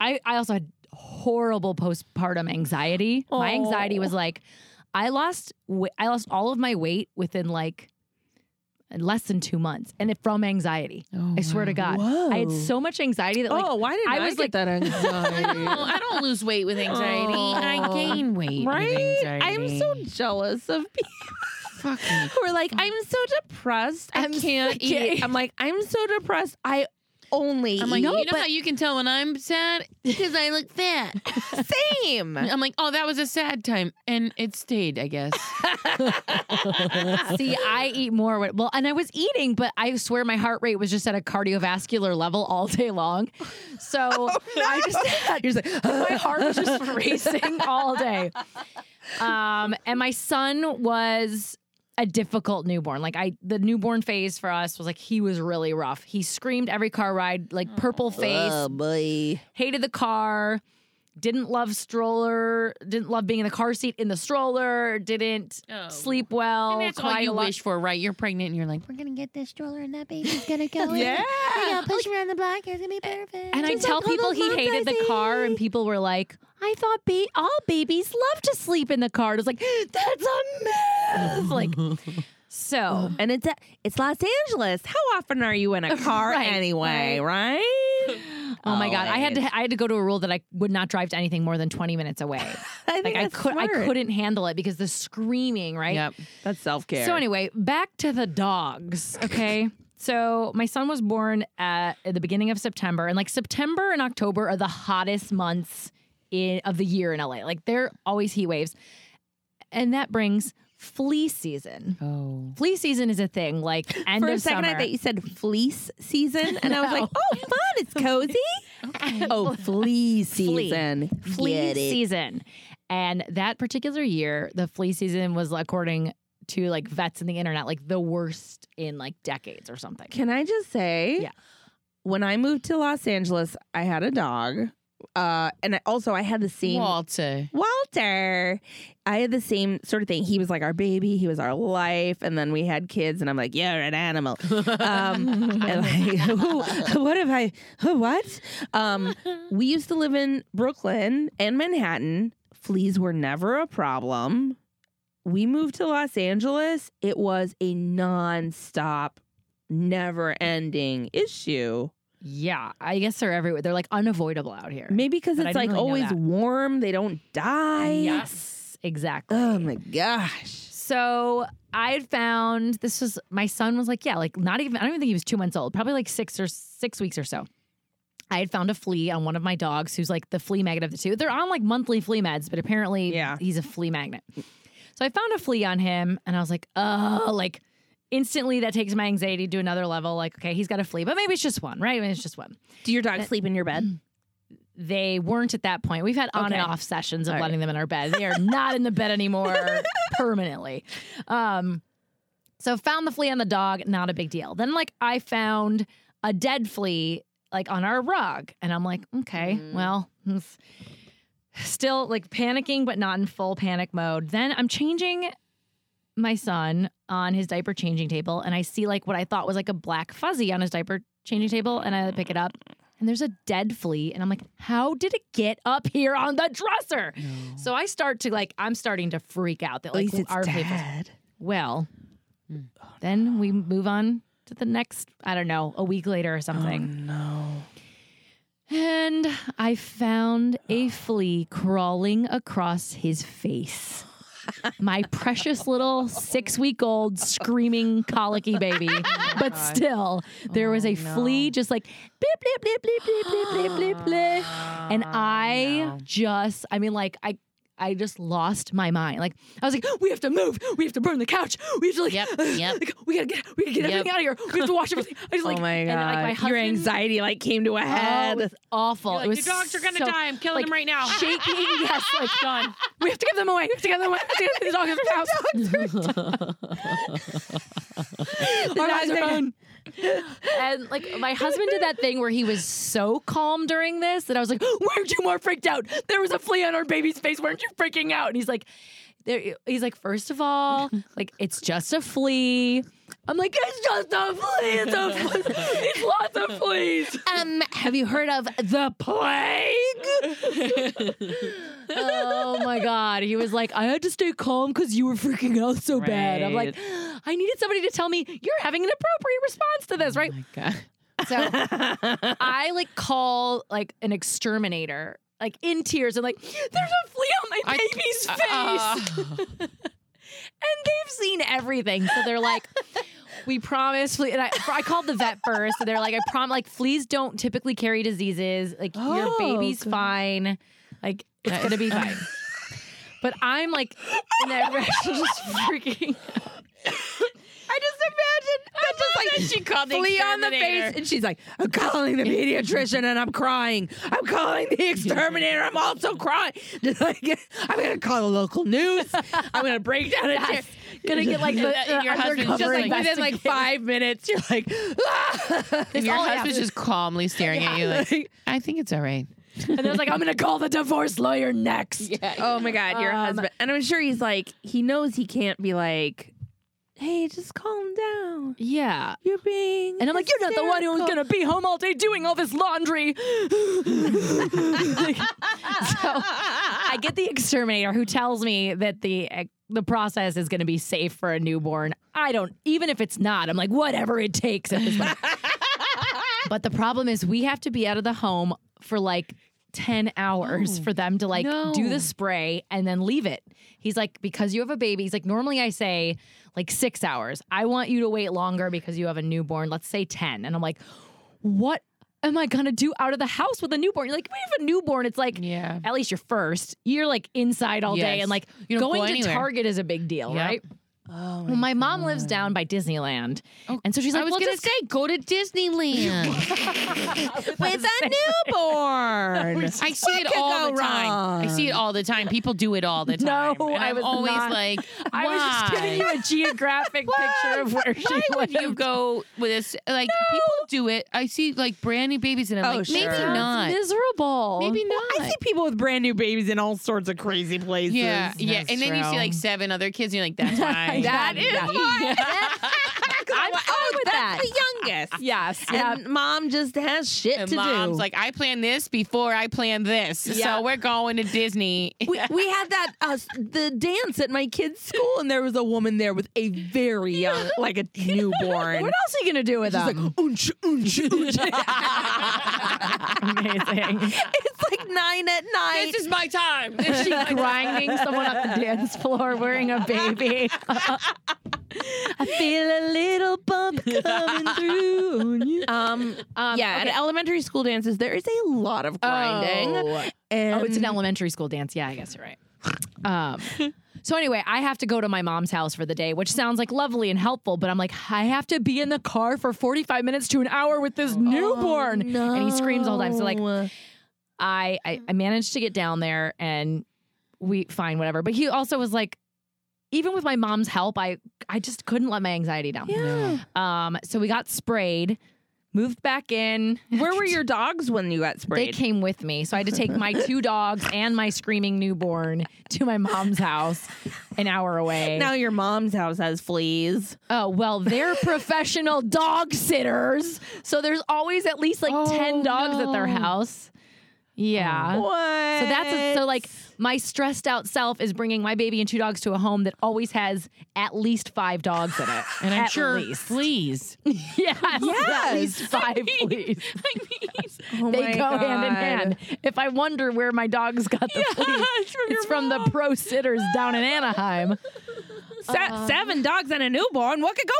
Speaker 5: I, I also had horrible postpartum anxiety. My anxiety was like, I lost wa- I lost all of my weight within like less than two months, and it from anxiety. I swear
Speaker 2: Oh
Speaker 5: to God, I had
Speaker 1: Whoa.
Speaker 5: so much anxiety that like
Speaker 1: oh, why did
Speaker 5: I
Speaker 1: I,
Speaker 5: was
Speaker 1: get
Speaker 5: like-
Speaker 1: that
Speaker 2: Well,
Speaker 1: anxiety?
Speaker 2: I don't lose weight with anxiety. I gain weight with
Speaker 1: right?
Speaker 2: anxiety.
Speaker 1: I am so jealous of people
Speaker 2: fucking
Speaker 1: who are like, I'm so depressed. I
Speaker 5: I'm
Speaker 1: can't
Speaker 5: sick."
Speaker 1: eat. I'm like, I'm so depressed. I only
Speaker 2: I'm like,
Speaker 1: eat.
Speaker 2: you know how you can tell when I'm sad? Because I look fat.
Speaker 1: same.
Speaker 2: I'm like, oh, that was a sad time. And it stayed, I guess.
Speaker 5: See, I eat more. when- Well, and I was eating, but I swear my heart rate was just at a cardiovascular level all day long. So I just had, Oh, my heart was just racing all day. Um, and my son was a difficult newborn. Like I, the newborn phase for us was like he was really rough. He screamed every car ride, like purple face,
Speaker 1: boy.
Speaker 5: hated the car. Didn't love stroller. Didn't love being in the car seat in the stroller. Didn't
Speaker 2: Oh.
Speaker 5: sleep well.
Speaker 2: and that's all
Speaker 5: cried
Speaker 2: you
Speaker 5: a lot.
Speaker 2: wish for, right? You're pregnant and you're like,
Speaker 6: we're gonna get this stroller and that baby's gonna go in.
Speaker 1: Yeah.
Speaker 6: We're gonna push him around the block. It's gonna be perfect.
Speaker 5: And I
Speaker 1: Just
Speaker 5: tell
Speaker 1: like all
Speaker 5: people
Speaker 1: those
Speaker 5: he
Speaker 1: moms
Speaker 5: hated
Speaker 1: I
Speaker 5: the car, and
Speaker 1: see.
Speaker 5: people were like, "I thought ba- all babies love to sleep in the car." And It's like that's a myth. Like, so
Speaker 1: And it's it's Los Angeles. How often are you in a car
Speaker 5: Right,
Speaker 1: anyway, right?
Speaker 5: oh my god, I had to I had to go to a rule that I would not drive to anything more than twenty minutes away.
Speaker 1: I
Speaker 5: Like
Speaker 1: think
Speaker 5: I
Speaker 1: that's
Speaker 5: could I
Speaker 1: smart.
Speaker 5: couldn't handle it because the screaming, right?
Speaker 2: yep.
Speaker 1: That's self care.
Speaker 5: So anyway, back to the dogs. Okay. so my son was born at, at the beginning of September, and like September and October are the hottest months in, of the year in LA. Like they're always heat waves, and that brings flea season.
Speaker 2: Oh.
Speaker 5: Flea season is a thing. Like end
Speaker 1: For a
Speaker 5: of
Speaker 1: second,
Speaker 5: summer.
Speaker 1: I thought you said fleece season, and I was like, "Oh, fun! It's cozy." Oh, flea season.
Speaker 5: flea
Speaker 1: Get it.
Speaker 5: season. And that particular year, the flea season was according to like vets and the internet, like the worst in like decades or something.
Speaker 1: Can I just say?
Speaker 5: Yeah.
Speaker 1: When I moved to Los Angeles, I had a dog, uh, and I, also I had the same
Speaker 2: Walter.
Speaker 1: Walter. I had the same sort of thing. He was like our baby. He was our life, and then we had kids, and I'm like, "You're an animal." Um, and like, "Who- what have I? who- What? Um, we used to live in Brooklyn and Manhattan. Fleas were never a problem. We moved to Los Angeles. It was a nonstop, never-ending issue.
Speaker 5: Yeah, I guess they're everywhere. They're like unavoidable out here.
Speaker 1: Maybe because
Speaker 5: But I
Speaker 1: it's
Speaker 5: didn't
Speaker 1: like
Speaker 5: really know
Speaker 1: always
Speaker 5: that.
Speaker 1: warm. They don't die.
Speaker 5: Yes, exactly.
Speaker 1: Oh my gosh.
Speaker 5: So I had found this was my son was like, yeah, like not even, I don't even think he was two months old, probably like six or six weeks or so. I had found a flea on one of my dogs who's like the flea magnet of the two. They're on like monthly flea meds, but apparently
Speaker 1: Yeah.
Speaker 5: he's a flea magnet. So I found a flea on him and I was like, oh, like instantly that takes my anxiety to another level. Like, okay, he's got a flea, but maybe it's just one, right? Maybe it's just one.
Speaker 1: Do your dogs sleep in your bed?
Speaker 5: They weren't at that point. We've had on and
Speaker 1: Okay.
Speaker 5: off sessions of letting them in our bed. They are not in the bed anymore permanently. Um, so found the flea on the dog, not a big deal. Then like I found a dead flea like on our rug, and I'm like, okay, well. it's Still like panicking, but not in full panic mode. Then I'm changing my son on his diaper changing table, and I see like what I thought was like a black fuzzy on his diaper changing table, and I pick it up, and there's a dead flea, and I'm like, how did it get up here on the dresser? So I start to like, I'm starting to freak out that like our papers. Well, then we move on to the next, I don't know, a week later or something.
Speaker 1: Oh No.
Speaker 5: And I found a flea crawling across his face. My precious little six week old screaming colicky baby. but still, there
Speaker 2: Oh,
Speaker 5: was a flea just like blip, blip, blip, blip, blip, blip, blip, blip, blip.
Speaker 2: Ah,
Speaker 5: And
Speaker 1: Oh,
Speaker 5: I just, I mean, like, I. I just lost my mind. Like I was like, we have to move. We have to burn the couch. We have to like,
Speaker 2: Yep, yep.
Speaker 5: like, we gotta get, we gotta
Speaker 2: Yep.
Speaker 5: get everything out of here. We have to wash everything. I just like,
Speaker 1: oh my
Speaker 5: and,
Speaker 1: god.
Speaker 5: like, my
Speaker 1: Your
Speaker 5: husband-
Speaker 1: anxiety like came to a
Speaker 5: Oh, it
Speaker 1: head.
Speaker 5: was awful. it was
Speaker 2: Your dogs are gonna
Speaker 5: so-
Speaker 2: die. I'm killing
Speaker 5: like,
Speaker 2: them right now.
Speaker 5: Shaking, yes, like done. We have to give them away. We have to give them away. We have to give The dogs are out. The dogs are gone. And like my husband did that thing where he was so calm during this that I was like, "Weren't you more freaked out? There was a flea on our baby's face. Weren't you freaking out?" And he's like, there, "He's like, first of all, like it's just a flea." I'm like, "It's just a flea. It's a flea. It's lots of fleas."
Speaker 6: Um,
Speaker 5: Have you heard of the plague? oh my god, he was like, I had to stay calm because you were freaking out so bad. I'm like, I needed somebody to tell me you're having an appropriate response to this, right?
Speaker 2: my God.
Speaker 5: So I like call like an exterminator, like in tears, and like, there's a flea on my
Speaker 2: I-
Speaker 5: baby's
Speaker 2: Uh,
Speaker 5: face and they've seen everything. So they're like, we promise. Flea. And I, I called the vet first. And they're like, I promise. Like, fleas don't typically carry diseases. Like, your
Speaker 1: Oh,
Speaker 5: baby's fine. Like, it's going to be fine. But I'm like, and that rational just freaking.
Speaker 1: I just imagine. I just like
Speaker 2: she called the
Speaker 1: flea on the face, and she's like, "I'm calling the pediatrician, and I'm crying. I'm calling the exterminator. I'm also crying. Just like, I'm gonna call the local news. I'm gonna break down a chair." uh,
Speaker 5: Gonna get like the, the
Speaker 2: Your husband's just
Speaker 5: undercover
Speaker 1: Just like within
Speaker 5: investigator.
Speaker 1: like five minutes, you're like, ah!
Speaker 2: And your
Speaker 5: all
Speaker 2: husband's just calmly staring at you like,
Speaker 1: Like,
Speaker 2: I think it's all right.
Speaker 5: and they're like, I'm gonna call the divorce lawyer next.
Speaker 1: Oh my God, your husband. And I'm sure he's like, he knows he can't be like, hey, just calm down.
Speaker 5: Yeah.
Speaker 1: You're being.
Speaker 5: And I'm like, you're not the one who was gonna be home all day doing all this laundry. Like, so I get the exterminator who tells me that the eh, the process is gonna be safe for a newborn. I don't, even if it's not, I'm like, whatever it takes. At this point. but the problem is, we have to be out of the home for like. 10 hours for them to like do the spray and then leave it. He's like, because you have a baby, he's like, normally I say like six hours. I want you to wait longer because you have a newborn. Let's say 10. And I'm like, what am I gonna do out of the house with a newborn? You're like, we have a newborn. It's like,
Speaker 2: Yeah.
Speaker 5: at least you're first. You're like inside all day,
Speaker 2: Yes.
Speaker 5: and like
Speaker 2: You don't
Speaker 5: going
Speaker 2: go
Speaker 5: to
Speaker 2: anywhere.
Speaker 5: Target is a big deal,
Speaker 2: Yep.
Speaker 5: right?
Speaker 1: Oh,
Speaker 5: Well, my mom lives down by Disneyland, and so she's
Speaker 2: Oh,
Speaker 5: like,
Speaker 2: I was
Speaker 5: well,
Speaker 2: gonna
Speaker 5: just-
Speaker 2: say go to Disneyland.
Speaker 1: with a newborn.
Speaker 2: I see it
Speaker 1: could
Speaker 2: all
Speaker 1: go
Speaker 2: the time. I see it all the time. People do it all the time.
Speaker 5: No,
Speaker 2: and
Speaker 5: I
Speaker 2: I'm
Speaker 5: was
Speaker 2: always
Speaker 5: not.
Speaker 2: like,
Speaker 5: I was just giving you
Speaker 2: why?
Speaker 5: a geographic picture of where she
Speaker 2: Why would
Speaker 5: lived.
Speaker 2: you go with this? Like people do it. I see like brand new babies, and I'm
Speaker 1: Oh,
Speaker 2: like,
Speaker 1: sure.
Speaker 2: maybe
Speaker 1: Sounds
Speaker 2: not.
Speaker 5: miserable.
Speaker 2: Maybe not.
Speaker 1: I see people with brand new babies in all sorts of crazy places.
Speaker 2: yeah, yeah, and then you see like seven other kids, and you're like, that's why.
Speaker 5: That
Speaker 2: Yeah.
Speaker 5: is I'm fine with that.
Speaker 1: oh, That's the youngest.
Speaker 5: Yes. Yeah.
Speaker 1: And mom just has shit
Speaker 2: And
Speaker 1: to
Speaker 2: mom's
Speaker 1: do.
Speaker 2: like, I planned this before I planned this,
Speaker 5: Yeah.
Speaker 2: so we're going to Disney.
Speaker 1: we, we had that uh, s- the dance at my kid's school, and there was a woman there with a very young, like a newborn.
Speaker 5: What else are you gonna do with
Speaker 1: She's like,
Speaker 5: them?
Speaker 1: oonch, oonch, oonch.
Speaker 2: "Oh,
Speaker 5: Amazing.
Speaker 1: it's like nine at night.
Speaker 2: this is my time. This is
Speaker 5: She
Speaker 2: my time.
Speaker 5: grinding someone up the dance floor wearing a baby.
Speaker 1: I feel a little bump coming through. on you. Um,
Speaker 5: Um,
Speaker 1: yeah,
Speaker 5: okay.
Speaker 1: at elementary school dances, there is a lot of grinding.
Speaker 5: Oh.
Speaker 1: And
Speaker 5: Oh, it's an
Speaker 1: Um,
Speaker 5: elementary school dance. Yeah, I guess you're right. Um, so anyway, I have to go to my mom's house for the day, which sounds like lovely and helpful, but I'm like, I have to be in the car for 45 minutes to an hour with this newborn, oh, and he screams all the time. So like,
Speaker 1: Oh, No.
Speaker 5: I, I I managed to get down there and we fine whatever. But he also was like, even with my mom's help, I I just couldn't let my anxiety down.
Speaker 1: Yeah.
Speaker 5: Um, so we got sprayed, moved back in.
Speaker 1: Where were your dogs when you got
Speaker 5: They
Speaker 1: sprayed?
Speaker 5: came with me, so I had to take my two dogs and my screaming newborn to my mom's house, an hour away.
Speaker 1: now your mom's house has fleas.
Speaker 5: oh well, they're professional dog sitters, so there's always at least like ten
Speaker 2: Oh,
Speaker 5: dogs at their
Speaker 2: no.
Speaker 5: house. Yeah.
Speaker 1: What?
Speaker 5: So that's a, so like my stressed out self is bringing my baby and two dogs to a home that always has at least five dogs in it,
Speaker 2: And I'm
Speaker 5: at
Speaker 2: sure
Speaker 5: least.
Speaker 2: fleas.
Speaker 5: yes, at least
Speaker 1: Yes.
Speaker 5: five fleas.
Speaker 1: Oh
Speaker 5: they
Speaker 1: my
Speaker 5: go hand in
Speaker 1: God.
Speaker 5: hand. If I wonder where my dogs got the fleas,
Speaker 1: it's from
Speaker 5: it's
Speaker 1: your
Speaker 5: from the pro sitters down in Anaheim.
Speaker 1: Se-
Speaker 5: Uh-huh.
Speaker 1: seven dogs and a newborn. What could go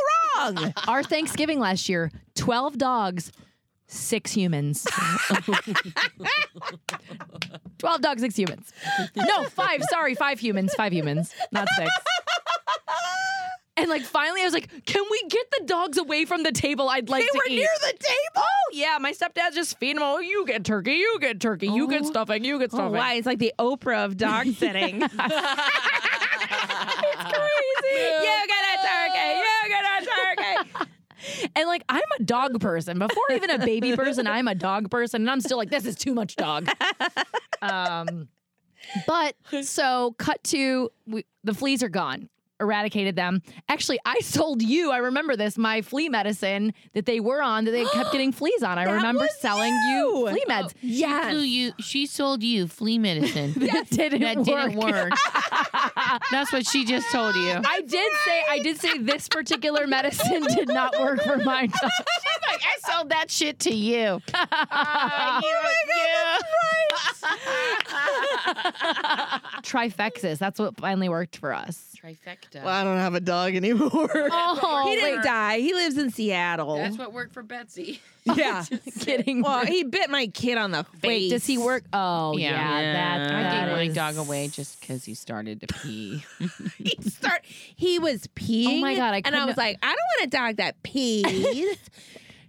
Speaker 1: wrong?
Speaker 5: Our Thanksgiving last year, twelve dogs, six humans. twelve dogs, six humans. No, five. Sorry, five humans. Five humans, not six. And like finally, I was like, "Can we get the dogs away from the table? I'd like
Speaker 1: they
Speaker 5: to
Speaker 1: were
Speaker 5: eat."
Speaker 1: near the table.
Speaker 5: yeah, my stepdad's just feeding them. Oh, you get turkey, you get turkey, you get stuffing, you get
Speaker 1: Oh,
Speaker 5: stuffing.
Speaker 1: why? It's like the Oprah of dog sitting. it's crazy. You got a turkey. You got a turkey.
Speaker 5: And like, I'm a dog person. Before even a baby person, I'm a dog person. And I'm still like, this is too much dog. Um, but so cut to we, the fleas are gone. Eradicated them. Actually, I sold you. I remember this. My flea medicine that they were on that they kept getting fleas on. I remember
Speaker 1: was
Speaker 5: selling
Speaker 1: you.
Speaker 5: you flea meds.
Speaker 2: Flew
Speaker 1: Yes.
Speaker 2: you, she sold you flea medicine.
Speaker 5: That didn't
Speaker 2: that didn't work. That's what she just told you.
Speaker 5: I did say I did say this particular medicine did not work for my dog.
Speaker 2: like, I sold that shit to you. Oh
Speaker 5: Trifexis. That's what finally worked for us.
Speaker 2: Trifecta.
Speaker 1: I don't have a dog anymore.
Speaker 5: Oh,
Speaker 1: he didn't
Speaker 5: wait.
Speaker 1: die. He lives in Seattle.
Speaker 2: That's what worked for Betsy.
Speaker 1: yeah.
Speaker 5: Kidding.
Speaker 1: Well, he bit my kid on the face.
Speaker 5: Wait, does he work? Oh, yeah.
Speaker 2: Yeah.
Speaker 5: That,
Speaker 1: Yeah.
Speaker 2: I
Speaker 5: that
Speaker 2: gave my
Speaker 5: is-
Speaker 2: dog away just because he started to pee.
Speaker 1: he start he was peeing.
Speaker 5: Oh my God, I
Speaker 1: and I
Speaker 5: couldn't-
Speaker 1: was like, I don't want a dog that pees.
Speaker 2: It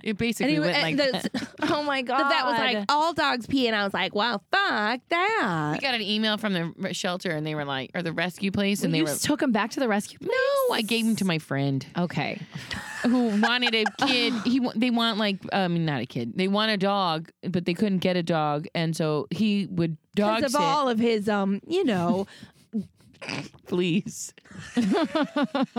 Speaker 1: and
Speaker 2: basically
Speaker 1: he
Speaker 2: went
Speaker 1: and
Speaker 2: like
Speaker 1: the-
Speaker 5: Oh my god.
Speaker 1: that was like all dogs pee, and I was like, wow, fuck that.
Speaker 2: I got an email from the r- shelter and they were like, or the rescue place, and
Speaker 5: you
Speaker 2: they were.
Speaker 5: just took him back to the rescue. place?
Speaker 2: no, I gave him to my friend
Speaker 5: Okay.
Speaker 2: who wanted a kid. He wa- they want like um not a kid. They want a dog, but they couldn't get a dog, and so he would dog
Speaker 1: Because of
Speaker 2: sit
Speaker 1: all of his, um, you know,
Speaker 2: fleas.
Speaker 1: I was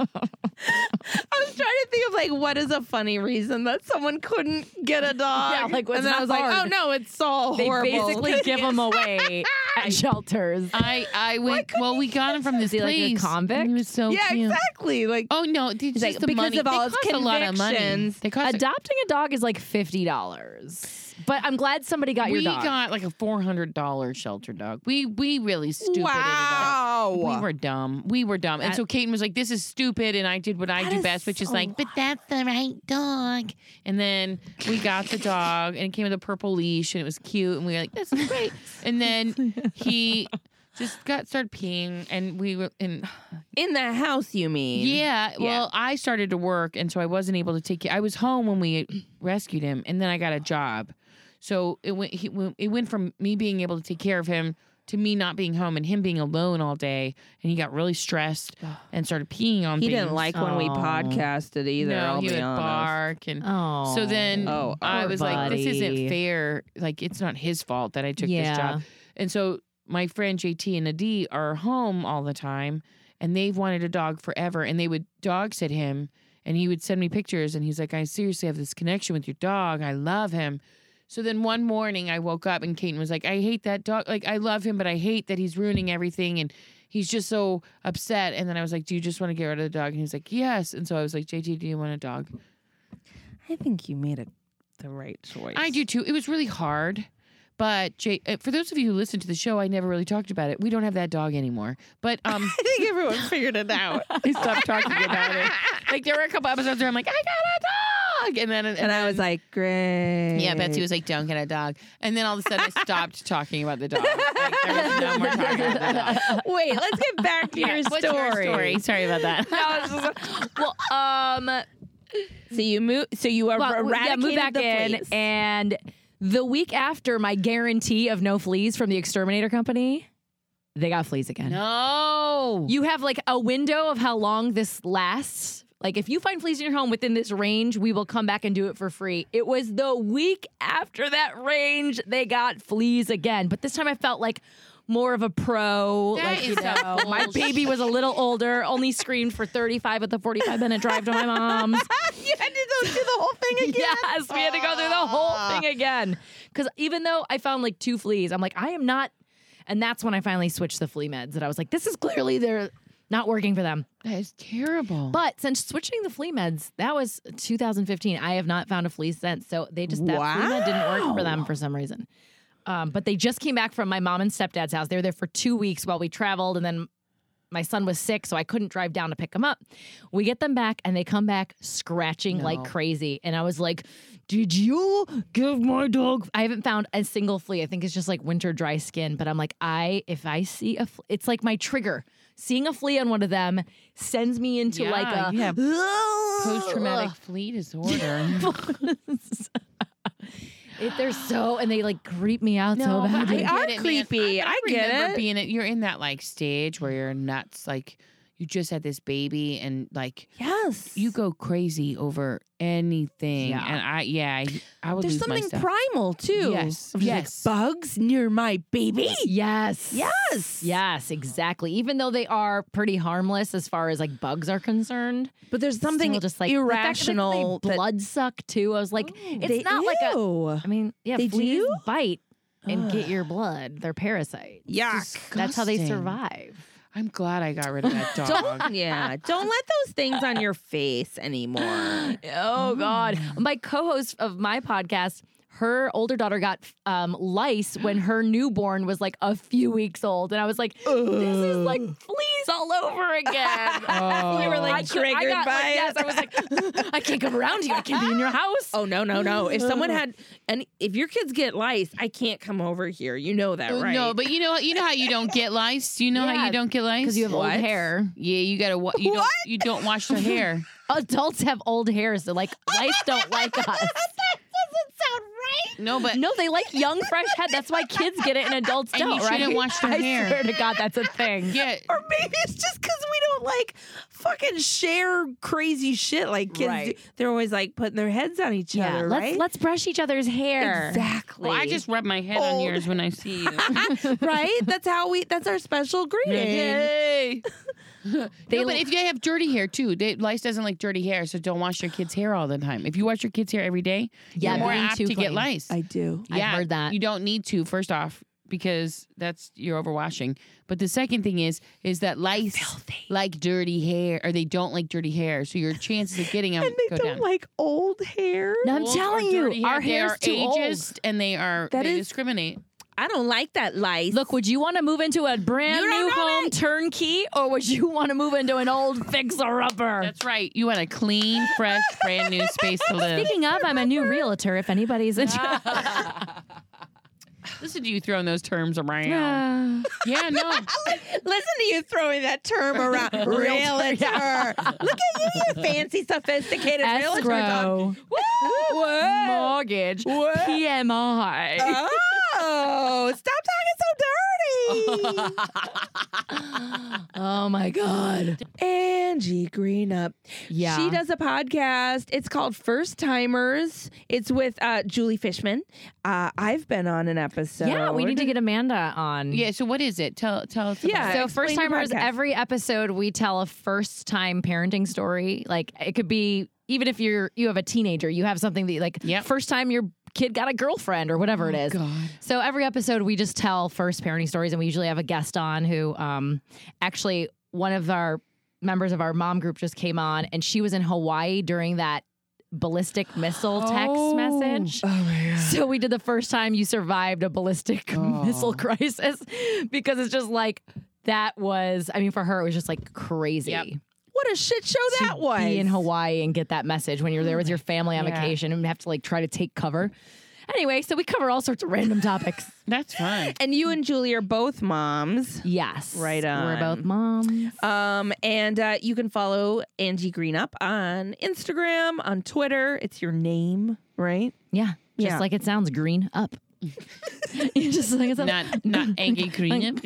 Speaker 1: trying to think of like what is a funny reason that someone couldn't get a dog.
Speaker 5: Yeah, like, what's
Speaker 1: and then
Speaker 5: not
Speaker 1: I was like,
Speaker 5: hard?
Speaker 1: oh no, it's all
Speaker 5: They
Speaker 1: horrible.
Speaker 5: basically give him away at shelters.
Speaker 2: I I went. Well, we got him from this
Speaker 5: he like a
Speaker 2: place.
Speaker 5: convict?
Speaker 2: and He was so
Speaker 1: yeah,
Speaker 2: cute.
Speaker 1: exactly. Like,
Speaker 2: Oh no, it's just
Speaker 1: like,
Speaker 2: the
Speaker 1: because
Speaker 2: money.
Speaker 1: of all
Speaker 2: they
Speaker 1: his
Speaker 2: cost a lot of money.
Speaker 1: convictions,
Speaker 2: They cost. a-
Speaker 5: Adopting a dog is like fifty dollars. yes, but I'm glad somebody got
Speaker 2: we
Speaker 5: your dog.
Speaker 2: got like a four hundred dollar shelter dog. We we really stupid
Speaker 1: wow.
Speaker 2: We were dumb. We were dumb. And so Kaden was like, "This is stupid," and I did what I
Speaker 1: That
Speaker 2: do
Speaker 1: is
Speaker 2: best, which is
Speaker 1: so
Speaker 2: like, "But that's the right dog." And then we got the dog, and it came with a purple leash, and it was cute, and we were like, "This is great." And then he just got started peeing, and we were and
Speaker 1: In the house, you mean?
Speaker 2: yeah. Well, I started to work, and so I wasn't able to take. care- I was home when we rescued him, and then I got a job. So it went. He, went- it went from me being able to take care of him to me not being home and him being alone all day, and he got really stressed and started peeing on.
Speaker 1: He
Speaker 2: things. Um,
Speaker 1: didn't like when we
Speaker 5: Oh.
Speaker 1: podcasted either.
Speaker 2: No,
Speaker 1: I'll
Speaker 2: he
Speaker 1: be
Speaker 2: would
Speaker 1: honest.
Speaker 2: bark and.
Speaker 5: Oh.
Speaker 2: So then
Speaker 1: Oh,
Speaker 2: I
Speaker 5: poor
Speaker 2: was like, this isn't
Speaker 5: buddy.
Speaker 2: fair. Like, it's not his fault that I took
Speaker 5: Yeah.
Speaker 2: this job. And so my friend JT and Adi are home all the time and they've wanted a dog forever. And they would dog sit him and he would send me pictures. And he's like, I seriously have this connection with your dog. I love him. So then one morning I woke up and Kaiten was like, I hate that dog. Like, I love him, but I hate that he's ruining everything. And he's just so upset. And then I was like, Do you just want to get rid of the dog? And he's like, Yes. And so I was like, JT, do you want a dog?
Speaker 1: I think you made a, the right choice.
Speaker 2: I do too. It was really hard. But Jay, uh, for those of you who listen to the show, I never really talked about it. We don't have that dog anymore. But um,
Speaker 1: I think everyone figured it out.
Speaker 2: I stopped talking about it. Like there were a couple episodes where I'm like, I got a dog, and then and,
Speaker 1: and I was like, great.
Speaker 2: yeah, Betsy was like, don't get a dog, and then all of a sudden I stopped talking about the dog. Like, there was no more talking about the dog.
Speaker 1: Wait, let's get back to your
Speaker 2: What's
Speaker 1: story.
Speaker 2: your story? Sorry about that.
Speaker 5: well, um,
Speaker 1: So you move. So you are
Speaker 5: well, we- yeah,
Speaker 1: eradicated
Speaker 5: move back
Speaker 1: the
Speaker 5: in,
Speaker 1: fleas.
Speaker 5: and the week after my guarantee of no fleas from the exterminator company, they got fleas again.
Speaker 2: no,
Speaker 5: You have like a window of how long this lasts. Like if you find fleas in your home within this range, we will come back and do it for free. It was the week after that range they got fleas again, but this time I felt like more of a pro.
Speaker 2: That
Speaker 5: like you
Speaker 2: is some
Speaker 5: know, my
Speaker 2: bullshit.
Speaker 5: baby was a little older, only screamed for 35 with a 45 minute drive to my mom's.
Speaker 1: you had to go through the whole thing again.
Speaker 5: Yes, we had to go through the whole thing again. Because even though I found like two fleas, I'm like, I am not. And that's when I finally switched the flea meds. That I was like, this is clearly they're not working for them.
Speaker 2: that is terrible.
Speaker 5: But since switching the flea meds, that was 2015. I have not found a flea since. So they just that flea med didn't work for them for some reason. Um, but they just came back from my mom and stepdad's house. They were there for two weeks while we traveled, and then my son was sick, so I couldn't drive down to pick them up. We get them back, and they come back scratching like crazy. And I was like, "Did you give my dog?" I haven't found a single flea. I think it's just like winter dry skin. But I'm like, I if I see a, fl- it's like my trigger. Seeing a flea on one of them sends me into
Speaker 2: yeah,
Speaker 5: like a
Speaker 2: you have post traumatic flea disorder.
Speaker 5: It, they're so and they like creep me out so
Speaker 2: but
Speaker 5: bad.
Speaker 2: I
Speaker 1: They are
Speaker 2: get it, man.
Speaker 1: creepy. I get
Speaker 2: remember
Speaker 1: it.
Speaker 2: Being at, you're in that like stage where you're nuts. Like you just had this baby, and like
Speaker 1: Yes.
Speaker 2: you go crazy over anything.
Speaker 5: Yeah.
Speaker 2: And I, yeah, I, I would
Speaker 1: There's
Speaker 2: lose
Speaker 1: something
Speaker 2: myself.
Speaker 1: primal too.
Speaker 2: Yes.
Speaker 1: Of just, like,
Speaker 2: Yes.
Speaker 1: bugs near my baby.
Speaker 5: yes.
Speaker 1: Yes.
Speaker 5: Yes, exactly. Even though they are pretty harmless as far as like bugs are concerned,
Speaker 1: But there's something
Speaker 5: still just like
Speaker 1: irrational. Oh,
Speaker 5: The fact that they blood suck too. I was like, it's
Speaker 1: they-
Speaker 5: not like a.
Speaker 1: Ew.
Speaker 5: I mean, yeah,
Speaker 1: They
Speaker 5: fleas
Speaker 1: do?
Speaker 5: bite and get your blood. They're parasites.
Speaker 1: Yuck.
Speaker 5: That's how they
Speaker 2: Disgusting.
Speaker 5: survive.
Speaker 2: I'm glad I got rid of that dog.
Speaker 1: yeah. Don't let those things on your face anymore.
Speaker 5: Oh God! My co-host of my podcast, her older daughter got um, lice when her newborn was like a few weeks old, and I was like, "This is like fleas all over again."
Speaker 2: Oh.
Speaker 5: We were like
Speaker 1: I
Speaker 5: I
Speaker 1: triggered
Speaker 5: got,
Speaker 1: by
Speaker 5: like,
Speaker 1: it.
Speaker 5: Yes, I was like, "I can't come around you. I can't be in your house."
Speaker 1: Oh no no no! If someone had, and if your kids get lice, I can't come over here. You know that, right?
Speaker 2: Uh, No, but you know, you know how you don't get lice. You know how
Speaker 5: Yeah,
Speaker 2: you don't get lice
Speaker 5: Because you have old
Speaker 1: What?
Speaker 5: hair.
Speaker 2: Yeah, you gotta. Wa- you
Speaker 1: What?
Speaker 2: don't. You don't wash the hair.
Speaker 5: Adults have old hair, so like lice don't like us.
Speaker 2: No, but
Speaker 5: No, they like young, fresh head. That's why kids get it and adults
Speaker 2: And you
Speaker 5: don't.
Speaker 2: shouldn't
Speaker 5: right?
Speaker 2: wash their
Speaker 5: I
Speaker 2: hair.
Speaker 5: swear to God, that's a thing.
Speaker 2: yeah.
Speaker 1: or maybe it's just because we don't like fucking share crazy shit like kids.
Speaker 5: Right.
Speaker 1: Do. They're always like putting their heads on each
Speaker 5: Yeah,
Speaker 1: other,
Speaker 5: let's
Speaker 1: right?
Speaker 5: let's brush each other's hair.
Speaker 1: exactly.
Speaker 2: Well, I just rub my head on
Speaker 1: Old.
Speaker 2: yours when I see you.
Speaker 1: right. That's how we. That's our
Speaker 2: Mhm.
Speaker 1: special greeting.
Speaker 2: Yay.
Speaker 5: They
Speaker 2: no, but
Speaker 5: l-
Speaker 2: if they have dirty hair too, they, lice doesn't like dirty hair, so don't wash your kids' hair all the time. If you wash your kids' hair every day,
Speaker 5: Yeah,
Speaker 2: you're more
Speaker 5: being
Speaker 2: apt
Speaker 5: too
Speaker 2: to get
Speaker 5: clean.
Speaker 2: lice.
Speaker 1: I do.
Speaker 5: I've heard that.
Speaker 2: you don't need to. First off, because that's you're overwashing. But the second thing is is that lice
Speaker 1: Oh,
Speaker 2: like dirty hair, or they don't like dirty hair, so your chances of getting them
Speaker 1: Um,
Speaker 7: and they
Speaker 2: go
Speaker 7: don't
Speaker 2: down.
Speaker 7: like old hair.
Speaker 5: No, I'm
Speaker 2: Old or
Speaker 5: telling you,
Speaker 2: dirty
Speaker 5: our
Speaker 2: hair,
Speaker 5: hair's
Speaker 2: they
Speaker 5: too
Speaker 2: are
Speaker 5: old.
Speaker 2: ageist and they are
Speaker 7: That
Speaker 2: they
Speaker 7: is-
Speaker 2: discriminate.
Speaker 1: I don't like that lice.
Speaker 5: Look, would you want to move into a brand
Speaker 1: You don't
Speaker 5: new
Speaker 1: know
Speaker 5: home
Speaker 1: me.
Speaker 5: turnkey, or would you want to move into an old fixer-upper?
Speaker 2: That's right. You want a clean, fresh, brand new space to live.
Speaker 5: Speaking of, I'm a new realtor. If anybody's interested,
Speaker 2: Listen to you throwing those terms around. yeah, no.
Speaker 1: Listen to you throwing that term around. realtor. Look at you, you fancy, sophisticated realtor. dog.
Speaker 5: escrow, mortgage, PMI.
Speaker 1: Oh, stop talking so dirty.
Speaker 5: oh my god!
Speaker 1: Angie Greenup.
Speaker 5: Yeah.
Speaker 1: She does a podcast. It's called First Timers. It's with uh, Julie Fishman. Uh, I've been on an episode.
Speaker 5: Yeah, we need to get Amanda on.
Speaker 2: Yeah, so what is it? Tell tell us about
Speaker 1: Yeah.
Speaker 2: it.
Speaker 5: So
Speaker 1: explain
Speaker 5: first
Speaker 1: the
Speaker 5: timers,
Speaker 1: podcast.
Speaker 5: every episode we tell a first time parenting story. Like it could be even if you're you have a teenager, you have something that you- like
Speaker 2: Yep.
Speaker 5: first time your kid got a girlfriend or whatever
Speaker 1: Oh
Speaker 5: it
Speaker 2: Oh
Speaker 5: is. So every episode we just tell first parenting stories and we usually have a guest on who um actually one of our members of our mom group just came on and she was in Hawaii during that ballistic missile text
Speaker 1: Oh.
Speaker 5: message. So we did the first time you survived a ballistic missile crisis because it's just like that was. I mean, for her, it was just like crazy.
Speaker 2: Yep.
Speaker 1: What a shit show
Speaker 5: to
Speaker 1: that was. Oh,
Speaker 5: be in Hawaii and get that message when you're there with your family on vacation and have to like try to take cover. Anyway, so we cover all sorts of random topics.
Speaker 2: That's fun.
Speaker 1: And you and Julie are both moms.
Speaker 5: Yes,
Speaker 1: Right
Speaker 5: We're
Speaker 1: on.
Speaker 5: both moms.
Speaker 1: Um, and uh, you can follow Angie Greenup on Instagram, on Twitter. It's your name, right?
Speaker 5: Yeah, just
Speaker 1: Yeah.
Speaker 5: like it sounds. Green up. you just like it sounds.
Speaker 2: Not not angry green.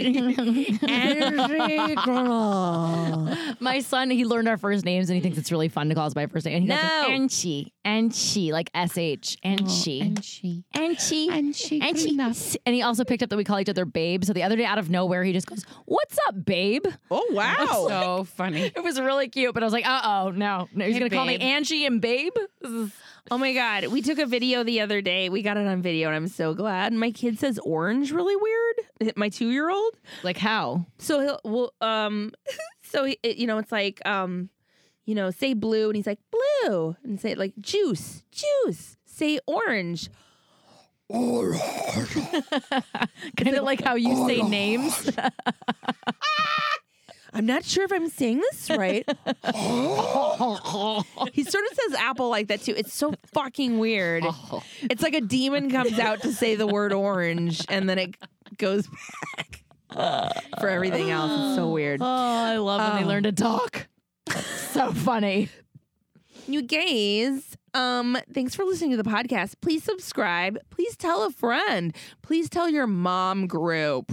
Speaker 5: My son, he learned our first names and he thinks it's really fun to call us by first name. And he goes,
Speaker 1: No.
Speaker 5: Anchi, Anchi, like S H, Anchi,
Speaker 2: she
Speaker 5: Anchi,
Speaker 6: And she
Speaker 5: Anchi. And he also picked up that we call each other babe. So the other day, out of nowhere, he just goes, "What's up, babe?"
Speaker 1: Oh wow.
Speaker 2: so funny.
Speaker 5: It was really cute, but I was like, "Uh oh, no, no, he's gonna call me
Speaker 2: babe.
Speaker 5: Angie and babe." This is-
Speaker 1: Oh my God. We took a video the other day. We got it on video, and I'm so glad. My kid says orange really weird. My two year old.
Speaker 5: Like how?
Speaker 1: So he'll, well, um, so he, it, you know, it's like, um, you know, say blue, and he's like blue, and say it like juice, juice. Say orange.
Speaker 5: Kind of like how you say names.
Speaker 1: I'm not sure if I'm saying this right.
Speaker 5: Oh,
Speaker 1: he sort of says apple like that too. It's so fucking weird. It's like a demon comes out to say the word orange, and then it goes back for everything else. It's so weird.
Speaker 5: Oh, I love when
Speaker 1: Oh.
Speaker 5: they learn to talk. Um, so funny.
Speaker 1: you guys um thanks for listening to the podcast please subscribe please tell a friend please tell your mom group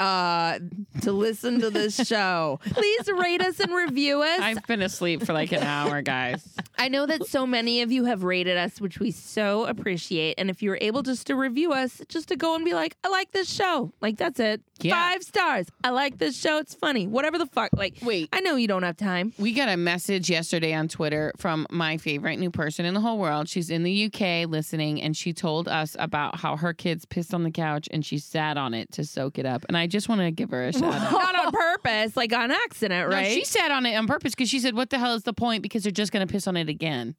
Speaker 1: uh to listen to this show please rate us and review us i
Speaker 2: I've been asleep for like an hour, guys.
Speaker 1: know that so many of you have rated us which we so appreciate and if you were able just to review us just to go and be like i like this show like that's it
Speaker 2: Yeah.
Speaker 1: five stars i like this show it's funny whatever the fuck like
Speaker 2: Wait.
Speaker 1: i know you don't have time
Speaker 2: We got a message yesterday on Twitter from my favorite new person in the whole world. She's in the UK listening, and she told us about how her kids pissed on the couch and she sat on it to soak it up. And I just want to give her a shout out.
Speaker 1: not on purpose like on accident
Speaker 2: No,
Speaker 1: right
Speaker 2: she sat on it on purpose because she said, What the hell is the point? Because they're just going to piss on it again.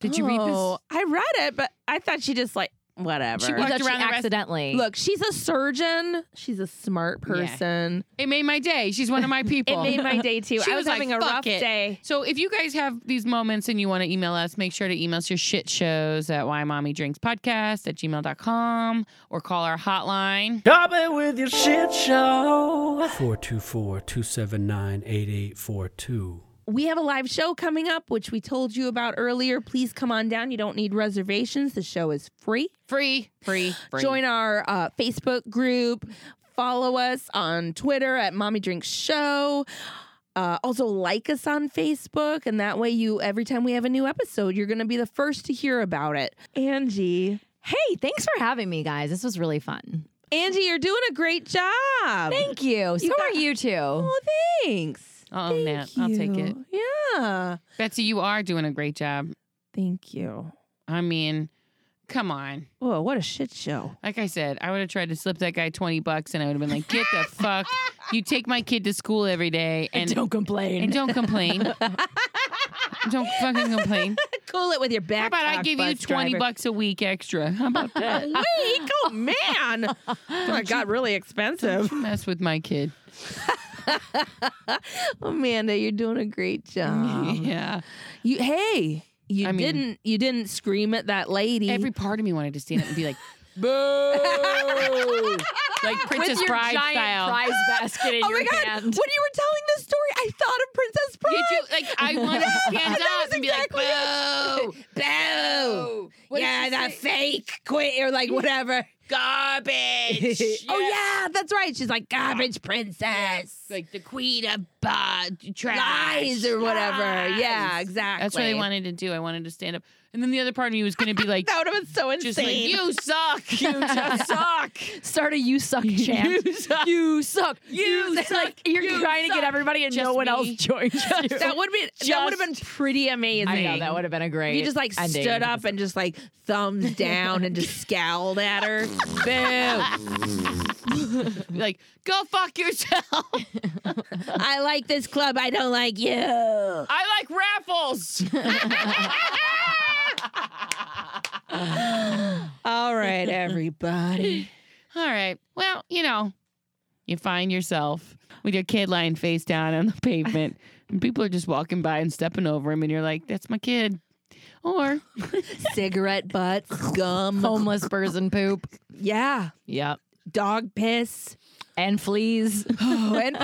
Speaker 2: Did you read this?
Speaker 1: Oh, I read it, but I thought she just like whatever.
Speaker 2: She
Speaker 5: You
Speaker 2: walked
Speaker 5: thought she
Speaker 2: around the rest-
Speaker 5: accidentally.
Speaker 1: Look, she's a surgeon. She's a smart person.
Speaker 2: It made my day. She's one of my people.
Speaker 1: It made my day too.
Speaker 2: She
Speaker 1: I was,
Speaker 2: was like,
Speaker 1: having a
Speaker 2: "Fuck
Speaker 1: rough
Speaker 2: it."
Speaker 1: day. So
Speaker 2: So if you guys have these moments and you want to email us, make sure to email us your shit shows at why mommy drinks podcast at gmail.com or call our hotline.
Speaker 3: Coming with your shit show. 424 279 8842.
Speaker 1: we have a live show coming up, which we told you about earlier. Please come on down. You don't need reservations. The show is free.
Speaker 2: Free, free, free.
Speaker 1: Join our uh, Facebook group. Follow us on Twitter at Mommy Drinks Show. Uh, also, like us on Facebook, and that way, you every time we have a new episode, you're going to be the first to hear about it. Angie,
Speaker 5: hey, thanks for having me, guys. This was really fun.
Speaker 1: Angie, you're doing a great job.
Speaker 5: Thank you. So
Speaker 1: got-
Speaker 5: are you two.
Speaker 1: Oh, thanks.
Speaker 2: I'll own that.
Speaker 1: Thank
Speaker 2: I'll take
Speaker 1: you.
Speaker 2: it.
Speaker 1: Yeah.
Speaker 2: Betsy, you are doing a great job.
Speaker 1: Thank you.
Speaker 2: I mean, Come on.
Speaker 1: Whoa, what a shit show.
Speaker 2: Like I said, I would have tried to slip that guy 20 bucks and I would have been like, get the fuck. You take my kid to school every day and don't complain. And don't complain. don't fucking complain.
Speaker 1: Cool it with your back.
Speaker 2: How about I give you 20 bucks a week extra? How about that?
Speaker 1: Week? Oh, man. Oh, it got really expensive.
Speaker 2: Mess with my kid.
Speaker 1: Amanda, you're doing a great job.
Speaker 2: yeah.
Speaker 1: You hey, you
Speaker 2: I mean-
Speaker 1: didn't you didn't scream at that lady.
Speaker 2: Every part of me wanted to stand up and be like, boo. like Princess Bride style.
Speaker 5: basket in
Speaker 1: oh my god, when you were telling this story, I thought of Princess Bride.
Speaker 2: Did you like? I want to stand
Speaker 1: That
Speaker 2: up
Speaker 1: was
Speaker 2: and be
Speaker 1: exactly
Speaker 2: like, "Boo,
Speaker 1: Boo! yeah, that fake quit or like whatever.
Speaker 2: garbage."
Speaker 1: Oh yeah, that's right. She's like garbage princess,
Speaker 2: like the queen of uh, trash.
Speaker 1: lies or whatever. Yeah, exactly.
Speaker 2: That's what I wanted to do. I wanted to stand up, and then the other part of me was going to be like,
Speaker 1: That would have been so
Speaker 2: just like,
Speaker 1: insane.
Speaker 2: "You suck, you just suck,
Speaker 5: Start a you suck chant.
Speaker 2: you suck."
Speaker 5: You suck.
Speaker 2: You
Speaker 5: It's
Speaker 2: suck.
Speaker 5: Like you're
Speaker 2: You
Speaker 5: trying to
Speaker 2: suck.
Speaker 5: get everybody and
Speaker 2: Just
Speaker 5: no one
Speaker 2: me.
Speaker 5: else joins you.
Speaker 1: that would be that would have been pretty amazing.
Speaker 5: I know that would have been a great.
Speaker 1: If you just like
Speaker 5: ending.
Speaker 1: stood up and just like thumbs down and just scowled at her. Boo!
Speaker 2: like go fuck yourself.
Speaker 1: I like this club. I don't like you.
Speaker 2: I like raffles.
Speaker 1: All right, everybody.
Speaker 2: All right. Well, you know, you find yourself with your kid lying face down on the pavement, and people are just walking by and stepping over him, and you're like, "That's my kid." Or
Speaker 1: Cigarette butts, gum.
Speaker 5: homeless person poop.
Speaker 1: Yeah,
Speaker 5: Yep.
Speaker 1: dog piss.
Speaker 5: And fleas.
Speaker 1: Oh, and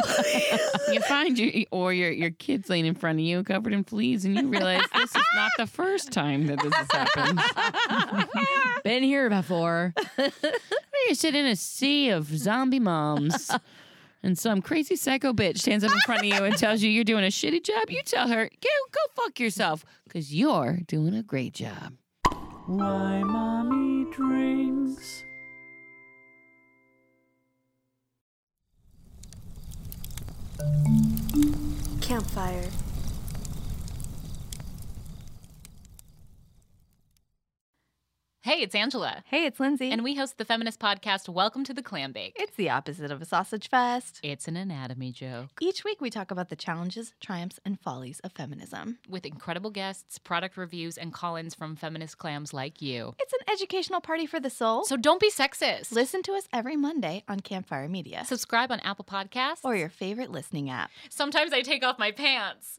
Speaker 2: you find your or your your kid's laying in front of you, covered in fleas, and you realize this is not the first time that this has happened.
Speaker 5: Been here before.
Speaker 2: You're sitting in a sea of zombie moms. And some crazy psycho bitch stands up in front of you and tells you you're doing a shitty job. You tell her, go, go fuck yourself, because you're doing a great job.
Speaker 3: Why mommy drinks.
Speaker 7: Campfire.
Speaker 8: Hey, it's Angela.
Speaker 4: Hey, it's Lindsay.
Speaker 8: And we host the feminist podcast, Welcome to the Clam Bake.
Speaker 7: It's the opposite of a sausage fest.
Speaker 8: It's an anatomy joke
Speaker 7: Each week we talk about the challenges, triumphs, and follies of feminism.
Speaker 8: with incredible guests, product reviews, and call ins from feminist clams like you.
Speaker 7: It's an educational party for the soul.
Speaker 8: So don't be sexist.
Speaker 7: listen to us every Monday on Campfire Media
Speaker 8: Subscribe on Apple Podcasts.
Speaker 7: or your favorite listening app.
Speaker 8: Sometimes I take off my pants.